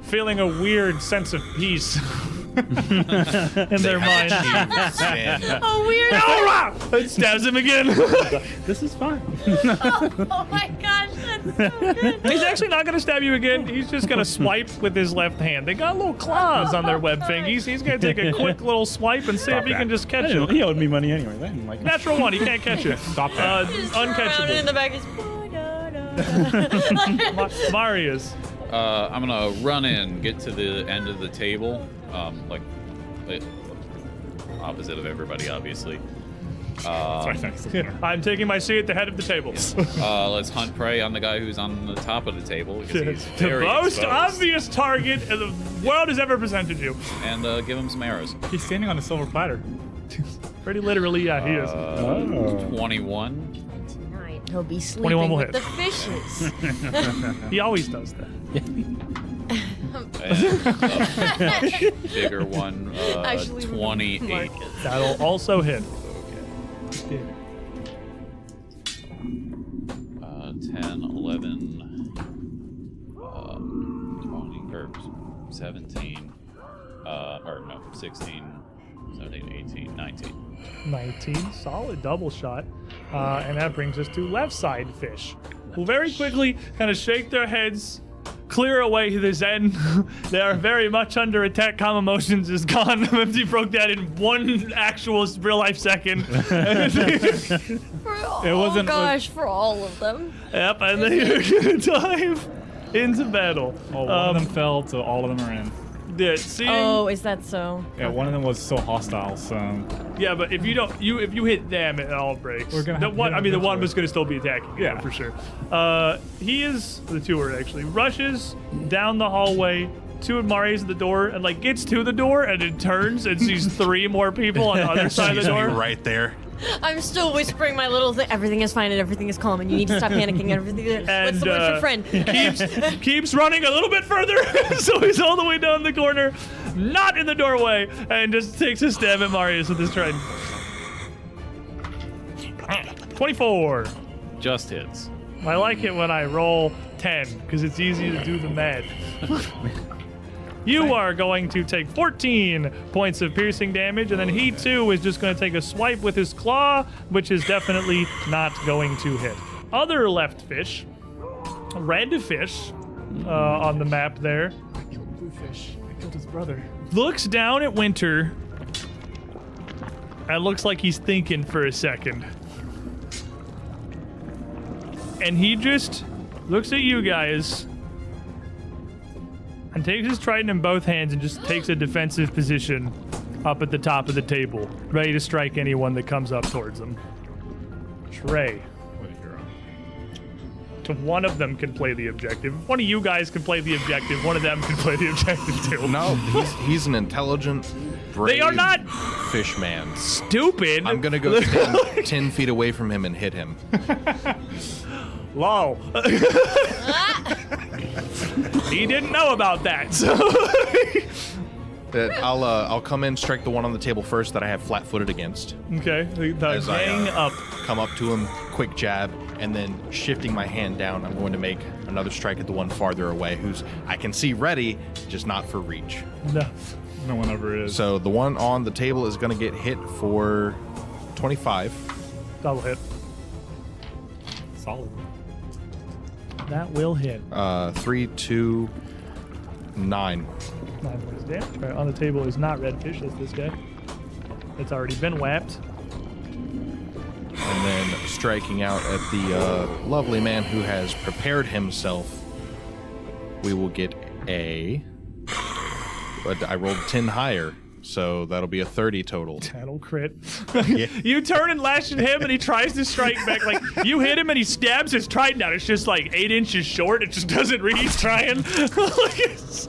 Speaker 2: feeling a weird sense of peace in their mind.
Speaker 1: Sin.
Speaker 3: Oh, weird.
Speaker 2: Stabs him again.
Speaker 4: This is fun.
Speaker 3: Oh my gosh, that's so good.
Speaker 2: He's actually not gonna stab you again. He's just gonna swipe with his left hand. They got little claws on their web fingies. He's gonna take a quick little swipe and see if he
Speaker 5: that.
Speaker 2: can just
Speaker 4: I
Speaker 2: catch
Speaker 4: didn't-
Speaker 2: you.
Speaker 4: he owed me money anyway. I didn't like him.
Speaker 2: Natural one. He can't catch you.
Speaker 5: Stop
Speaker 2: Uh,
Speaker 5: that.
Speaker 3: Just throw around
Speaker 2: uncatchable.
Speaker 3: in the back. It's, "Oh, no, no, no."
Speaker 2: Ma- Marius.
Speaker 6: Uh, I'm gonna run in, get to the end of the table, um, like it, opposite of everybody, obviously. Uh,
Speaker 5: Sorry, sorry.
Speaker 2: I'm taking my seat at the head of the table.
Speaker 6: uh, let's hunt prey on the guy who's on the top of the table because
Speaker 2: the
Speaker 6: he's very
Speaker 2: most
Speaker 6: exposed.
Speaker 2: obvious target the world has ever presented you.
Speaker 6: and uh, give him some arrows.
Speaker 5: He's standing on a silver platter.
Speaker 2: Pretty literally, yeah, he is.
Speaker 6: Uh,
Speaker 4: Oh.
Speaker 6: 21.
Speaker 3: Tonight he'll be
Speaker 2: 21
Speaker 3: sleeping
Speaker 2: will
Speaker 3: with
Speaker 2: hit.
Speaker 3: the fishes.
Speaker 2: He always does that.
Speaker 6: And a bigger one. Uh,
Speaker 3: Actually, remember
Speaker 6: 28.
Speaker 3: Marcus.
Speaker 2: That'll also hit.
Speaker 6: Uh, 10, 11, um, 20, uh, or 17, uh, or no, 16, 17, 18, 19.
Speaker 2: 19. Solid double shot. Uh, and that brings us to left side fish, who very quickly kind of shake their heads, clear away the Zen. they are very much under attack. Calm emotions is gone. Empty broke that in one actual real life second. yep,
Speaker 3: For all, oh
Speaker 5: wasn't-
Speaker 3: gosh, for all of them.
Speaker 2: and they are going to dive into battle.
Speaker 5: Oh, one
Speaker 2: Um,
Speaker 5: of them fell, so all of them are in.
Speaker 2: yeah, seeing-
Speaker 3: Oh, is that so?
Speaker 5: Yeah, one of them was so hostile, so
Speaker 2: Yeah, but if you don't, you if you hit them, it all breaks.
Speaker 5: We're gonna
Speaker 2: the
Speaker 5: have to
Speaker 2: one,
Speaker 5: hit
Speaker 2: I
Speaker 5: them
Speaker 2: mean, the one
Speaker 5: eventually.
Speaker 2: was going to still be attacking. you,
Speaker 5: Yeah.
Speaker 2: for sure. Uh, he is the tour actually rushes down the hallway to Marius at the door and like gets to the door and it turns and sees three more people on the other side of
Speaker 1: He's
Speaker 2: the
Speaker 1: gonna
Speaker 2: door.
Speaker 1: be right there.
Speaker 3: I'm still whispering my little thing. Everything is fine and everything is calm and you need to stop panicking. Everything is.
Speaker 2: And,
Speaker 3: What's the word
Speaker 2: uh,
Speaker 3: for friend?
Speaker 2: keeps keeps running a little bit further, so he's all the way down the corner, not in the doorway, and just takes a stab at Marius with his trident. Twenty-four.
Speaker 6: Just hits.
Speaker 2: I like it when I roll 10 because it's easy to do the math. you are going to take 14 points of piercing damage, and then he too is just going to take a swipe with his claw, which is definitely not going to hit. Other left fish, red fish uh, on the map there,
Speaker 5: Bluefish. I killed his brother.
Speaker 2: looks down at Winter and looks like he's thinking for a second. And he just looks at you guys and takes his trident in both hands and just takes a defensive position up at the top of the table, ready to strike anyone that comes up towards him. Trey.
Speaker 5: What a hero.
Speaker 2: to one of them can play the objective. One of you guys can play the objective. One of them can play the objective too.
Speaker 1: No, he's, he's an intelligent, brave
Speaker 2: They are not
Speaker 1: fish man.
Speaker 2: stupid.
Speaker 1: I'm gonna go 10, 10 feet away from him and hit him.
Speaker 2: Lol. he didn't know about that. So
Speaker 1: That I'll uh, I'll come in, strike the one on the table first that I have flat-footed against.
Speaker 2: okay, the, the
Speaker 1: As I,
Speaker 2: gang
Speaker 1: uh,
Speaker 2: up.
Speaker 1: Come up to him, quick jab, and then shifting my hand down, I'm going to make another strike at the one farther away, who's I can see ready, just not for reach.
Speaker 2: No.
Speaker 5: No one ever is.
Speaker 1: So the one on the table is gonna get hit for 25.
Speaker 2: That'll hit.
Speaker 5: Solid.
Speaker 2: That will hit.
Speaker 1: Uh, three, two, nine.
Speaker 2: Nine points of damage. Right, on the table is not redfish. That's this guy. It's already been whapped.
Speaker 1: and then striking out at the uh, lovely man who has prepared himself. We will get a. But I rolled ten higher, so that'll be a thirty total.
Speaker 2: That'll crit. you turn and lash at him, and he tries to strike back. Like you hit him, and he stabs his trident out. It's just like eight inches short. It just doesn't reach. He's trying. Like, it's-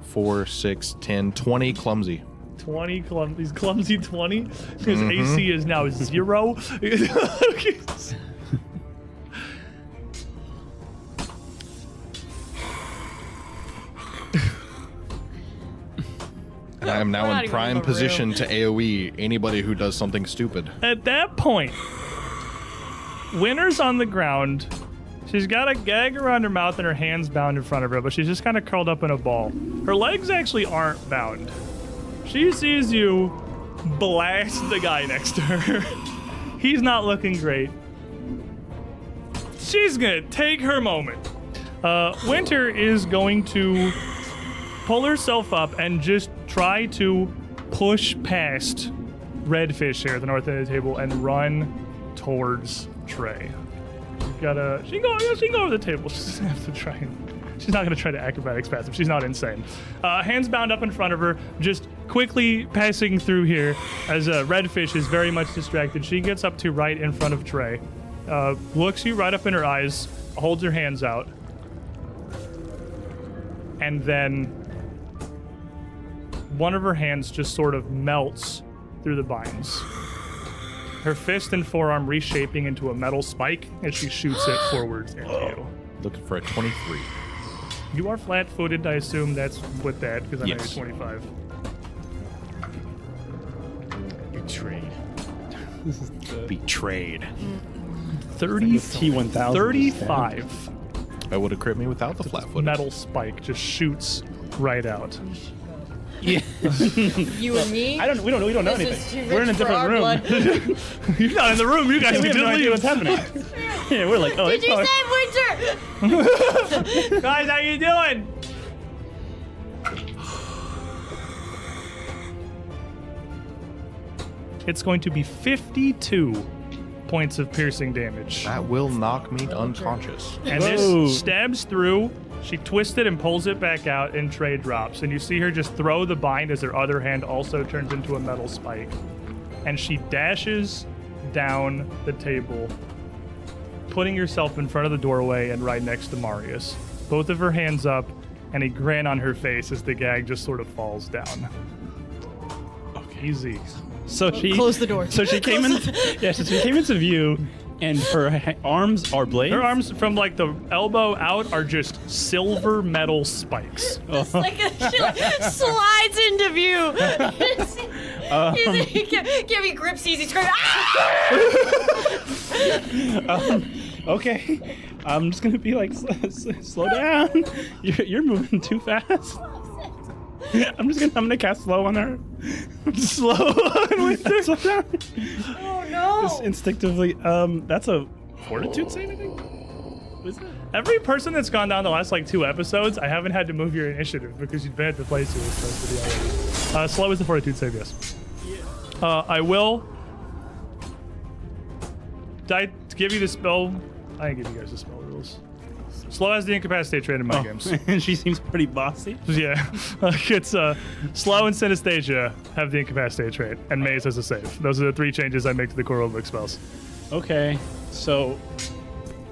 Speaker 1: Four, six, ten, twenty. Clumsy.
Speaker 2: Twenty clum. He's clumsy twenty. His
Speaker 5: Mm-hmm.
Speaker 2: AC is now zero.
Speaker 1: And I am
Speaker 3: We're
Speaker 1: now
Speaker 3: not
Speaker 1: in
Speaker 3: even
Speaker 1: prime
Speaker 3: in the
Speaker 1: position to AOE anybody who does something stupid.
Speaker 2: At that point, Winner's on the ground. She's got a gag around her mouth and her hands bound in front of her, but she's just kind of curled up in a ball. Her legs actually aren't bound. She sees you blast the guy next to her. He's not looking great. She's gonna take her moment. Uh, Winter is going to pull herself up and just try to push past redfish here at the north end of the table and run towards Trey. You gotta. She can go. yeah, She can go over the table. She doesn't have to try. And, she's not gonna try to acrobatics pass if she's not insane. Uh, hands bound up in front of her, just quickly passing through here as uh, redfish is very much distracted. She gets up to right in front of Trey, uh, looks you right up in her eyes, holds her hands out, and then one of her hands just sort of melts through the binds. Her fist and forearm reshaping into a metal spike as she shoots it forwards into you.
Speaker 1: Looking for a twenty-three.
Speaker 2: You are flat footed, I assume that's with that, because I
Speaker 1: Yes.
Speaker 2: know you're 25.
Speaker 4: Betrayed.
Speaker 1: Betrayed.
Speaker 2: 30,
Speaker 4: T1000.
Speaker 2: 35
Speaker 1: I would have crit me without the flat foot.
Speaker 2: metal spike just shoots right out.
Speaker 3: You and me?
Speaker 4: I don't. We don't. We don't know
Speaker 3: This is
Speaker 4: anything.
Speaker 3: too
Speaker 4: We're in a
Speaker 3: rich for
Speaker 4: different
Speaker 3: our
Speaker 4: room.
Speaker 3: blood.
Speaker 2: You're not in the room, you guys
Speaker 4: we have
Speaker 2: can
Speaker 4: no
Speaker 2: leave.
Speaker 4: idea what's happening. yeah, we're like, oh,
Speaker 3: Did
Speaker 4: it's
Speaker 3: you
Speaker 4: probably-
Speaker 3: say winter?
Speaker 2: Guys, how you doing? It's going to be 52 points of piercing damage.
Speaker 1: That will knock me unconscious.
Speaker 2: And
Speaker 4: Whoa.
Speaker 2: this stabs through. She twists it and pulls it back out, and Trey drops. And you see her just throw the bind as her other hand also turns into a metal spike. And she dashes down the table, putting herself in front of the doorway and right next to Marius. Both of her hands up, and a grin on her face as the gag just sort of falls down. Easy.
Speaker 4: So she
Speaker 3: Close the door.
Speaker 4: So she came in. yeah, so she came into view, and her ha- arms are blades.
Speaker 2: Her arms from like the elbow out are just silver metal spikes.
Speaker 3: It's like a, she like slides into view.
Speaker 2: Um.
Speaker 3: Gibby grips easy scream. Ah!
Speaker 4: Okay, I'm just gonna be like, "Sl- sl- slow down. You're, you're moving too fast. I'm just gonna. I'm gonna cast slow on her. slow on Winter. slow down.
Speaker 3: Oh no!
Speaker 4: Just instinctively. Um, that's a fortitude save. I think. Was that?
Speaker 2: Every person that's gone down the last like two episodes, I haven't had to move your initiative because you've been at the place you were supposed to be already. Uh, slow is the fortitude save, yes. Uh, I will. Did I give you the spell? I didn't give you guys the spell rules. Slow has the incapacitate trait in my games.
Speaker 4: And she seems pretty bossy.
Speaker 2: yeah, it's uh, slow and synesthesia have the incapacitate trait, and maze has a save. Those are the three changes I make to the core rulebook spells.
Speaker 4: Okay, so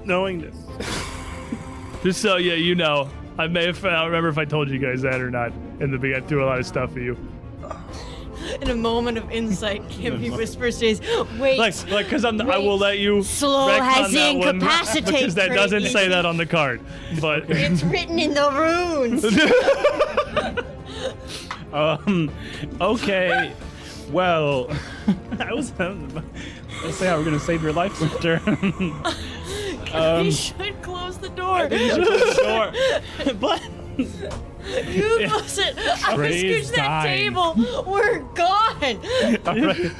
Speaker 4: knowing this,
Speaker 2: Just so yeah, you know, I may have. I don't remember if I told you guys that or not. In the beginning, I threw a lot of stuff at you.
Speaker 3: In a moment of insight, Kimmy whispers to Jace, wait,
Speaker 2: Like, like, because I'm. I will let you.
Speaker 3: Slow
Speaker 2: retcon
Speaker 3: has
Speaker 2: that one
Speaker 3: incapacitate
Speaker 2: because that doesn't say
Speaker 3: crazy.
Speaker 2: that on the card. But
Speaker 3: it's written in the runes.
Speaker 4: um, okay, well, I was, I was say how we're gonna save your life, Winter.
Speaker 2: Um,
Speaker 3: you should close the door.
Speaker 4: Sure. but
Speaker 3: You close it. I
Speaker 5: Praise
Speaker 3: scooch that
Speaker 5: thine.
Speaker 3: table. We're gone.
Speaker 4: all right,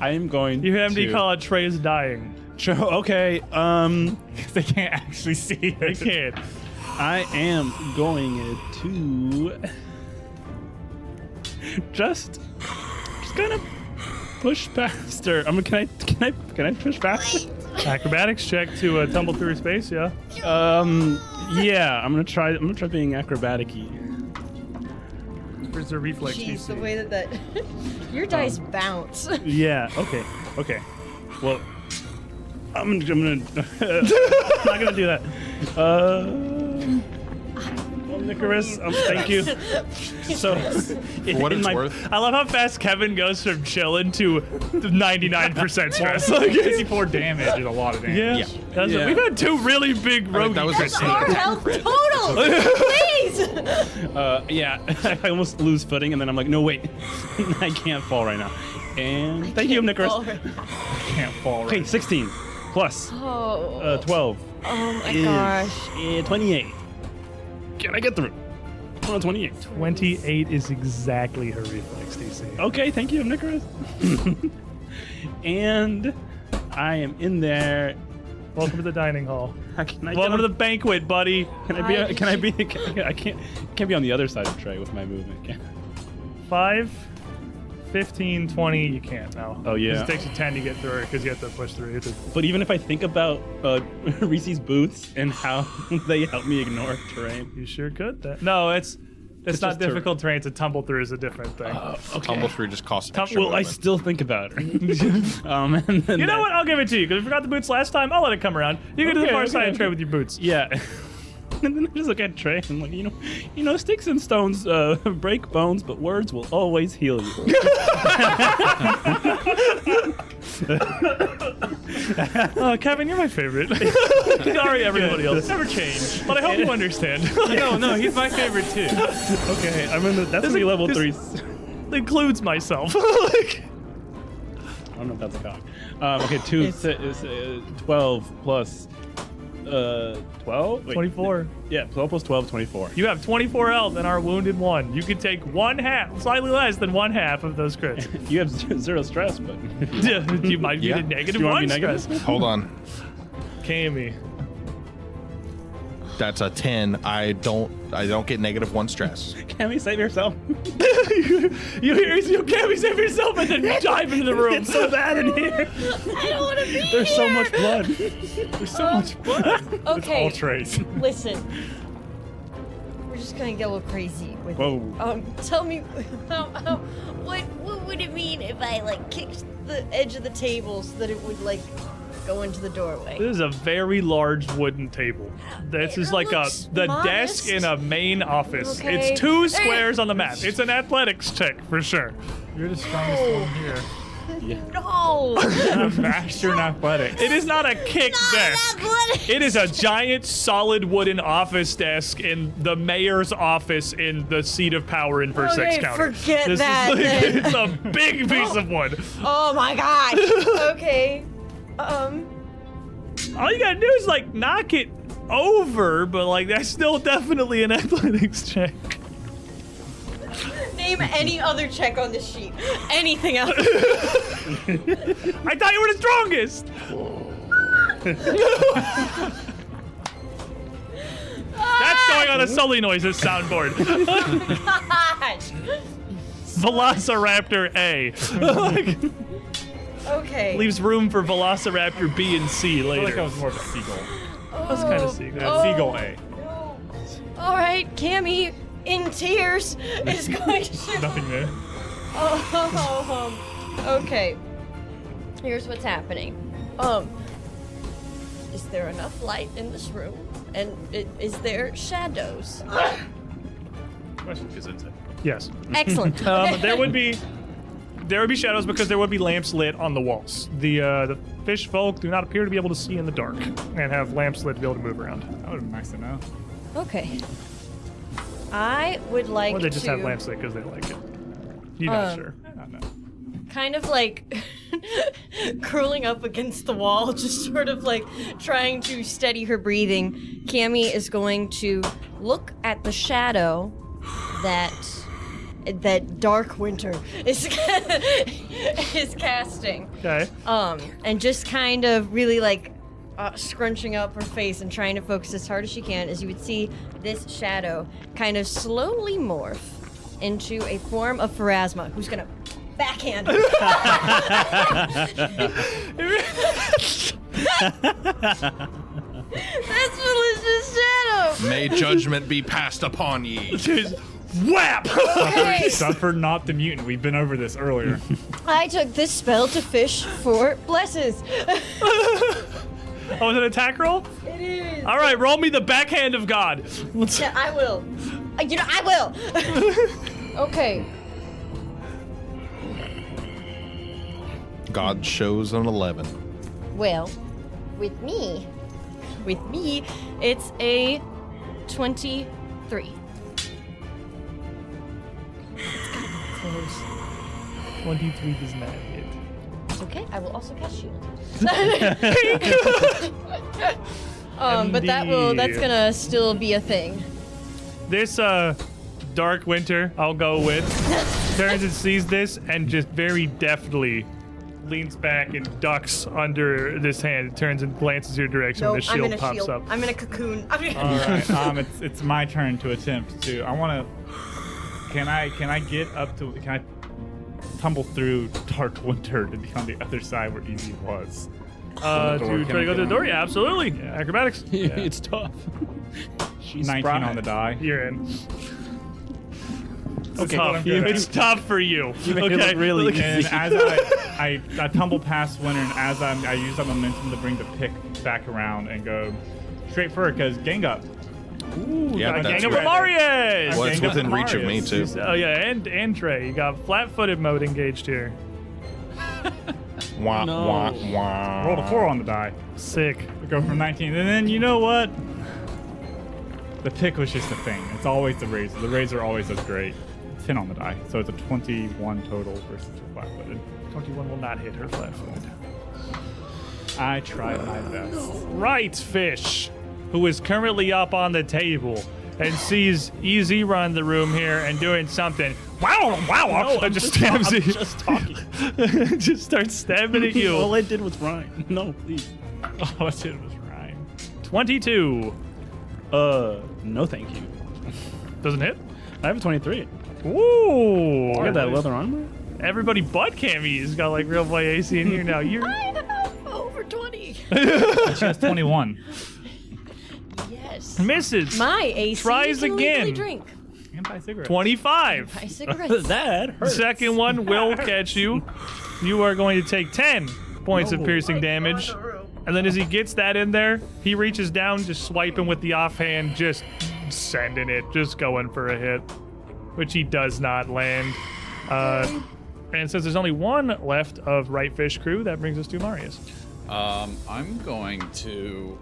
Speaker 4: I am going.
Speaker 2: you hear MD
Speaker 4: to-
Speaker 2: call it Trey's dying.
Speaker 4: Sure, okay, um,
Speaker 5: they can't actually see
Speaker 2: You
Speaker 5: it.
Speaker 2: can't.
Speaker 4: I am going to just just gonna push past her. I'm can I can I can I push past
Speaker 2: Acrobatics check to uh, tumble through space. Yeah.
Speaker 4: her? Um, yeah, I'm gonna try. I'm gonna try being acrobaticy.
Speaker 2: Where's their reflex
Speaker 3: Jeez, the
Speaker 2: DC?
Speaker 3: way that that your dice bounce.
Speaker 4: Yeah. Okay. Okay. Well, I'm gonna. I'm, gonna, I'm not gonna do that. Uh, well, Nicholas, um, thank you. So, in,
Speaker 1: what
Speaker 4: in
Speaker 1: it's
Speaker 4: my-
Speaker 1: worth.
Speaker 2: I love how fast Kevin goes from chilling to 99% stress. Like,
Speaker 5: Sixty-four damage is a lot of damage.
Speaker 2: yeah.
Speaker 1: Yeah.
Speaker 2: That's
Speaker 4: Yeah.
Speaker 2: We've had two really big rogue
Speaker 1: that was
Speaker 2: crits.
Speaker 1: a-
Speaker 3: Our health total. Please.
Speaker 4: Uh, yeah, I almost lose footing, and then I'm like, no, wait, I can't fall right now. And thank you, Nicholas.
Speaker 3: Oh,
Speaker 5: Can't fall right.
Speaker 4: Okay, 16 plus uh, 12
Speaker 3: oh my
Speaker 4: is
Speaker 3: gosh.
Speaker 4: uh, 28. Can I get through? Oh, 28.
Speaker 2: 28 is exactly her reflex DC.
Speaker 4: Okay, thank you, Nicholas. and I am in there.
Speaker 2: Welcome to the dining hall.
Speaker 4: How Can I
Speaker 2: Welcome
Speaker 4: get
Speaker 2: to the
Speaker 4: on-
Speaker 2: banquet, buddy.
Speaker 4: Can I be?
Speaker 3: Why
Speaker 4: on-
Speaker 3: did
Speaker 4: Can I
Speaker 3: you-
Speaker 4: be? Can, I can't. Can't be on the other side of Trey with my movement. Can I?
Speaker 2: 5, 15, 20, you can't now.
Speaker 4: Oh, yeah.
Speaker 2: It takes you 10 to get through her because you have to push through. You have to
Speaker 4: But even if I think about uh, Reese's boots and how they help me ignore terrain.
Speaker 2: You sure could. That. No, it's it's,
Speaker 4: It's
Speaker 2: not
Speaker 4: just to-
Speaker 2: difficult terrain. To tumble through is a different thing.
Speaker 1: Tumble through just costs.
Speaker 4: Tom,
Speaker 1: extra
Speaker 4: well, I
Speaker 1: movement.
Speaker 4: still think about her. um, and then
Speaker 2: you know
Speaker 4: that-
Speaker 2: what? I'll give it to you because we forgot the boots last time. I'll let it come around. You go to the
Speaker 4: Okay,
Speaker 2: far
Speaker 4: okay,
Speaker 2: side and
Speaker 4: okay.
Speaker 2: trade with your boots.
Speaker 4: Yeah. and then I just look at Trey and I'm like, you know, you know, sticks and stones uh, break bones, but words will always heal you.
Speaker 2: Oh, Kevin, you're my favorite. Sorry, everybody else. Never change. But I hope you understand.
Speaker 5: No, no, he's my favorite too.
Speaker 4: okay, I'm in the.
Speaker 2: This
Speaker 4: That's gonna be
Speaker 2: is-
Speaker 4: level
Speaker 2: this-
Speaker 4: three.
Speaker 2: Includes myself. Like,
Speaker 4: I don't know if that's a cock. Um, okay, two, it's, uh, 12 plus uh, 12? Wait,
Speaker 2: 24.
Speaker 4: Yeah, 12 plus 12, 24.
Speaker 2: You have 24 health and are wounded one. You can take one half, slightly less than one half of those crits.
Speaker 4: You have z- zero stress, but
Speaker 2: you might
Speaker 1: Yeah.
Speaker 2: be the negative
Speaker 4: Do you
Speaker 2: one
Speaker 4: want to be negative?
Speaker 2: stress.
Speaker 1: Hold on.
Speaker 2: Kami.
Speaker 1: That's a ten. I don't. I don't get negative one stress.
Speaker 4: can we save yourself?
Speaker 2: You hear you Kami save yourself and then you dive into the room.
Speaker 4: it's so bad in here.
Speaker 3: I don't want to be
Speaker 4: There's
Speaker 3: here.
Speaker 4: so
Speaker 3: Um,
Speaker 4: much blood.
Speaker 5: There's so much blood.
Speaker 3: Okay.
Speaker 5: All trace.
Speaker 3: Listen, we're just gonna get a little crazy with
Speaker 4: Whoa.
Speaker 3: it. Um, tell me, how, how, what what would it mean if I like kicked the edge of the table so that it would like go into the doorway?
Speaker 2: This is a very large wooden table. This
Speaker 3: It
Speaker 2: is like a
Speaker 3: looks
Speaker 2: the
Speaker 3: modest.
Speaker 2: desk in a main office.
Speaker 3: Okay.
Speaker 2: It's two
Speaker 3: Eh.
Speaker 2: squares on the map. It's an athletics check for sure.
Speaker 5: You're the strongest
Speaker 3: No.
Speaker 5: one here.
Speaker 3: No,
Speaker 5: I'm master in athletics.
Speaker 2: It is not a kick desk.
Speaker 3: athletic.
Speaker 2: It is a giant solid wooden office desk in the mayor's office in the seat of power in Versex
Speaker 3: Okay,
Speaker 2: County.
Speaker 3: forget
Speaker 2: this
Speaker 3: that
Speaker 2: is
Speaker 3: then.
Speaker 2: like, it's a big piece of wood.
Speaker 3: Oh my god. okay. Um.
Speaker 2: All you gotta do is like knock it over, but like that's still definitely an athletics check.
Speaker 3: Name any other check on this sheet. Anything else?
Speaker 2: I thought you were the strongest. That's
Speaker 5: Ah!
Speaker 2: going on a Sully noises soundboard.
Speaker 3: Gosh.
Speaker 2: Velociraptor A
Speaker 3: Okay.
Speaker 2: leaves room for Velociraptor B and C
Speaker 5: I feel like I
Speaker 2: later.
Speaker 5: was more of a seagull.
Speaker 2: That's kind of secret.
Speaker 3: Oh.
Speaker 5: uh, Seagull A.
Speaker 3: All right, Cammy, in tears, is going to.
Speaker 5: Nothing there.
Speaker 3: Oh, okay. um, here's what's happening. Um, is there enough light in this room? And i- is there shadows?
Speaker 6: Question is insight.
Speaker 2: Yes.
Speaker 3: Excellent.
Speaker 2: Um, there would be there would be shadows because there would be lamps lit on the walls. The uh, the fish folk do not appear to be able to see in the dark and have lamps lit to be able to move around.
Speaker 5: That would have maxed it out.
Speaker 3: Okay. I would like
Speaker 2: Or they just
Speaker 3: to
Speaker 2: have lamps lit because they like it. You're not
Speaker 3: Um,
Speaker 2: sure.
Speaker 5: I don't know.
Speaker 3: kind of like curling up against the wall, just sort of like trying to steady her breathing. Cammy is going to look at the shadow that that dark winter is is casting.
Speaker 2: Okay.
Speaker 3: Um, and just kind of really like uh, scrunching up her face and trying to focus as hard as she can, as you would see this shadow kind of slowly morph into a form of Pharasma, who's gonna backhand her. That's Felicia's shadow.
Speaker 1: May judgment be passed upon ye.
Speaker 5: Whap!
Speaker 3: Okay.
Speaker 5: Suffer not the mutant. We've been over this earlier.
Speaker 3: I took this spell to fish for blesses.
Speaker 2: Oh, is it an attack roll?
Speaker 3: it is.
Speaker 2: All right, roll me the backhand of God. Let's,
Speaker 3: Yeah, I will. Uh, You know, I will. okay.
Speaker 1: God shows an 11.
Speaker 3: Well, with me, with me, it's a 23. It's gotta be close.
Speaker 2: 23 does not hit.
Speaker 3: It's okay. I will also cast shield. um, but that will that's
Speaker 2: Indeed.
Speaker 3: gonna still be a thing.
Speaker 2: This uh, dark winter, I'll go with, turns and sees this and just very deftly leans back and ducks under this hand, turns and glances your direction when the
Speaker 3: I'm
Speaker 2: shield
Speaker 3: in a
Speaker 2: pops
Speaker 3: shield.
Speaker 2: up.
Speaker 3: I'm in a cocoon. I'm in
Speaker 5: All right. Um, it's it's my turn to attempt to. I want to. Can I can I get up to? Can I tumble through Dark Winter to be on the other side where Easy was?
Speaker 2: uh,
Speaker 5: Door,
Speaker 2: to
Speaker 5: can
Speaker 2: try
Speaker 5: I
Speaker 2: to go to
Speaker 5: get
Speaker 2: the
Speaker 5: on?
Speaker 2: door? Yeah, absolutely.
Speaker 5: Yeah.
Speaker 2: Acrobatics.
Speaker 7: it's tough.
Speaker 4: She's
Speaker 5: 19 on the
Speaker 4: spry.
Speaker 5: die.
Speaker 2: You're in.
Speaker 5: Okay,
Speaker 2: Tough. It's tough for you.
Speaker 4: it
Speaker 2: okay.
Speaker 4: look really
Speaker 2: Look-
Speaker 5: And as I, I I tumble past Winter, and as I'm, I use that momentum to bring the pick back around and go straight for it because gang up.
Speaker 2: Ooh,
Speaker 1: Yeah,
Speaker 2: got a
Speaker 1: that's
Speaker 2: gang of
Speaker 1: right.
Speaker 2: Amarias!
Speaker 1: Well, it's
Speaker 5: Gang up
Speaker 1: within reach of me,
Speaker 5: Marius.
Speaker 1: too.
Speaker 2: Oh yeah, and and Trey, you got flat-footed mode engaged here.
Speaker 1: Wah,
Speaker 6: No.
Speaker 1: wah, wah.
Speaker 5: Roll a four on the die.
Speaker 2: Sick.
Speaker 5: I go from 19, and then you know what? The pick was just a thing. It's always the razor. The razor always does great. 10 on the die, so it's a 21 total versus flat-footed.
Speaker 2: 21 will not hit her flat-footed.
Speaker 5: I tried my best.
Speaker 2: Right, fish, who is currently up on the table and sees Easy run the room here and doing something. Wow, wow!
Speaker 4: No, I'm
Speaker 2: just
Speaker 4: just,
Speaker 2: stabs
Speaker 4: I'm
Speaker 2: you.
Speaker 4: just talking.
Speaker 2: just starts stabbing at
Speaker 4: All
Speaker 2: you. Oh,
Speaker 4: I did was rhyme. No, please.
Speaker 5: All I did was rhyme.
Speaker 2: 22
Speaker 4: Uh, no, thank you.
Speaker 2: doesn't hit.
Speaker 4: I have a 23.
Speaker 2: Ooh!
Speaker 4: I got that leather armor.
Speaker 2: Everybody but Cammy has got like real boy AC in here now. You're
Speaker 3: I have over 20.
Speaker 5: She has 21.
Speaker 3: Yes.
Speaker 2: misses.
Speaker 3: My AC
Speaker 2: Tries
Speaker 3: can legally
Speaker 2: again.
Speaker 3: Drink.
Speaker 5: and buy cigarettes.
Speaker 2: 25.
Speaker 3: Buy cigarettes.
Speaker 4: That hurts.
Speaker 2: Second one will catch you. You are going to take 10 points of
Speaker 4: No.
Speaker 2: piercing damage. And then as he gets that in there, he reaches down, just swiping with the offhand, just sending it, just going for a hit, which he does not land. Uh, and since there's only one left of Right Fish crew, that brings us to Marius.
Speaker 6: Um, I'm going to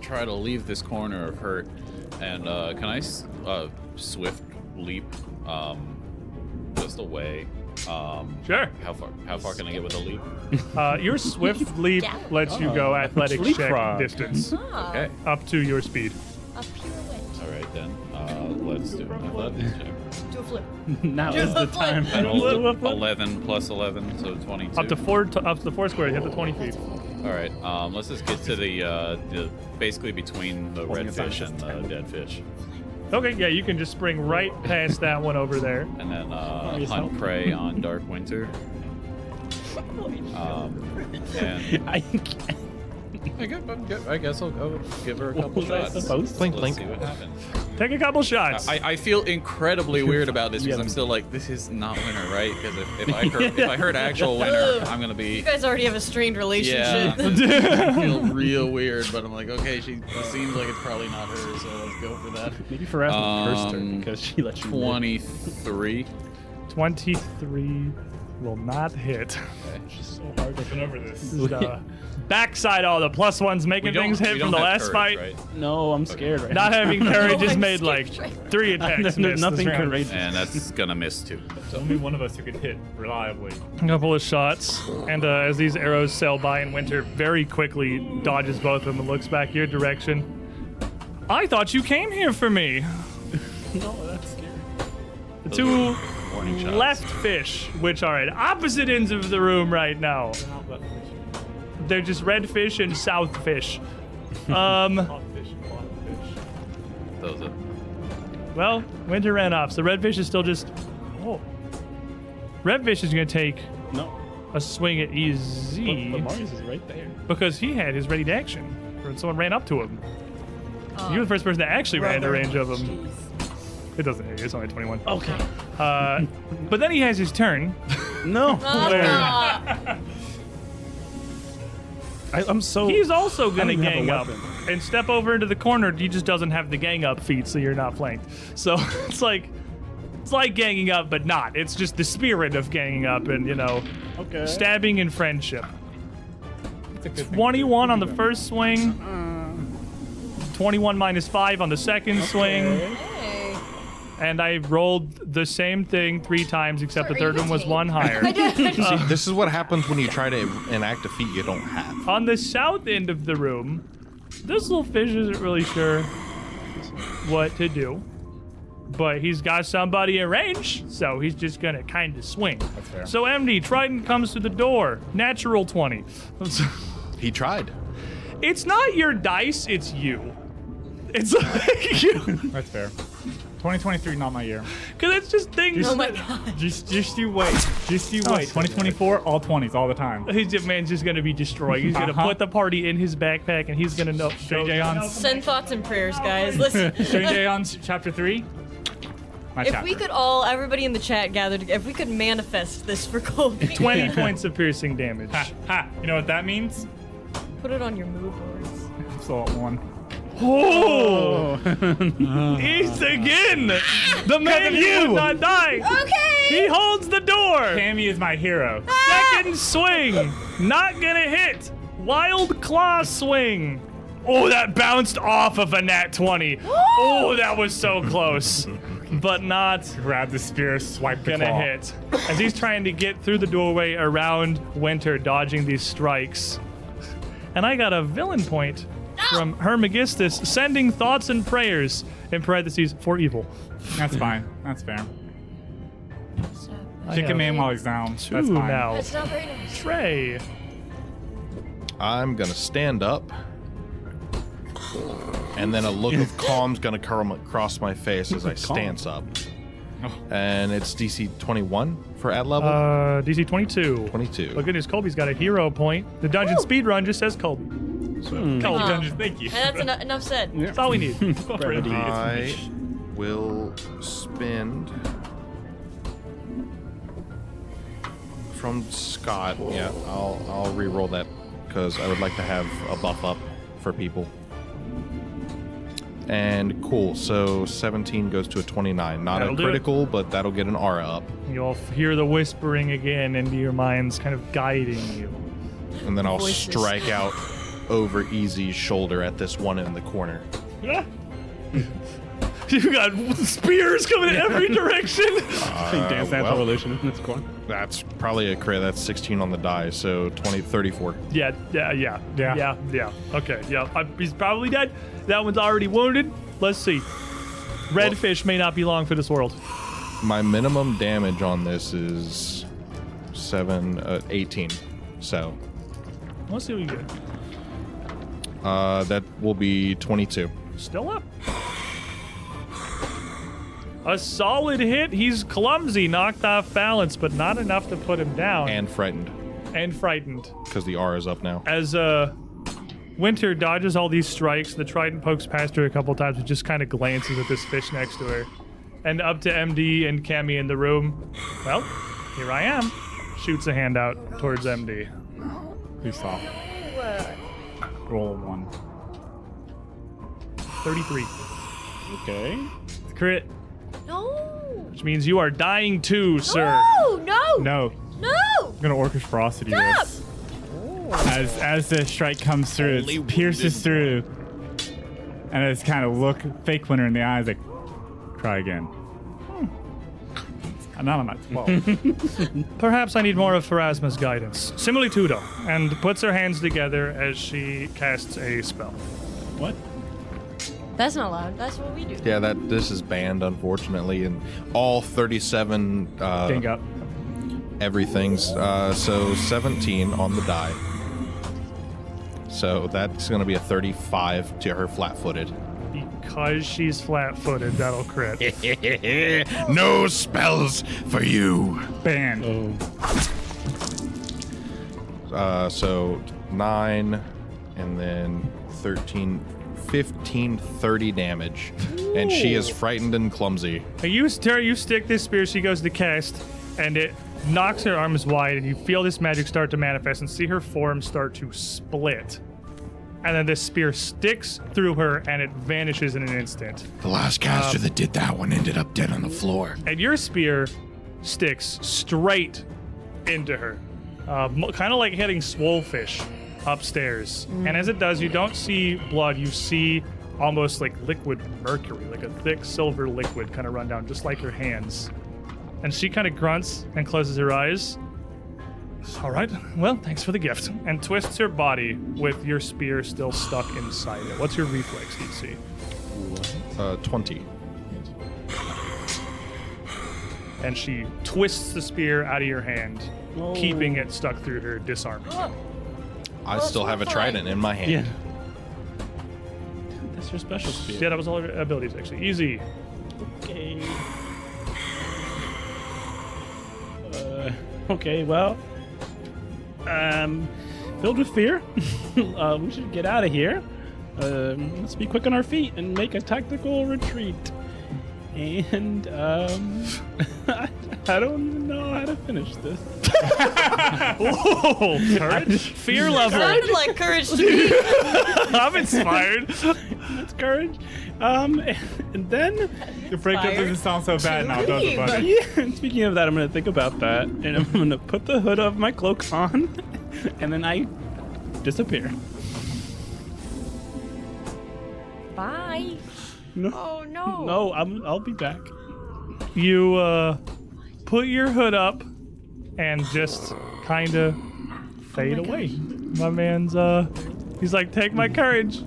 Speaker 6: try to leave this corner of hurt, and uh, can I s- uh, swift leap um, just away? Um,
Speaker 2: Sure.
Speaker 6: How far? How far can I get with a leap?
Speaker 2: Uh, your swift leap lets you go athletic check
Speaker 5: Leapfrog.
Speaker 2: distance
Speaker 3: Ah,
Speaker 6: Okay.
Speaker 2: up to your speed.
Speaker 3: A pirouette.
Speaker 6: All right then. Uh, let's do an athletics check.
Speaker 3: Do a flip.
Speaker 4: Now is the time.
Speaker 6: I rolled a eleven plus eleven, so twenty-two.
Speaker 2: Up to four, t- up to four squares, you have the 20 feet.
Speaker 6: All right. Um, let's just get to the uh, the basically between the red fish and the dead fish,
Speaker 2: Okay, yeah, you can just spring right past that one over there.
Speaker 6: and then uh,
Speaker 4: Yes,
Speaker 6: hunt
Speaker 4: help.
Speaker 6: prey on Dark Winter. Um, and
Speaker 4: I
Speaker 6: I guess, I'm good. I guess I'll go give her a couple
Speaker 4: was I
Speaker 6: shots.
Speaker 4: supposed
Speaker 6: Let's
Speaker 4: to?
Speaker 1: Blink, blink.
Speaker 6: see what happens.
Speaker 2: Take a couple shots.
Speaker 6: I, I feel incredibly weird about this because
Speaker 4: Yeah.
Speaker 6: I'm still like, this is not winner, right? Because if, if I heard if I heard actual winner, I'm gonna
Speaker 3: You
Speaker 6: be
Speaker 3: guys already have a strained
Speaker 6: yeah.
Speaker 3: relationship.
Speaker 6: I feel real weird, but I'm like, okay, she it seems like it's probably not her, so let's go for that.
Speaker 4: Maybe Pharrell cursed her
Speaker 6: Um,
Speaker 4: because she let you live.
Speaker 6: Twenty-three.
Speaker 2: 23 will not hit.
Speaker 5: so hard to over this.
Speaker 2: This is
Speaker 4: uh,
Speaker 2: the backside all the plus ones making things hit from the last fight.
Speaker 4: No, I'm scared right
Speaker 2: Not
Speaker 4: now.
Speaker 2: having courage
Speaker 3: No,
Speaker 2: just
Speaker 3: I'm
Speaker 2: made
Speaker 3: scared
Speaker 2: like
Speaker 3: right
Speaker 2: three attacks.
Speaker 4: There's
Speaker 2: miss this
Speaker 4: nothing
Speaker 2: round.
Speaker 4: courageous.
Speaker 6: And that's gonna miss too. So
Speaker 5: Only one of us who can hit reliably.
Speaker 2: A couple of shots, and uh, as these arrows sail by, and Winter very quickly dodges both of them and looks back your direction. I thought you came here for me.
Speaker 4: No, that's scary.
Speaker 2: The two
Speaker 6: warning shots.
Speaker 2: left fish, which are at opposite ends of the room right now.
Speaker 5: Not left fish.
Speaker 2: They're just red fish and south fish. Um,
Speaker 5: Hot fish. Hot fish.
Speaker 6: Those are
Speaker 2: well, Winter ran off, so red fish is still just. Oh. Red fish is going to take
Speaker 4: No.
Speaker 2: a swing at EZ.
Speaker 4: But, but Marius is right there.
Speaker 2: Because he had his ready to action. Or someone ran up to him. you were the first person that actually ran into range of him. It doesn't hit you, it's only 21.
Speaker 4: Okay.
Speaker 2: Uh, but then he has his turn.
Speaker 4: No.
Speaker 3: Ah,
Speaker 4: I, I'm so.
Speaker 2: He's also going to
Speaker 4: even have a
Speaker 2: gang up
Speaker 4: weapon.
Speaker 2: and step over into the corner. He just doesn't have the gang up feat, so you're not flanked. So it's like. It's like ganging up, but not. It's just the spirit of ganging up and, you know,
Speaker 4: okay.
Speaker 2: stabbing and friendship.
Speaker 5: It's a good thing.
Speaker 2: 21 on the first swing, 21 minus 5 on the second swing.
Speaker 3: hey.
Speaker 2: and I rolled the same thing three times, except the
Speaker 3: Sorry,
Speaker 2: third one
Speaker 3: you
Speaker 2: was
Speaker 3: take-
Speaker 2: one higher.
Speaker 3: I did-
Speaker 1: See, this is what happens when you try to enact a feat you don't have.
Speaker 2: On the south end of the room, this little fish isn't really sure what to do, but he's got somebody in range, so he's just gonna kind of swing. That's
Speaker 5: fair.
Speaker 2: So MD Triton comes to the door, natural twenty.
Speaker 1: He tried.
Speaker 2: It's not your dice, it's you. It's like you,
Speaker 5: That's fair. 2023, not my year.
Speaker 2: because it's just things.
Speaker 3: oh my god.
Speaker 5: Just, just you wait. Just you
Speaker 2: Oh,
Speaker 5: wait. 2024, all 20s, all the time.
Speaker 2: His man's just gonna be destroyed. He's gonna
Speaker 5: Uh-huh.
Speaker 2: put the party in his backpack, and he's gonna know.
Speaker 5: JJ on,
Speaker 3: Send thoughts and prayers, guys. Listen.
Speaker 5: JJ on s- chapter three. My
Speaker 3: If
Speaker 5: chapter.
Speaker 3: we could all, everybody in the chat gathered, if we could manifest this for Colby,
Speaker 2: 20 points of piercing damage.
Speaker 5: Ha, ha. You know what that means?
Speaker 3: put it on your mood boards.
Speaker 5: Salt one.
Speaker 2: Oh! East again! The man you would not die! He
Speaker 3: Okay. Ah!
Speaker 2: holds the door!
Speaker 5: Cammy is my hero.
Speaker 2: Second swing! Not gonna hit! Wild claw swing! Oh, that bounced off of a nat 20. Oh, that was so close. But not
Speaker 5: Grab the spear, swipe the
Speaker 2: gonna
Speaker 5: claw.
Speaker 2: hit. As he's trying to get through the doorway around Winter, dodging these strikes. And I got a villain point from Hermagistus, sending thoughts and prayers in parentheses for evil.
Speaker 5: That's fine. That's fair. Kick a man while he's down. That's
Speaker 2: Two
Speaker 5: fine.
Speaker 2: now.
Speaker 3: That's not very nice.
Speaker 2: Trey.
Speaker 1: I'm gonna stand up, and then a look of calm's gonna come across my face as I stance up. And it's DC 21 for at level
Speaker 2: Uh, DC 22.
Speaker 1: 22.
Speaker 2: But goodness, Colby's got a hero point. The dungeon speed run just says Colby. Hmm. Colby.
Speaker 3: Dungeon,
Speaker 2: thank you.
Speaker 3: And that's enough, enough said.
Speaker 2: That's all we need.
Speaker 4: Brevity.
Speaker 1: I will spend from Scott. Yeah, I'll I'll re-roll that because I would like to have a buff up for people. And cool. So 17 goes to a 29. Not
Speaker 2: That'll
Speaker 1: a
Speaker 2: do it.
Speaker 1: critical, but that'll get an aura up.
Speaker 2: You'll hear the whispering again into your minds, kind of guiding you.
Speaker 1: And then I'll
Speaker 3: Voices.
Speaker 1: strike out over Easy's shoulder at this one in the corner.
Speaker 2: You got spears coming in every direction.
Speaker 4: Think Dance Dance
Speaker 1: Uh, well.
Speaker 4: Revolution in this corner.
Speaker 1: That's probably a crit. That's 16 on the die, so 20 34.
Speaker 2: Yeah, yeah, yeah,
Speaker 5: Yeah.
Speaker 2: yeah, yeah. Okay, yeah. I, he's probably dead. That one's already wounded. Let's see. Red
Speaker 1: Well-
Speaker 2: fish may not be long for this world.
Speaker 1: My minimum damage on this is 7, uh, 18. So
Speaker 2: Let's see what you get.
Speaker 1: uh, that will be 22.
Speaker 2: Still up. A solid hit. He's clumsy, knocked off balance, but not enough to put him down.
Speaker 1: And frightened,
Speaker 2: and frightened.
Speaker 1: because the R is up now.
Speaker 2: As uh, Winter dodges all these strikes. The trident pokes past her a couple times and just kind of glances at this fish next to her. And up to MD and Cammy in the room. Well, here I am. Shoots a hand out towards MD.
Speaker 5: Who saw? Roll one.
Speaker 2: 33.
Speaker 4: Okay.
Speaker 2: Crit,
Speaker 3: No.
Speaker 2: which means you are dying too, sir.
Speaker 3: No. No.
Speaker 5: No,
Speaker 3: No.
Speaker 5: I'm gonna Orcish Ferocity this. As as the strike comes through,
Speaker 1: Only
Speaker 5: it pierces through, and it's kind of look fake winner in the eyes like, try again.
Speaker 2: Hmm.
Speaker 5: And now I'm at twelve.
Speaker 2: Perhaps I need more of Pharasma's guidance. Similitudo. And puts her hands together as she casts a spell.
Speaker 4: What?
Speaker 3: That's not allowed. That's what we do.
Speaker 1: Yeah, that this is banned, unfortunately, and all 37
Speaker 5: Gang
Speaker 1: uh,
Speaker 5: up.
Speaker 1: everything's uh, so 17 on the die. So that's going to be a 35 to her flat-footed.
Speaker 2: Because she's flat footed, that'll crit.
Speaker 1: no spells for you.
Speaker 5: Banned.
Speaker 4: Oh.
Speaker 1: Uh, so 9 and then 13 15 30 damage and she is frightened and clumsy
Speaker 2: you, Tara, you stick this spear, she goes to cast, and it knocks her arms wide, and you feel this magic start to manifest and see her form start to split. And then this spear sticks through her and it vanishes in an instant.
Speaker 1: the last caster that did that one ended up dead on the floor
Speaker 2: and your spear sticks straight into her, uh, kind of like hitting Swolefish upstairs. And as it does, you don't see blood. You see almost like liquid mercury, like a thick silver liquid kind of run down, just like your hands. And she kind of grunts and closes her eyes. All right, well, thanks for the gift. And twists her body with your spear still stuck inside it. What's your reflex, DC?
Speaker 1: uh, 20
Speaker 2: and she twists the spear out of your hand, keeping it stuck through her, disarming. you.
Speaker 1: i still have a
Speaker 3: fine.
Speaker 1: trident in my hand
Speaker 4: Yeah. That's your special spear.
Speaker 2: Yeah, that was all her abilities actually. Easy.
Speaker 4: Okay. Uh, okay, well, um, filled with fear, uh, we should get out of here. Um, let's be quick on our feet and make a tactical retreat. And um, I, I don't even know how to finish this.
Speaker 2: Whoa, courage, fear level.
Speaker 3: Sounded like courage to me.
Speaker 2: I'm inspired.
Speaker 4: That's courage. Um, and then,
Speaker 5: The breakup
Speaker 3: Fire
Speaker 5: doesn't sound so bad now, does it,
Speaker 3: leave.
Speaker 5: buddy?
Speaker 4: yeah, speaking of that, I'm gonna think about that, and I'm gonna put the hood of my cloak on, and then I disappear.
Speaker 3: Bye.
Speaker 4: No.
Speaker 3: Oh no.
Speaker 4: No, I'm, I'll be back.
Speaker 2: You uh, put your hood up and just kind of fade
Speaker 3: Oh
Speaker 2: away. My man's uh, he's like, take my courage.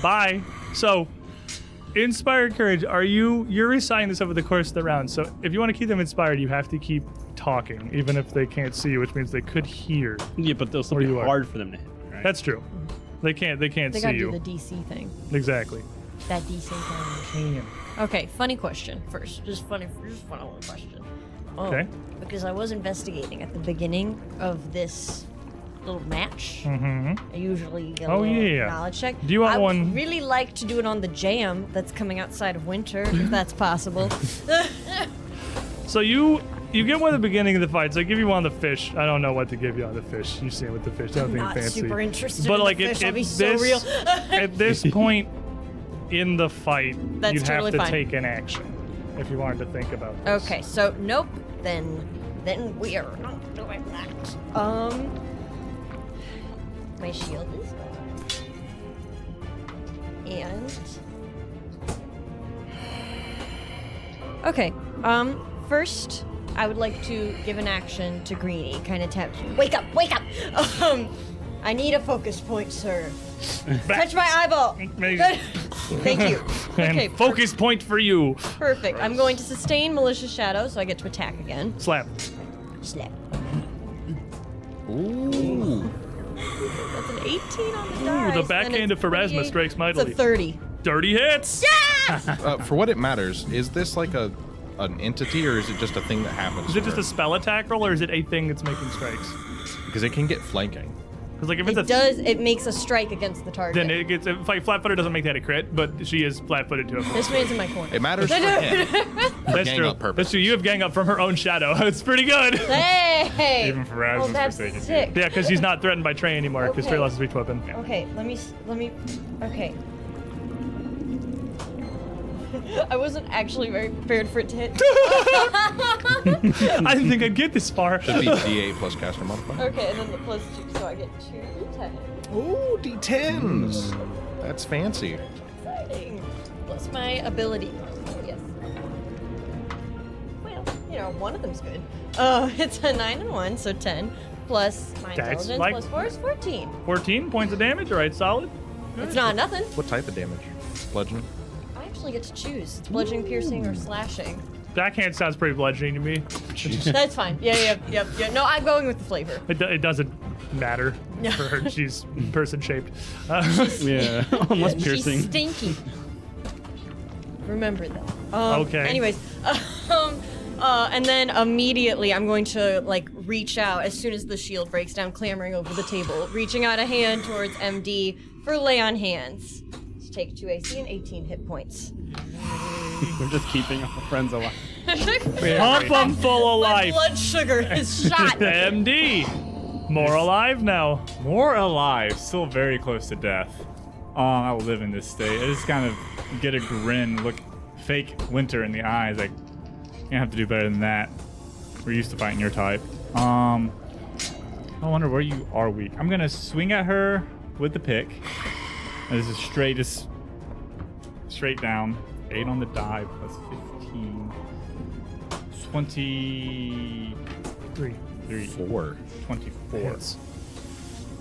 Speaker 2: Bye. So, inspired courage. Are you? You're assigning this over the course of the round. So, if you want to keep them inspired, you have to keep talking, even if they can't see you, which means they could hear.
Speaker 4: yeah, but they'll still
Speaker 2: Or
Speaker 4: be
Speaker 2: you are.
Speaker 4: hard for them to hit. Right?
Speaker 2: That's true. They can't. They can't
Speaker 3: They
Speaker 2: see
Speaker 3: gotta do
Speaker 2: you.
Speaker 3: the DC thing.
Speaker 2: exactly.
Speaker 3: That DC thing. Okay, funny question first. Just funny, just funny little question. Oh,
Speaker 2: Okay.
Speaker 3: Because I was investigating at the beginning of this little match.
Speaker 2: Mm-hmm.
Speaker 3: I usually get a
Speaker 2: Oh,
Speaker 3: little
Speaker 2: yeah.
Speaker 3: knowledge check.
Speaker 2: Do you want
Speaker 3: I would
Speaker 2: one-
Speaker 3: really like to do it on the jam that's coming outside of winter, if that's possible.
Speaker 2: So you you get one at the beginning of the fight. So I give you one of the fish. I don't know what to give you on the fish. You've seen with the fish. I don't think
Speaker 3: Not
Speaker 2: fancy.
Speaker 3: super interested.
Speaker 2: But,
Speaker 3: in the
Speaker 2: like, it-
Speaker 3: fish. I'll
Speaker 2: it-
Speaker 3: be so
Speaker 2: this-
Speaker 3: real.
Speaker 2: at this point in the fight,
Speaker 3: That's
Speaker 2: you'd have
Speaker 3: totally
Speaker 2: to
Speaker 3: fine.
Speaker 2: take an action if you wanted to think about this.
Speaker 3: okay, so nope. Then, then we are not doing that. Um, my shield is gone, and okay. Um, first. I would like to give an action to Greeny, kind of tap. Wake up! Wake up! Um, I need a focus point, sir. Touch my eyeball.
Speaker 2: Amazing.
Speaker 3: Thank you.
Speaker 2: And
Speaker 3: Okay,
Speaker 2: focus point for you.
Speaker 3: Perfect. I'm going to sustain malicious shadow, so I get to attack again.
Speaker 2: Slap.
Speaker 3: Slap. Ooh. That's an 18 on the die.
Speaker 2: the backhand of Pharasma strikes mightily.
Speaker 3: It's a 30.
Speaker 2: Dirty hits.
Speaker 3: Yes!
Speaker 1: uh, for what it matters is this like a an entity or is it just a thing that happens
Speaker 2: Is it just a spell attack roll or is it a thing that's making strikes?
Speaker 1: because it can get flanking
Speaker 2: Because like if it's
Speaker 3: It
Speaker 2: a
Speaker 3: does. It makes a strike against the target.
Speaker 2: then it gets if like flat footed doesn't make that a crit, but she is flat footed to him.
Speaker 3: this man's in my corner.
Speaker 1: It matters for him. For
Speaker 2: That's
Speaker 1: gang
Speaker 2: true.
Speaker 1: up purpose.
Speaker 2: That's true. You have gang up from her own shadow. It's pretty good.
Speaker 3: Hey!
Speaker 5: Even for Rasmus,
Speaker 3: oh, that's
Speaker 5: they can do it.
Speaker 3: sick.
Speaker 2: Yeah, because he's not threatened by Trey anymore, because
Speaker 3: Okay.
Speaker 2: Trey lost his reach weapon.
Speaker 3: Okay, let me. s- Let me. Okay. I wasn't actually very prepared for it to hit.
Speaker 2: I didn't think I'd get this far.
Speaker 1: Should be D8 plus caster modifier.
Speaker 3: okay, and then the plus two, so I get two ten.
Speaker 1: Ooh, D10s. Hmm. That's fancy.
Speaker 3: Exciting. Plus my ability. Yes. Well, you know, one of them's good. Uh, it's a nine and one, so ten. Plus my
Speaker 2: That's
Speaker 3: intelligence
Speaker 2: like-
Speaker 3: plus four is fourteen.
Speaker 2: 14 points of damage. All right, solid.
Speaker 3: It's
Speaker 2: Hmm.
Speaker 3: not nothing.
Speaker 1: What type of damage? Bludgeon.
Speaker 3: I actually get to choose. It's bludgeoning, piercing, or
Speaker 2: Hmm.
Speaker 3: slashing.
Speaker 2: Backhand sounds pretty bludgeoning to me.
Speaker 3: That's fine. Yeah, yeah, yeah, yeah. No, I'm going with the flavor.
Speaker 2: It, do- it doesn't matter for her. She's person shaped. Uh,
Speaker 4: Yeah, unless piercing.
Speaker 3: She's stinky. Remember that. Um,
Speaker 2: Okay.
Speaker 3: Anyways, um, uh, and then immediately I'm going to like reach out as soon as the shield breaks down, clambering over the table, reaching out a hand towards MD for lay on hands. To take two AC and 18 hit points.
Speaker 4: We're just keeping our friends alive.
Speaker 2: Pump 'em full of
Speaker 3: My
Speaker 2: life.
Speaker 3: blood sugar is shot.
Speaker 2: MD. More alive now.
Speaker 5: More alive, still very close to death. Oh, I live in this state. I just kind of get a grin, look fake winter in the eyes. Like, you have to do better than that. We're used to fighting your type. Um, I wonder where you are weak. I'm gonna swing at her with the pick. And This is straight, just straight down. Eight on the die plus 15. 23.
Speaker 2: Three.
Speaker 1: Four.
Speaker 5: 24.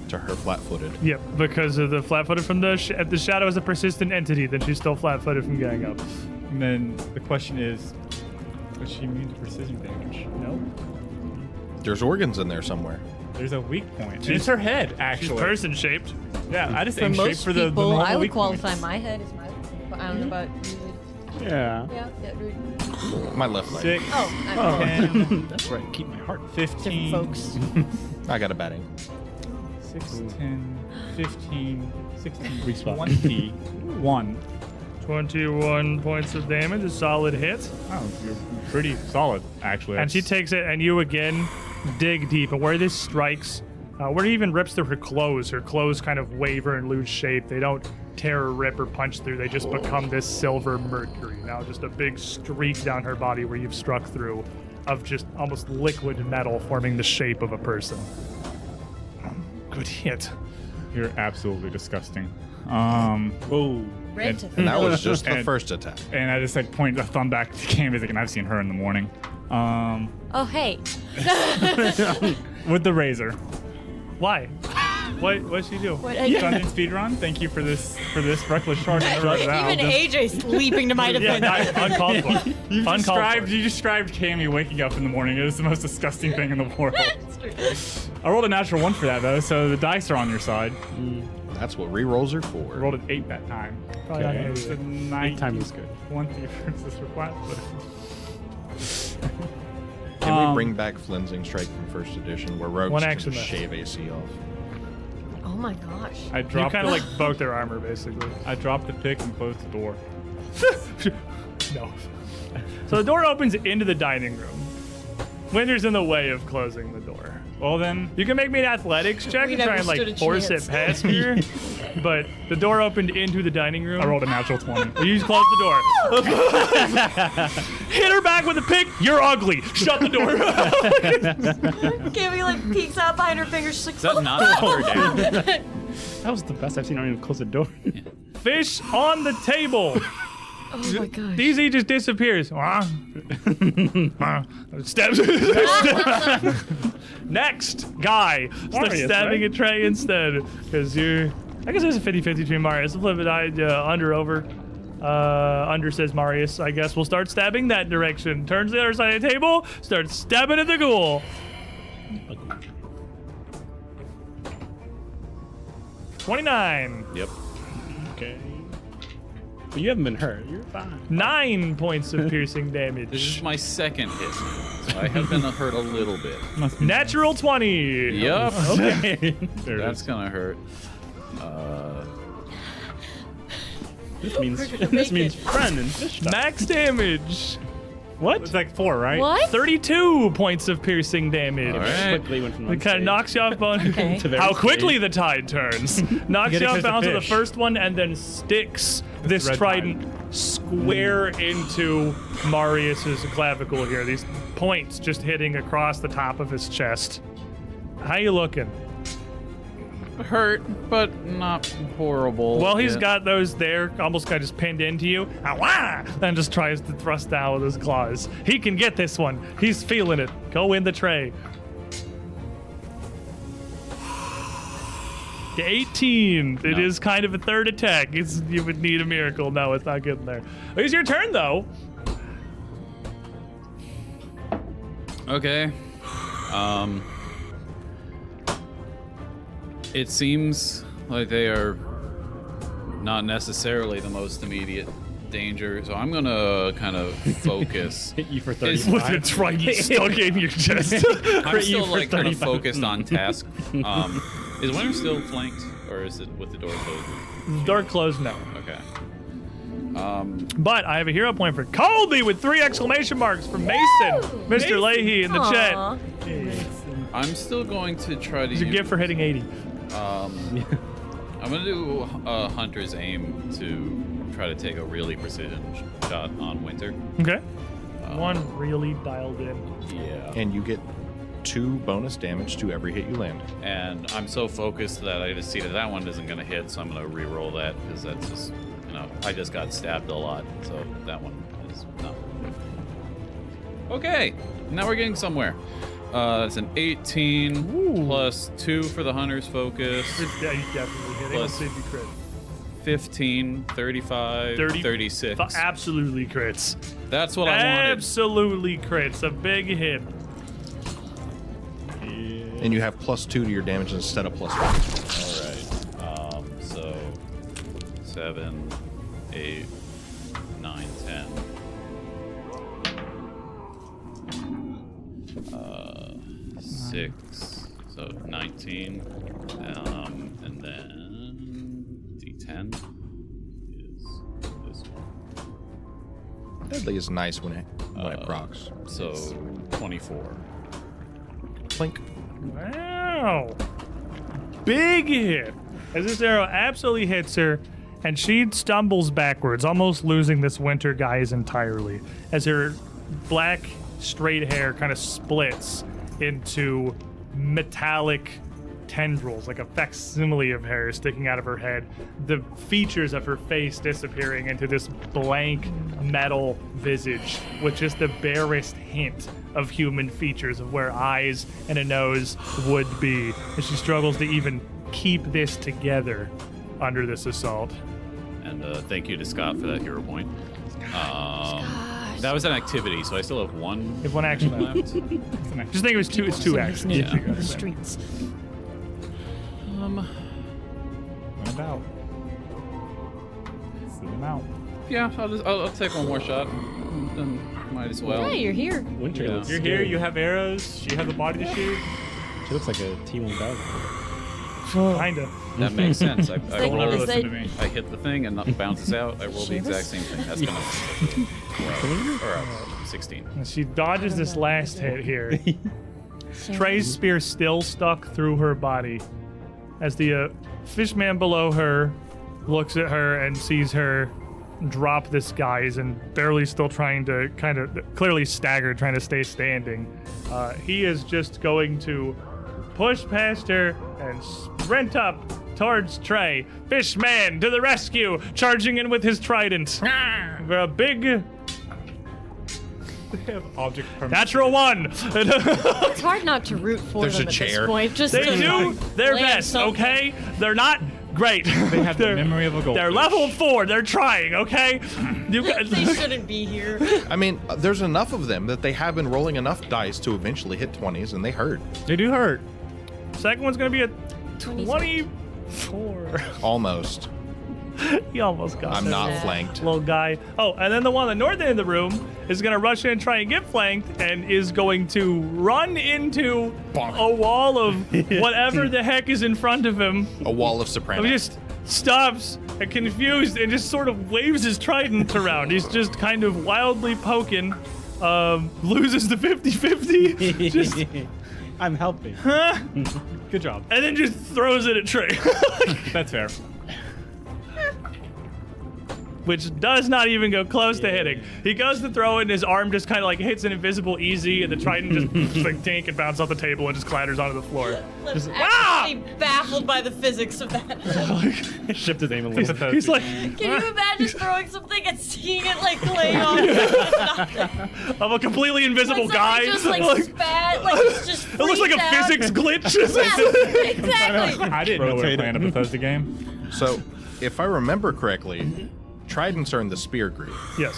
Speaker 1: To her flat footed.
Speaker 2: Yep, because of the flat footed from the sh- if the shadow is a persistent entity, then she's still flat footed from gang up.
Speaker 5: And then the question is, was she immune to precision damage?
Speaker 2: Nope.
Speaker 1: There's organs in there somewhere.
Speaker 5: There's a weak point. and it's her head,
Speaker 2: She's
Speaker 5: actually.
Speaker 2: person shaped.
Speaker 5: yeah, I just
Speaker 1: think
Speaker 5: think
Speaker 1: most
Speaker 5: shape for the, the normal Mm-hmm.
Speaker 3: I would
Speaker 5: weak
Speaker 3: qualify
Speaker 5: points.
Speaker 3: my head as my. But I don't know about.
Speaker 4: Yeah.
Speaker 3: Yeah, yeah.
Speaker 1: My left leg.
Speaker 5: Six,
Speaker 3: Oh, I'm,
Speaker 5: 10,
Speaker 4: That's right. Keep my heart.
Speaker 5: 15,
Speaker 3: folks.
Speaker 1: I got a batting.
Speaker 5: six, 10, 15, 16,
Speaker 4: Respot.
Speaker 5: 21.
Speaker 2: 21 points of damage, a solid hit.
Speaker 5: Oh, you're pretty solid, actually.
Speaker 2: And she
Speaker 5: That's-
Speaker 2: takes it, and you again dig deep. And where this strikes, uh, where it even rips through her clothes, her clothes kind of waver and lose shape. They don't tear or rip or punch through, they just become this silver mercury. Now, just a big streak down her body where you've struck through of just almost liquid metal forming the shape of a person. Good hit.
Speaker 5: You're absolutely disgusting. Um,
Speaker 4: Oh.
Speaker 3: Red to
Speaker 1: And that was just the
Speaker 5: And-
Speaker 1: first attack.
Speaker 5: and I just like point a thumb back to Canvas, like, and I've seen her in the morning. Um,
Speaker 3: Oh, hey.
Speaker 5: with the razor.
Speaker 2: Why? What what'd she do?
Speaker 3: What,
Speaker 5: Dungeon speedrun. Thank you for this for this reckless charge. I wrote it out.
Speaker 3: Even AJ's leaping to my
Speaker 2: Yeah,
Speaker 3: defense.
Speaker 2: not- uncalled for.
Speaker 5: You
Speaker 2: uncalled
Speaker 5: described
Speaker 2: for.
Speaker 5: you described Cammy waking up in the morning. It was the most disgusting thing in the world. I rolled a natural one for that though, so the dice are on your side.
Speaker 1: That's what rerolls are for.
Speaker 5: I rolled an eight that time.
Speaker 2: Probably not gonna do
Speaker 5: It's a
Speaker 2: that.
Speaker 5: nine
Speaker 4: Eight time was good.
Speaker 5: One thing versus her flat
Speaker 1: Can we
Speaker 5: Um,
Speaker 1: bring back flensing strike from first edition where rogues
Speaker 2: One
Speaker 1: can
Speaker 2: action
Speaker 1: just
Speaker 2: left.
Speaker 1: shave AC off?
Speaker 3: Oh my gosh.
Speaker 5: I
Speaker 2: You
Speaker 5: dropped
Speaker 2: kind
Speaker 5: the,
Speaker 2: of like broke their armor, basically.
Speaker 5: I dropped the pick and closed the door.
Speaker 2: No. So the door opens into the dining room. Winter's in the way of closing the door.
Speaker 5: Well then
Speaker 2: You can make me an athletics check
Speaker 3: We
Speaker 2: and try
Speaker 3: never
Speaker 2: and
Speaker 3: stood a
Speaker 2: like force
Speaker 3: chance.
Speaker 2: it past here, but the door opened into the dining room.
Speaker 5: I rolled a natural twenty.
Speaker 2: You just close the door. Hit her back with a pick. You're ugly. Shut the door.
Speaker 3: Cammy like peeks out behind her fingers. She's like, "Oh,
Speaker 6: Is that not knock her down?
Speaker 4: That was the best I've seen. I don't even close the door.
Speaker 2: Fish on the table.
Speaker 3: oh my gosh.
Speaker 2: DZ just disappears. Wah. Wah. Stabs. Next guy starts
Speaker 4: Marius,
Speaker 2: stabbing
Speaker 4: right?
Speaker 2: a tray instead because you're. I guess there's a 50 50 between Marius. Flip it I, uh, under over. Uh, under says Marius. I guess we'll start stabbing that direction. Turns the other side of the table, starts stabbing at the ghoul. Twenty-nine.
Speaker 6: Yep.
Speaker 4: Okay. But you haven't been hurt. You're fine.
Speaker 2: Nine points of piercing
Speaker 6: This is
Speaker 2: damage.
Speaker 6: my second hit, so I have been hurt a little bit.
Speaker 2: Natural 20.
Speaker 6: Yup.
Speaker 4: Okay.
Speaker 5: There it
Speaker 6: That's
Speaker 5: is.
Speaker 6: gonna hurt. Uh,
Speaker 4: this means
Speaker 3: We're gonna make
Speaker 4: this means
Speaker 3: it.
Speaker 4: friend and fish. stuff.
Speaker 2: Max damage.
Speaker 5: It's like four, right?
Speaker 3: What?
Speaker 2: 32 points of piercing damage.
Speaker 6: all right.
Speaker 4: Quickly went from one
Speaker 2: It kind of
Speaker 4: stage
Speaker 2: knocks you off balance.
Speaker 3: Okay. To
Speaker 4: the
Speaker 2: How
Speaker 4: next
Speaker 2: quickly the tide turns. knocks you,
Speaker 5: You gotta
Speaker 2: off
Speaker 5: catch the
Speaker 2: balance with the
Speaker 5: fish.
Speaker 2: first one and then sticks this
Speaker 5: red
Speaker 2: trident square into Marius's clavicle here. These points just hitting across the top of his chest. How you looking?
Speaker 6: Hurt, but not horrible.
Speaker 2: Well, he's
Speaker 6: yet.
Speaker 2: got those there, almost got just pinned into you. Awa! And just tries to thrust out with his claws. He can get this one. He's feeling it. Go in the tray. The 18. It
Speaker 6: No.
Speaker 2: is kind of a third attack. It's, you would need a miracle. No, it's not getting there. It's your turn, though.
Speaker 6: Okay. Um. It seems like they are not necessarily the most immediate danger, so I'm gonna kind of focus.
Speaker 4: Hit you for
Speaker 6: Is-
Speaker 4: 30.
Speaker 2: With a trident stuck in your chest.
Speaker 6: I'm still
Speaker 4: for
Speaker 6: like kind of
Speaker 4: 35.
Speaker 6: focused on task. Um, is Winter still flanked, or is it with the door closed?
Speaker 2: Door closed now.
Speaker 6: Okay. Um,
Speaker 2: But I have a hero point for Colby with three exclamation marks from Mason, Mr. Leahy in the chat.
Speaker 3: Aw.
Speaker 6: I'm still going to try to.
Speaker 2: It's a gift for hitting 80.
Speaker 6: Um, I'm gonna do uh, Hunter's aim to try to take a really precision sh- shot on Winter.
Speaker 2: Okay.
Speaker 6: Um,
Speaker 2: One really dialed in.
Speaker 6: Yeah.
Speaker 1: And you get two bonus damage to every hit you land.
Speaker 6: And I'm so focused that I just see that that one isn't gonna hit, so I'm gonna re-roll that because that's just you know I just got stabbed a lot, so that one is not. Okay, now we're getting somewhere. Uh, it's an 18 plus two for the hunter's focus.
Speaker 2: Yeah, you definitely hit it.
Speaker 6: Plus-
Speaker 2: Let's see if you crit.
Speaker 6: 15, 35,
Speaker 2: Thirty-
Speaker 6: 36.
Speaker 2: Fu- absolutely crits.
Speaker 6: That's what I wanted.
Speaker 2: Absolutely crits. A big hit.
Speaker 1: And you have plus two to your damage instead of plus one.
Speaker 6: All right. Um, so seven, eight, nine, ten. Uh, six. So nineteen. Um, and then D10 is this one.
Speaker 1: Deadly is nice when it when
Speaker 6: Uh,
Speaker 1: it procs.
Speaker 6: So twenty-four.
Speaker 1: Clink.
Speaker 2: Wow. Big hit. As this arrow absolutely hits her, and she stumbles backwards, almost losing this winter guise entirely, as her black, straight hair kind of splits into metallic tendrils, like a facsimile of hair sticking out of her head, the features of her face disappearing into this blank metal visage with just the barest hint of human features of where eyes and a nose would be. And she struggles to even keep this together under this assault.
Speaker 6: And uh, thank you to Scott for that hero point. Um, that was an activity, so I still have one
Speaker 2: If one action left.
Speaker 6: left.
Speaker 2: Just think it was two it's two actions.
Speaker 6: Yeah.
Speaker 3: The streets.
Speaker 6: Um,
Speaker 5: What about? Sit him out.
Speaker 6: yeah, I'll, just, I'll, I'll take one more shot. Then might as well.
Speaker 3: Hey, you're here.
Speaker 4: Winter
Speaker 6: Yeah.
Speaker 4: looks
Speaker 5: You're here.
Speaker 4: scared.
Speaker 5: You have arrows. You have a body to shoot.
Speaker 4: She looks like a T1000.
Speaker 2: Kinda.
Speaker 6: That makes sense. I, I,
Speaker 3: like
Speaker 6: roll-
Speaker 3: one of
Speaker 5: Listen
Speaker 3: They-
Speaker 5: to me.
Speaker 6: I hit the thing and it bounces out. I roll the
Speaker 3: Shivers?
Speaker 6: exact same thing. That's gonna. Wow. Or uh, sixteen.
Speaker 2: And She dodges this last hit here. Trey's spear still stuck through her body. As the uh, fishman below her looks at her and sees her drop this guise and barely still trying to kind of clearly staggered, trying to stay standing. Uh, he is just going to push past her and sprint up towards Trey. Fishman to the rescue, charging in with his trident. For a big
Speaker 5: They have object permanent.
Speaker 2: natural one.
Speaker 3: It's hard not to root for
Speaker 1: There's a
Speaker 3: them at
Speaker 1: chair.
Speaker 3: this point. Just
Speaker 2: They
Speaker 3: to
Speaker 2: do their
Speaker 3: land
Speaker 2: best,
Speaker 3: something.
Speaker 2: okay? They're not great.
Speaker 5: They have the
Speaker 2: They're-
Speaker 5: memory of a goldfish.
Speaker 2: They're level four. They're trying, okay? You guys,
Speaker 3: They shouldn't be here.
Speaker 1: I mean, uh, there's enough of them that they have been rolling enough dice to eventually hit 20s, and they hurt
Speaker 5: They do hurt.
Speaker 2: second one's gonna be a
Speaker 3: 20s.
Speaker 2: twenty-four.
Speaker 1: almost.
Speaker 2: he almost got
Speaker 1: I'm
Speaker 2: there.
Speaker 1: not
Speaker 3: Yeah.
Speaker 1: flanked.
Speaker 2: Little guy. Oh, and then the one on the north end of the room is going to rush in and try and get flanked and is going to run into a wall of whatever the heck is in front of him.
Speaker 1: A wall of
Speaker 2: He
Speaker 1: soprano.
Speaker 2: just stops and confused and just sort of waves his trident around. He's just kind of wildly poking. Um, loses the 50 50. Just
Speaker 4: I'm helping. Good job.
Speaker 2: and then just throws it at Trey,
Speaker 5: That's fair.
Speaker 2: which does not even go close to hitting. He goes to throw it, and his arm just kind of like hits an invisible easy, and the trident just like dink and bounces off the table and just clatters onto the floor.
Speaker 3: I'm actually baffled by the physics of that.
Speaker 4: Shift his aim a little bit.
Speaker 2: He's like,
Speaker 3: Can you imagine throwing something and seeing it like lay off? Nothing.
Speaker 2: I'm a completely invisible
Speaker 3: When
Speaker 2: guy.
Speaker 3: someone Just like,
Speaker 2: Like,
Speaker 3: spat, like it's just.
Speaker 2: it looks like a physics glitch.
Speaker 3: Yeah, exactly.
Speaker 5: I didn't know we were playing a Bethesda game.
Speaker 1: So, if I remember correctly, tridents are in the spear group.
Speaker 2: yes.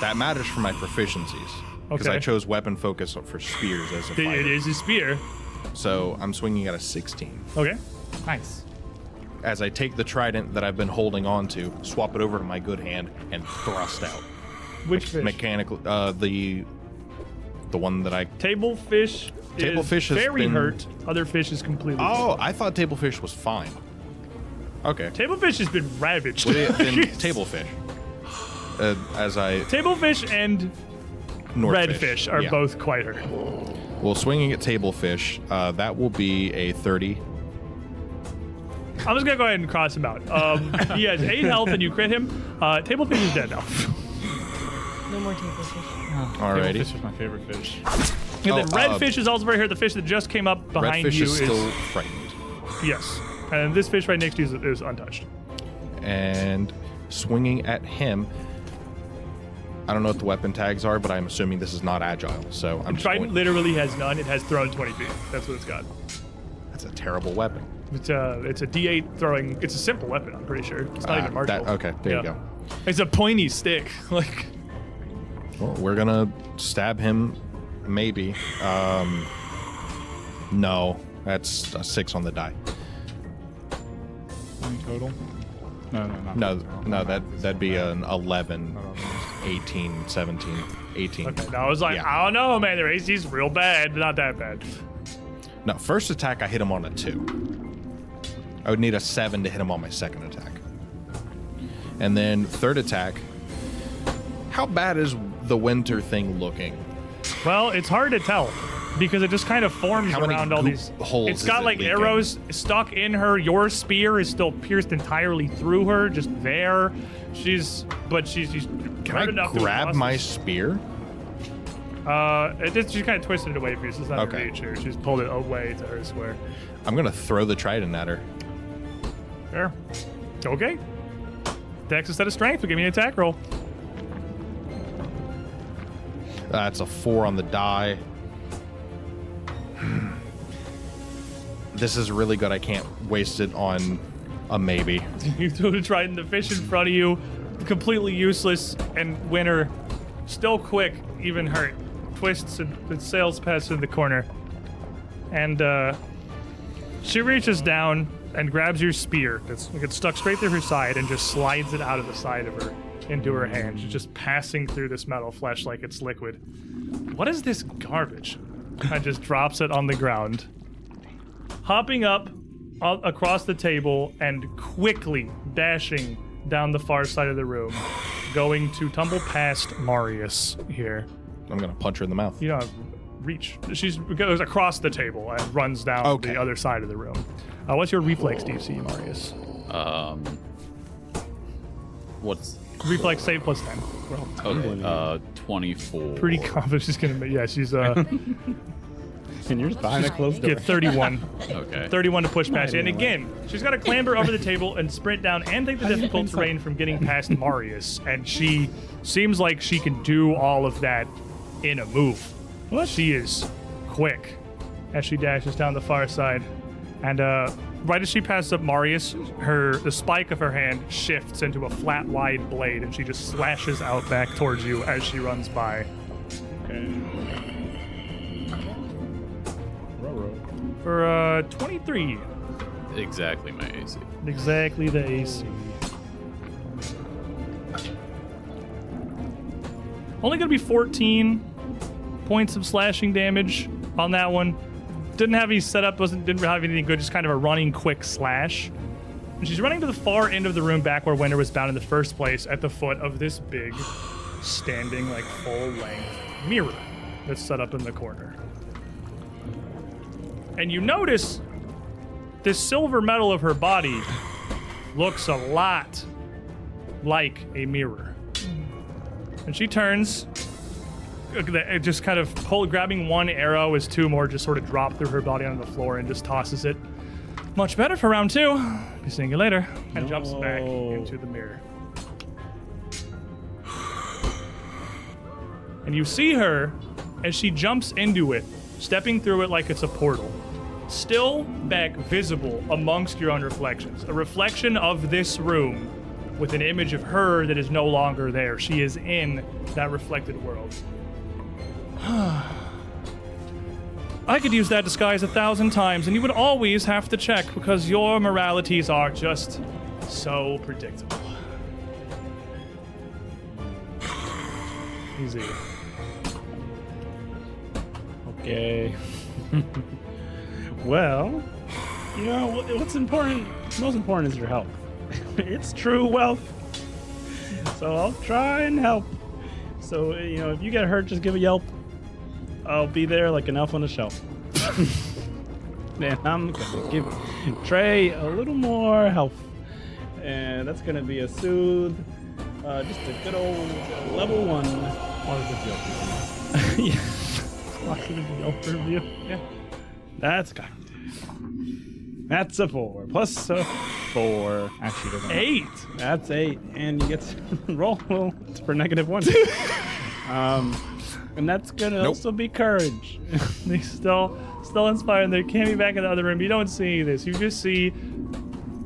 Speaker 1: That matters for my proficiencies because I
Speaker 2: Okay.
Speaker 1: chose weapon focus for spears as a
Speaker 2: It-
Speaker 1: fighter.
Speaker 2: it is a spear.
Speaker 1: So I'm swinging at a 16.
Speaker 2: Okay.
Speaker 5: Nice.
Speaker 1: As I take the trident that I've been holding on to, swap it over to my good hand, and thrust out
Speaker 2: Which fish?
Speaker 1: mechanical. Uh, the the one that I.
Speaker 2: Table fish.
Speaker 1: Table
Speaker 2: is
Speaker 1: fish has
Speaker 2: very
Speaker 1: been-
Speaker 2: hurt. Other fish is completely.
Speaker 1: Oh, I thought tablefish was fine. Okay.
Speaker 2: Table fish has been ravaged.
Speaker 1: Would it have been tablefish? Uh, as I
Speaker 2: Table fish and
Speaker 1: North
Speaker 2: red fish are
Speaker 1: Yeah.
Speaker 2: both quite hurt.
Speaker 1: Well, swinging at tablefish, uh, that will be a 30.
Speaker 2: I'm just gonna go ahead and cross him out. Um, he has eight health, and you crit him. Uh, table fish is dead now.
Speaker 1: Oh,
Speaker 3: No more table fish.
Speaker 5: Alrighty.
Speaker 1: Alrighty.
Speaker 5: This was my favorite fish.
Speaker 2: And then
Speaker 1: Oh,
Speaker 2: red
Speaker 1: uh,
Speaker 2: fish is also right here. The fish that just came up behind
Speaker 1: Redfish
Speaker 2: you
Speaker 1: is still frightened.
Speaker 2: yes, and this fish right next to you is, is untouched.
Speaker 1: and swinging at him. I don't know what the weapon tags are, but I'm assuming this is not agile. So I'm just
Speaker 2: Trident
Speaker 1: going,
Speaker 2: literally has none. It has thrown 20 feet. That's what it's got.
Speaker 1: that's a terrible weapon.
Speaker 2: It's a it's a D8 throwing. It's a simple weapon. I'm pretty sure. It's not
Speaker 1: Ah,
Speaker 2: even martial.
Speaker 1: that- okay, there you
Speaker 2: Yeah.
Speaker 1: go.
Speaker 2: It's a pointy stick. Like
Speaker 1: Well, we're gonna stab him, maybe. Um, no, that's a six on the die.
Speaker 5: In total? No, no, not
Speaker 1: No,
Speaker 5: total.
Speaker 1: no, that that'd be an 11, 18, 17, 18.
Speaker 2: okay, now I was like,
Speaker 1: Yeah.
Speaker 2: I don't know, man. Their AC's real bad, but not that bad.
Speaker 1: No, first attack I hit him on a two. I would need a seven to hit him on my second attack. And then third attack. How bad is the winter thing looking?
Speaker 2: Well, it's hard to tell because it just kind of forms
Speaker 1: How many
Speaker 2: around all
Speaker 1: goop
Speaker 2: these
Speaker 1: holes
Speaker 2: It's
Speaker 1: is
Speaker 2: got
Speaker 1: it
Speaker 2: like
Speaker 1: leaking?
Speaker 2: arrows stuck in her. Your spear is still pierced entirely through her, just there. She's, but she's, she's
Speaker 1: Can
Speaker 2: hurt
Speaker 1: I
Speaker 2: enough to
Speaker 1: grab
Speaker 2: exhaust
Speaker 1: my
Speaker 2: us.
Speaker 1: spear?
Speaker 2: Uh, it, it's- she's kind of twisted it away from you, so it's not
Speaker 1: Okay.
Speaker 2: in reach here. She's pulled it away to her square.
Speaker 1: I'm gonna throw the trident at her.
Speaker 2: There. Okay. Dex instead of strength, but give me an attack roll.
Speaker 1: That's a four on the die. This is really good. I can't waste it on a maybe.
Speaker 2: You throw the trident, the fish in front of you, completely useless, and Winter, still quick, even hurt, twists and it sails past in the corner. And uh, she reaches down and grabs your spear that's it's stuck straight through her side and just slides it out of the side of her into her hand. She's just passing through this metal flesh like it's liquid. What is this garbage? and just drops it on the ground hopping up a- across the table and quickly dashing down the far side of the room, going to tumble past Marius here.
Speaker 1: I'm gonna punch her in the mouth.
Speaker 2: You don't have reach. She goes across the table and runs down
Speaker 1: Okay.
Speaker 2: the other side of the room. Uh, what's your reflex DC, Marius?
Speaker 6: Um, what's
Speaker 2: Reflex save plus 10. Well,
Speaker 6: okay, uh, 24.
Speaker 2: pretty confident she's going to make. Yeah, she's uh,
Speaker 4: And you're just behind a closed door.
Speaker 2: get 31.
Speaker 6: Okay.
Speaker 2: 31 to push past. you. And
Speaker 4: even
Speaker 2: again, she's got to clamber over the table and sprint down and take the difficult terrain from getting past Marius. And she seems like she can do all of that in a move. She is quick as she dashes down the far side. And uh, right as she passes up Marius, her the spike of her hand shifts into a flat, wide blade, and she just slashes out back towards you as she runs by. For uh, 23, uh,
Speaker 6: Exactly my AC.
Speaker 2: exactly the AC. Only going to be 14 points of slashing damage on that one. Didn't have any setup, wasn't didn't have anything good, just kind of a running quick slash. And she's running to the far end of the room back where Winter was bound in the first place at the foot of this big standing like full length mirror that's set up in the corner. And you notice the silver metal of her body looks a lot like a mirror. And she turns, look at that, it just kind of hold, grabbing one arrow as two more just sort of drop through her body onto the floor and just tosses it. Much better for round two. Be seeing you later. And jumps back
Speaker 4: No.
Speaker 2: into the mirror. And you see her as she jumps into it, stepping through it like it's a portal. Still back visible amongst your own reflections. A reflection of this room with an image of her that is no longer there. She is in that reflected world. I could use that disguise a thousand times, and you would always have to check because your moralities are just so predictable. Easy.
Speaker 4: Okay. well, you know wh- what's important. Most important is your health. it's true wealth. So I'll try and help. So uh, you know, if you get hurt, just give a yelp. I'll be there like an elf on a shelf. Man, I'm gonna give Trey a little more health, and that's gonna be a soothe. Uh, just a good old level one. yeah. Positive Yelp review. Yeah. That's got. That's a four. Plus a four.
Speaker 5: Actually, doesn't.
Speaker 2: Eight.
Speaker 4: That's eight. And you get to roll for negative one. um, and that's going to
Speaker 1: Nope.
Speaker 4: also be courage.
Speaker 2: They still, still inspired. They can't be back in the other room. You don't see this. You just see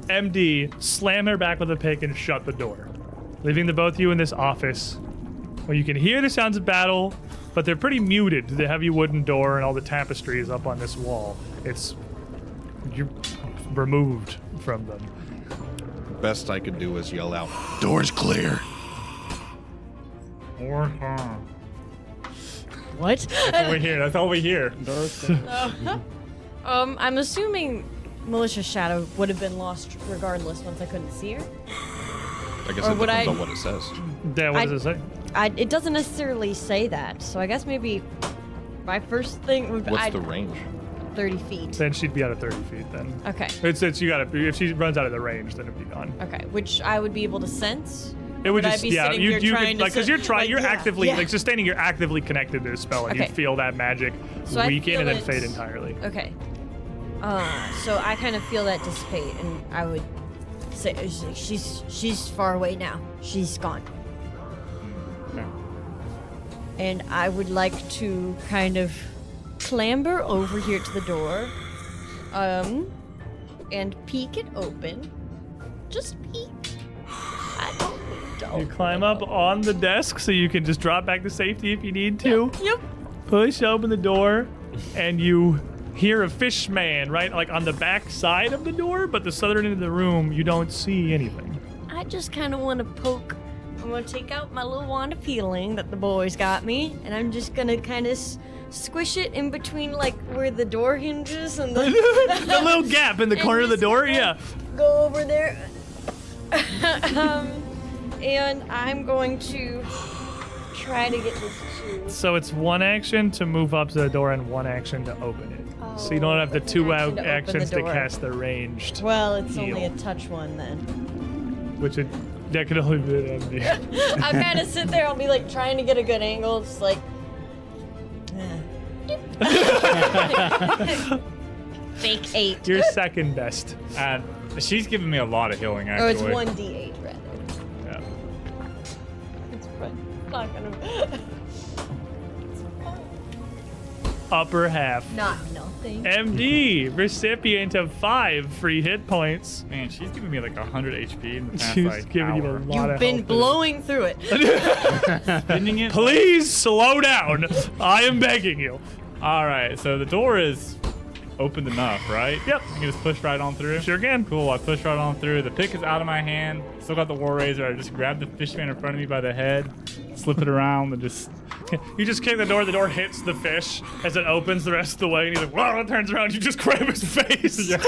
Speaker 2: MD slam her back with a pick and shut the door, leaving the both of you in this office where you can hear the sounds of battle, but they're pretty muted. The heavy wooden door and all the tapestries up on this wall. It's you're removed from them.
Speaker 1: Best I could do was yell out.
Speaker 8: Door's clear.
Speaker 3: What?
Speaker 5: we hear. That's all we hear.
Speaker 3: um, I'm assuming Militia's shadow would have been lost regardless once I couldn't see her.
Speaker 1: I guess
Speaker 3: Or
Speaker 1: it
Speaker 3: would
Speaker 1: depends
Speaker 3: I-
Speaker 1: on what it says.
Speaker 2: Yeah, what
Speaker 3: I-
Speaker 2: does it say?
Speaker 3: I, it doesn't necessarily say that, so I guess maybe my first thing would be
Speaker 1: What's
Speaker 3: I'd-
Speaker 1: the range?
Speaker 3: 30 feet.
Speaker 2: Then she'd be out of 30 feet then.
Speaker 3: Okay.
Speaker 2: It's, it's you gotta if she runs out of the range, then it'd be gone.
Speaker 3: Okay, which I would be able to sense.
Speaker 2: It would
Speaker 3: Would I
Speaker 2: just
Speaker 3: be
Speaker 2: yeah,
Speaker 3: sitting
Speaker 2: you
Speaker 3: here
Speaker 2: you
Speaker 3: trying
Speaker 2: could,
Speaker 3: to
Speaker 2: like because
Speaker 3: sit-
Speaker 2: you're trying,
Speaker 3: like,
Speaker 2: you're
Speaker 3: yeah,
Speaker 2: actively
Speaker 3: yeah.
Speaker 2: like sustaining, you're actively connected to the spell, and
Speaker 3: Okay.
Speaker 2: you feel that magic
Speaker 3: So I
Speaker 2: weaken and
Speaker 3: feel
Speaker 2: then fade
Speaker 3: it.
Speaker 2: entirely.
Speaker 3: Okay. Uh, so I kind of feel that dissipate, and I would say she's she's far away now. She's gone. And I would like to kind of clamber over here to the door, um, and peek it open. Just peek. I don't. don't
Speaker 2: You climb up on the desk so you can just drop back to safety if you need to.
Speaker 3: Yep.
Speaker 2: Push open the door, and you hear a fish man right like on the back side of the door, but the southern end of the room you don't see anything.
Speaker 3: I just kind of want to poke. I'm going to take out my little wand of healing that the boys got me, and I'm just going to kind of s- squish it in between, like, where the door hinges and the.
Speaker 2: the little gap in the corner of the
Speaker 3: just
Speaker 2: door,
Speaker 3: go-
Speaker 2: yeah.
Speaker 3: go over there. um, and I'm going to try to get this to.
Speaker 2: So it's one action to move up to the door and one action to open it. so you don't
Speaker 3: Oh,
Speaker 2: have the
Speaker 3: it's an
Speaker 2: two
Speaker 3: action
Speaker 2: out
Speaker 3: to open the
Speaker 2: actions to
Speaker 3: door.
Speaker 2: cast the ranged,
Speaker 3: Well, it's only a
Speaker 2: Heal.
Speaker 3: touch one then.
Speaker 2: which it that could only be an MD.
Speaker 3: I'll kind of sit there, I'll be like trying to get a good angle, just like. eh. Fake eight.
Speaker 2: You're second best.
Speaker 5: Uh, she's giving me a lot of healing. eh?
Speaker 3: Or it's
Speaker 5: Actually,
Speaker 3: one d eight rather.
Speaker 5: Yeah.
Speaker 3: It's fun. It's not gonna.
Speaker 2: Upper half.
Speaker 3: not nothing.
Speaker 2: MD, recipient of five free hit points.
Speaker 5: Man, she's giving me like 100 HP in the past
Speaker 2: She's
Speaker 5: like
Speaker 2: giving you a
Speaker 5: hour.
Speaker 2: lot
Speaker 3: You've
Speaker 2: of
Speaker 3: been
Speaker 2: health.
Speaker 3: blowing through it.
Speaker 5: Spinning it.
Speaker 2: Please slow down. I am begging you.
Speaker 5: All right, so the door is opened enough, right?
Speaker 2: Yep.
Speaker 5: You can just push right on through.
Speaker 2: Sure can.
Speaker 5: Cool. I push right on through. The pick is out of my hand. Still got the war razor. I just grab the fishman in front of me by the head, slip it around, and just
Speaker 2: You just kick the door, the door hits the fish as it opens the rest of the way, and he's like, whoa, it turns around, you just grab his face.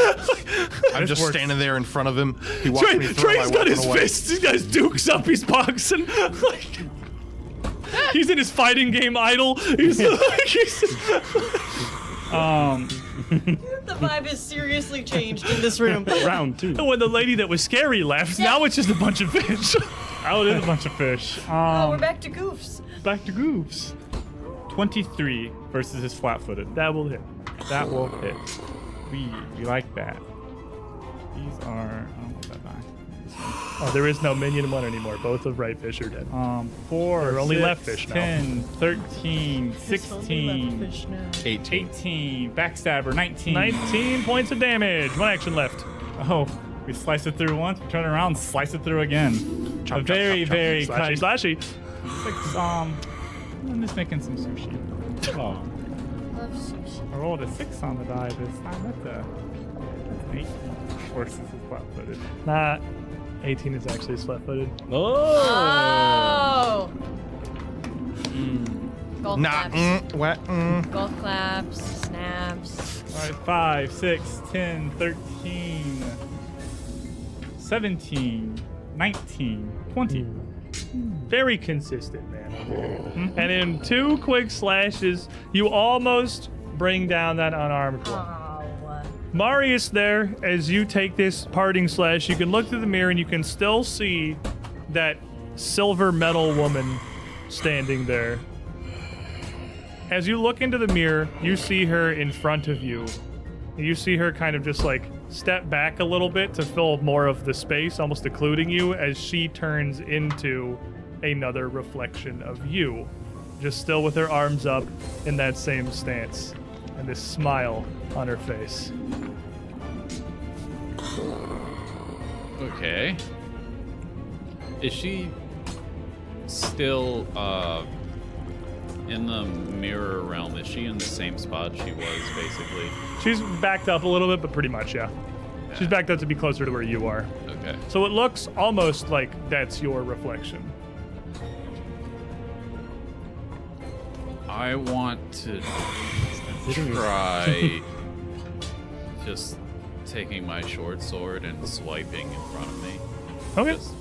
Speaker 1: I'm just
Speaker 5: works.
Speaker 1: standing there in front of him. He watched
Speaker 2: Trey,
Speaker 1: me throw my
Speaker 2: Trey's got
Speaker 1: weapon
Speaker 2: his
Speaker 1: away.
Speaker 2: fists, he's got his dukes up, he's boxing. Like, he's in his fighting game idol. He's like, he's
Speaker 4: Um,
Speaker 3: The vibe has seriously changed in this room. Oh,
Speaker 4: round two.
Speaker 2: when the lady that was scary left, now it's just a bunch of fish.
Speaker 5: oh, it is a bunch of fish. Uh,
Speaker 3: oh, we're back to goofs.
Speaker 5: Back to Goofs. 23 versus his flat footed.
Speaker 2: that will hit.
Speaker 5: That will hit. We, we like that. These are. I don't want that back.
Speaker 2: Oh, there is no minion one anymore. Both of right fish are dead.
Speaker 5: Um, 4,
Speaker 2: There are only
Speaker 5: six,
Speaker 2: left fish now.
Speaker 5: 10, 13, 16,
Speaker 1: 18.
Speaker 5: 18, backstabber, 19.
Speaker 2: 19 points of damage. One action left.
Speaker 5: Oh, we slice it through once, we turn around, slice it through again.
Speaker 1: Chop,
Speaker 5: A
Speaker 1: chop,
Speaker 5: very,
Speaker 1: chop, chop.
Speaker 5: very
Speaker 2: Slashy,
Speaker 5: cut-
Speaker 2: slashy.
Speaker 5: six, um, I'm just making some sushi. Oh,
Speaker 3: Love sushi.
Speaker 5: I rolled a six on the die this time. That's a that's an eight. Horses is flat footed.
Speaker 2: Nah, 18 is actually flat footed.
Speaker 3: Oh. Golf
Speaker 1: Nah.
Speaker 3: claps.
Speaker 1: Mm, what? Mm.
Speaker 3: Golf claps. Snaps.
Speaker 5: All right, five, six, 10, 13, 17, 19, 20.
Speaker 2: Very consistent, man. And in two quick slashes, you almost bring down that unarmed one.
Speaker 3: Oh.
Speaker 2: Marius there, as you take this parting slash, you can look through the mirror and you can still see that silver metal woman standing there. As you look into the mirror, you see her in front of you. You see her kind of just like step back a little bit to fill more of the space, almost occluding you, as she turns into another reflection of you, just still with her arms up in that same stance and this smile on her face.
Speaker 6: Okay. Is she still uh, in the mirror realm? Is she in the same spot she was, basically?
Speaker 2: She's backed up a little bit, but pretty much, yeah. She's backed up to be closer to where you are.
Speaker 6: Okay.
Speaker 2: So it looks almost like that's your reflection.
Speaker 6: I want to try just taking my short sword and swiping in front of me.
Speaker 2: Okay.
Speaker 6: Just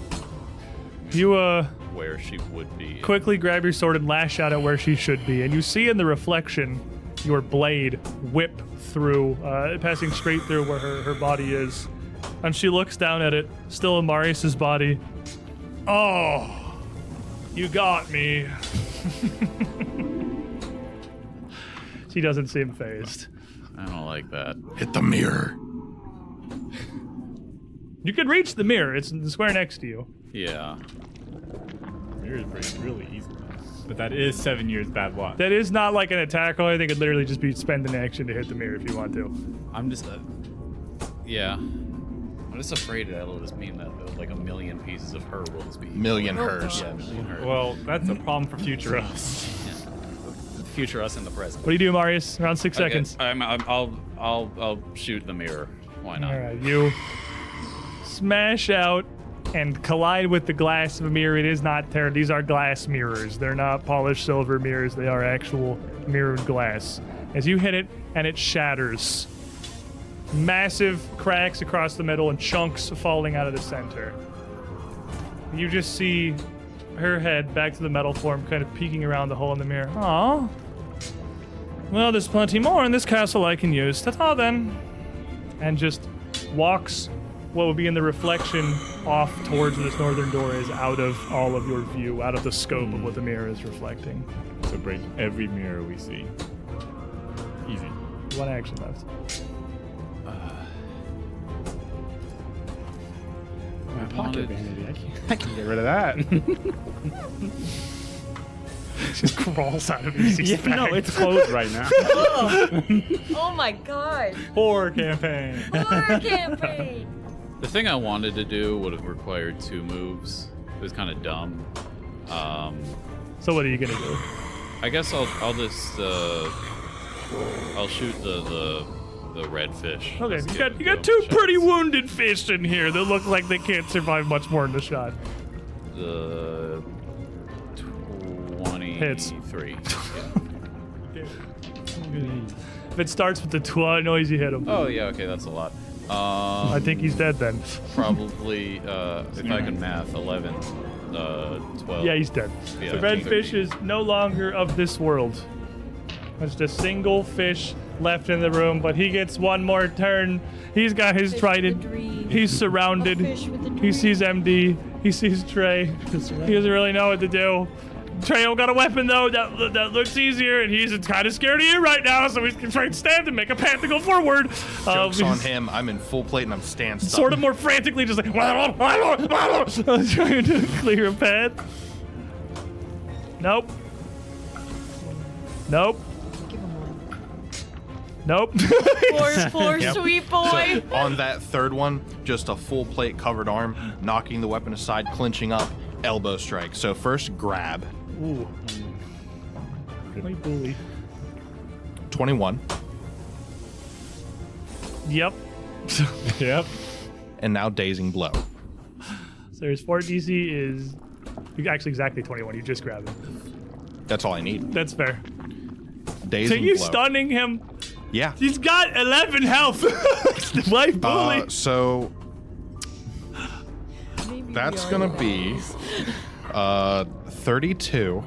Speaker 2: You, uh,
Speaker 6: where she would be.
Speaker 2: quickly grab your sword and lash out at where she should be, and you see in the reflection your blade whip through, uh, passing straight through where her, her body is. And she looks down at it, still in Marius' body. Oh, you got me. she doesn't seem phased.
Speaker 6: I don't like that.
Speaker 1: Hit the mirror.
Speaker 2: You can reach the mirror, it's square next to you.
Speaker 6: Yeah.
Speaker 5: Mirrors break really easily. But that is seven years bad luck.
Speaker 2: That is not like an attack roll. I think it'd literally just be spend an action to hit the mirror if you want to.
Speaker 6: I'm just. Uh, yeah. I'm just afraid that it'll just mean that uh, like a million pieces of her will just be.
Speaker 1: Million hers.
Speaker 6: Yeah, a million her.
Speaker 5: Well, that's a problem for future us.
Speaker 6: The future us in the present.
Speaker 2: What do you do, Marius? Around six seconds.
Speaker 6: I'm, I'm, I'll, I'll, I'll shoot the mirror. Why not?
Speaker 2: All right, you smash out and collide with the glass of a mirror. It is not tear. These are glass mirrors. They're not polished silver mirrors. They are actual mirrored glass. As you hit it, and it shatters. Massive cracks across the middle and chunks falling out of the center. You just see her head back to the metal form, kind of peeking around the hole in the mirror. Aw. Well, there's plenty more in this castle I can use. Ta-ta then and just walks what would be in the reflection off towards this northern door is out of all of your view, out of the scope of what the mirror is reflecting.
Speaker 5: So break every mirror we see. Easy.
Speaker 2: One action left.
Speaker 4: My
Speaker 6: wanted-
Speaker 4: pocket vanity. I can't.
Speaker 5: Get rid of that.
Speaker 2: Just crawls out of his
Speaker 5: yeah, no, it's closed right now.
Speaker 3: Oh my god.
Speaker 5: Horror campaign.
Speaker 3: Horror campaign.
Speaker 6: The thing I wanted to do would have required two moves. It was kind of dumb. Um,
Speaker 2: So what are you gonna do?
Speaker 6: I guess I'll, I'll just, uh, I'll shoot the, the the red fish.
Speaker 2: Okay,
Speaker 6: Let's
Speaker 2: you
Speaker 6: give
Speaker 2: got
Speaker 6: it
Speaker 2: you
Speaker 6: a
Speaker 2: got two
Speaker 6: shots.
Speaker 2: pretty wounded fish in here that look like they can't survive much more than a shot.
Speaker 6: The
Speaker 2: Hits.
Speaker 6: twenty-three.
Speaker 2: If it starts with the twa noise, you hit him.
Speaker 6: oh yeah, okay, that's a lot. Um,
Speaker 2: I think he's dead then.
Speaker 6: probably uh, if I can math, eleven, uh, twelve.
Speaker 2: Yeah, he's dead.
Speaker 6: Yeah,
Speaker 2: the red
Speaker 6: he's-
Speaker 2: fish is no longer of this world. There's just a single fish left in the room, but he gets one more turn. He's got his
Speaker 3: Fish with
Speaker 2: trident.
Speaker 3: a dream.
Speaker 2: He's surrounded.
Speaker 3: A fish with a
Speaker 2: He
Speaker 3: dream.
Speaker 2: sees MD. He sees Trey. He doesn't really know what to do. Trey got a weapon though that that looks easier, and he's kind of scared of you right now, so he's trying to stand and make a path to go forward.
Speaker 1: Jokes
Speaker 2: Um,
Speaker 1: on him. I'm in full plate and I'm stand stuck.
Speaker 2: sort of more frantically, just like trying to clear a path. Nope. Nope.
Speaker 3: Give him one.
Speaker 2: Nope.
Speaker 3: Poor, poor sweet boy.
Speaker 1: on that third one, just a full plate covered arm, knocking the weapon aside, clinching up, elbow strike. So first grab,
Speaker 2: Ooh. My bully.
Speaker 1: 21,
Speaker 2: Yep.
Speaker 5: Yep.
Speaker 1: and now dazing blow.
Speaker 2: So his fort DC is actually exactly 21. You just grab him.
Speaker 1: That's all I need.
Speaker 2: That's fair.
Speaker 1: Dazing
Speaker 2: So you
Speaker 1: blow.
Speaker 2: stunning him.
Speaker 1: Yeah.
Speaker 2: He's got 11 health. My bully.
Speaker 1: Uh, so
Speaker 3: Maybe we
Speaker 1: that's
Speaker 3: are
Speaker 1: gonna
Speaker 3: the
Speaker 1: be
Speaker 3: best.
Speaker 1: uh 32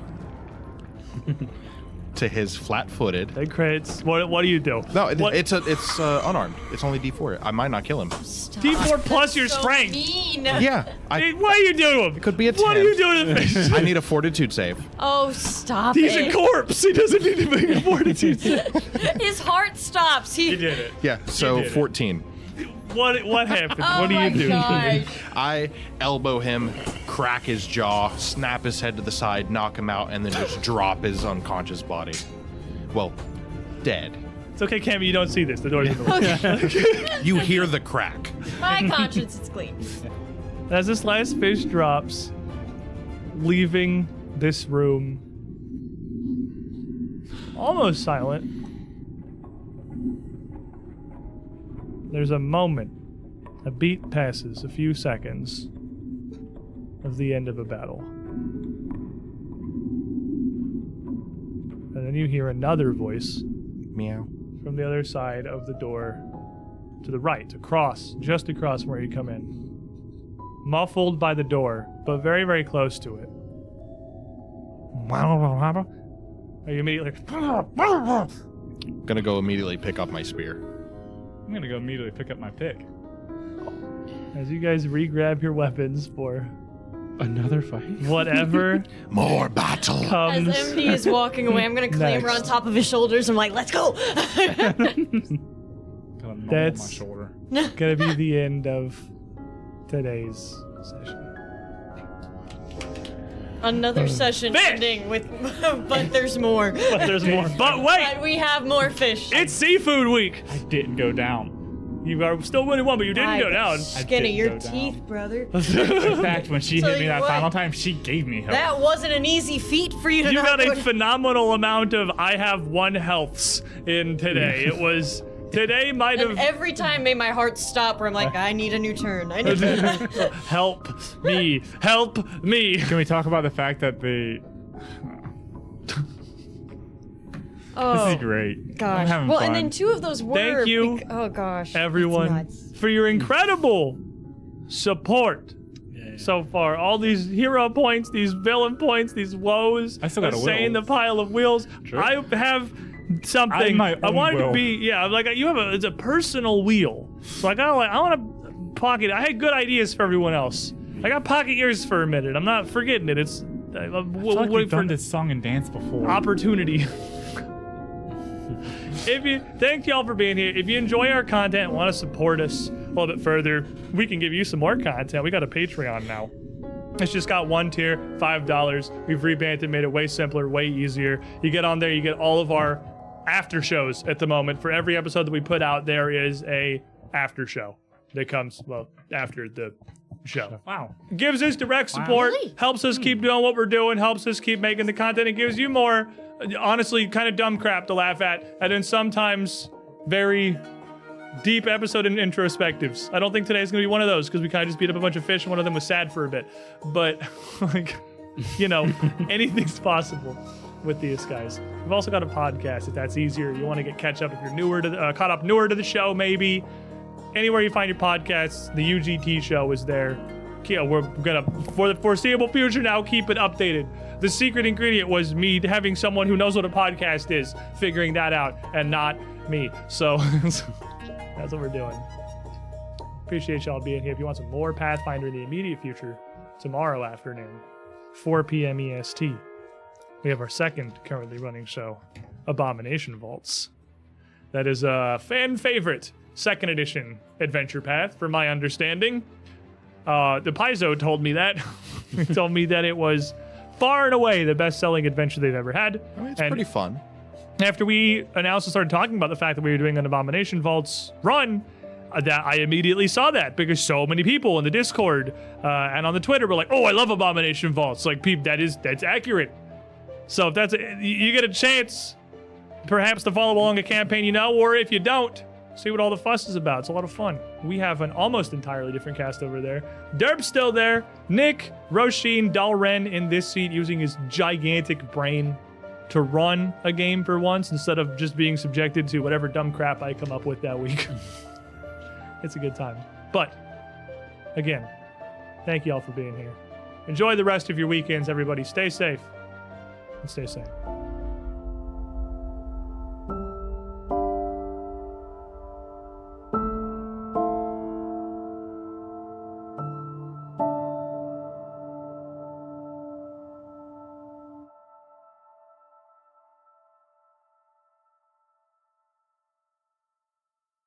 Speaker 1: to his flat-footed.
Speaker 2: that crits. What, what do you do?
Speaker 1: No, it,
Speaker 2: What-
Speaker 1: it's a, it's uh, unarmed. It's only D4. I might not kill him.
Speaker 2: D4 plus your
Speaker 3: so
Speaker 2: strength.
Speaker 3: Mean.
Speaker 1: Yeah,
Speaker 2: Hey,
Speaker 1: I,
Speaker 2: what are you doing? It
Speaker 1: could be a
Speaker 2: What are you
Speaker 1: 10.
Speaker 2: doing to the fish?
Speaker 1: I need a fortitude save.
Speaker 3: Oh, stop
Speaker 2: He's
Speaker 3: it.
Speaker 2: a corpse. He doesn't need to make a fortitude save.
Speaker 3: His heart stops. He,
Speaker 2: it.
Speaker 1: Yeah, so
Speaker 2: did it.
Speaker 1: 14.
Speaker 2: What what happened?
Speaker 3: Oh
Speaker 2: what do
Speaker 3: my
Speaker 2: you do?
Speaker 3: gosh.
Speaker 1: I elbow him, crack his jaw, snap his head to the side, knock him out, and then just drop his unconscious body. Well, dead.
Speaker 2: It's okay, Cammy. You don't see this. The door's in the way.
Speaker 1: You hear the crack.
Speaker 3: My conscience is clean.
Speaker 2: As this last fish drops, leaving this room, almost silent, there's a moment. A beat passes, a few seconds of the end of a battle. And then you hear another voice
Speaker 1: Meow.
Speaker 2: from the other side of the door to the right, across, just across from where you come in. Muffled by the door, but very, very close to it. Are you immediately
Speaker 1: Gonna go immediately pick up my spear.
Speaker 5: I'm gonna go immediately pick up my pick.
Speaker 2: as you guys re grab your weapons for
Speaker 4: Another fight?
Speaker 2: whatever
Speaker 1: More
Speaker 2: Uh,
Speaker 1: battle.
Speaker 3: As
Speaker 2: comes?
Speaker 3: MD is walking away, I'm gonna clamber on
Speaker 2: Um, Next.
Speaker 3: top of his shoulders. I'm like, let's go.
Speaker 5: Got a knoll on
Speaker 2: That's-
Speaker 5: my shoulder.
Speaker 2: gonna be the end of today's session.
Speaker 3: Another session
Speaker 2: Um, Fish!
Speaker 3: ending with, but there's more.
Speaker 2: But there's more. But wait!
Speaker 3: But we have more fish.
Speaker 2: It's seafood week!
Speaker 5: I didn't go down.
Speaker 2: You are still winning one, but you didn't
Speaker 3: My
Speaker 2: go down.
Speaker 3: Skinny
Speaker 5: didn't
Speaker 3: your
Speaker 5: go down.
Speaker 3: teeth, brother.
Speaker 5: In fact, when she
Speaker 3: So
Speaker 5: hit me
Speaker 3: you
Speaker 5: that
Speaker 3: would.
Speaker 5: final time, she gave me help.
Speaker 3: That wasn't an easy feat for you to
Speaker 2: you got
Speaker 3: not
Speaker 2: a
Speaker 3: go-
Speaker 2: phenomenal amount of I have one healths in today. It was today might
Speaker 3: And
Speaker 2: have
Speaker 3: every time made my heart stop. Where I'm like, I need a new turn. I need.
Speaker 2: help me, help me.
Speaker 5: Can we talk about the fact that the this
Speaker 3: oh
Speaker 5: is great? I'm
Speaker 3: gosh.
Speaker 5: having
Speaker 3: Well,
Speaker 5: fun.
Speaker 3: and then two of those were.
Speaker 2: you,
Speaker 3: bec- oh gosh. that's
Speaker 2: Everyone
Speaker 3: nuts.
Speaker 2: for your incredible support. So far, all these hero points, these villain points, these woes,
Speaker 5: I still got a
Speaker 2: saying
Speaker 5: will.
Speaker 2: the pile of wheels.
Speaker 5: Sure.
Speaker 2: I have something.
Speaker 5: I'm my
Speaker 2: I
Speaker 5: own
Speaker 2: wanted to
Speaker 5: will.
Speaker 2: be yeah. I'm Like you have a it's a personal wheel. So I got like I want to pocket. I had good ideas for everyone else. I got pocket ears for a minute. I'm not forgetting it. It's I- I'm
Speaker 5: I feel
Speaker 2: w-
Speaker 5: like
Speaker 2: waiting
Speaker 5: we've
Speaker 2: for
Speaker 5: done this song and dance before.
Speaker 2: opportunity. if you thank y'all for being here. If you enjoy our content and want to support us a little bit further, we can give you some more content. We got a Patreon now. It's just got one tier, five dollars. We've revamped it, made it way simpler, way easier. You get on there, you get all of our after shows at the moment. For every episode that we put out, there is a after show that comes well after the show
Speaker 5: wow.
Speaker 2: gives us direct support, helps us keep doing what we're doing, helps us keep making the content, and gives you more, uh, honestly, kind of dumb crap to laugh at, and then sometimes very deep episode in introspectives. I don't think today's gonna be one of those because we kind of just beat up a bunch of fish and one of them was sad for a bit. But like, you know, anything's possible with these guys. We've also got a podcast if that's easier. You want to get catch up if you're newer to the, uh, caught up newer to the show maybe. Anywhere you find your podcasts, the UGT show is there. Yeah, we're gonna for the foreseeable future now keep it updated. The secret ingredient was me having someone who knows what a podcast is figuring that out, and not me. So that's what we're doing. Appreciate y'all being here. If you want some more Pathfinder in the immediate future, tomorrow afternoon, 4 p.m. EST, E we have our second currently running show, Abomination Vaults. That is a fan favorite second edition adventure path, from my understanding. Uh, the Paizo told me that. he told me that it was far and away the best selling adventure they've ever had.
Speaker 1: I mean, it's
Speaker 2: And-
Speaker 1: pretty fun.
Speaker 2: after we announced and started talking about the fact that we were doing an abomination vaults run uh, that i immediately saw that because so many people in the discord uh, and on the twitter were like oh i love abomination vaults like peep that is that's accurate so if that's y- you get a chance perhaps to follow along a campaign you know or if you don't see what all the fuss is about it's a lot of fun we have an almost entirely different cast over there derp's still there nick roshin dalren in this seat using his gigantic brain to run a game for once instead of just being subjected to whatever dumb crap I come up with that week. it's a good time. But again, thank you all for being here. Enjoy the rest of your weekends, everybody. Stay safe and stay sane.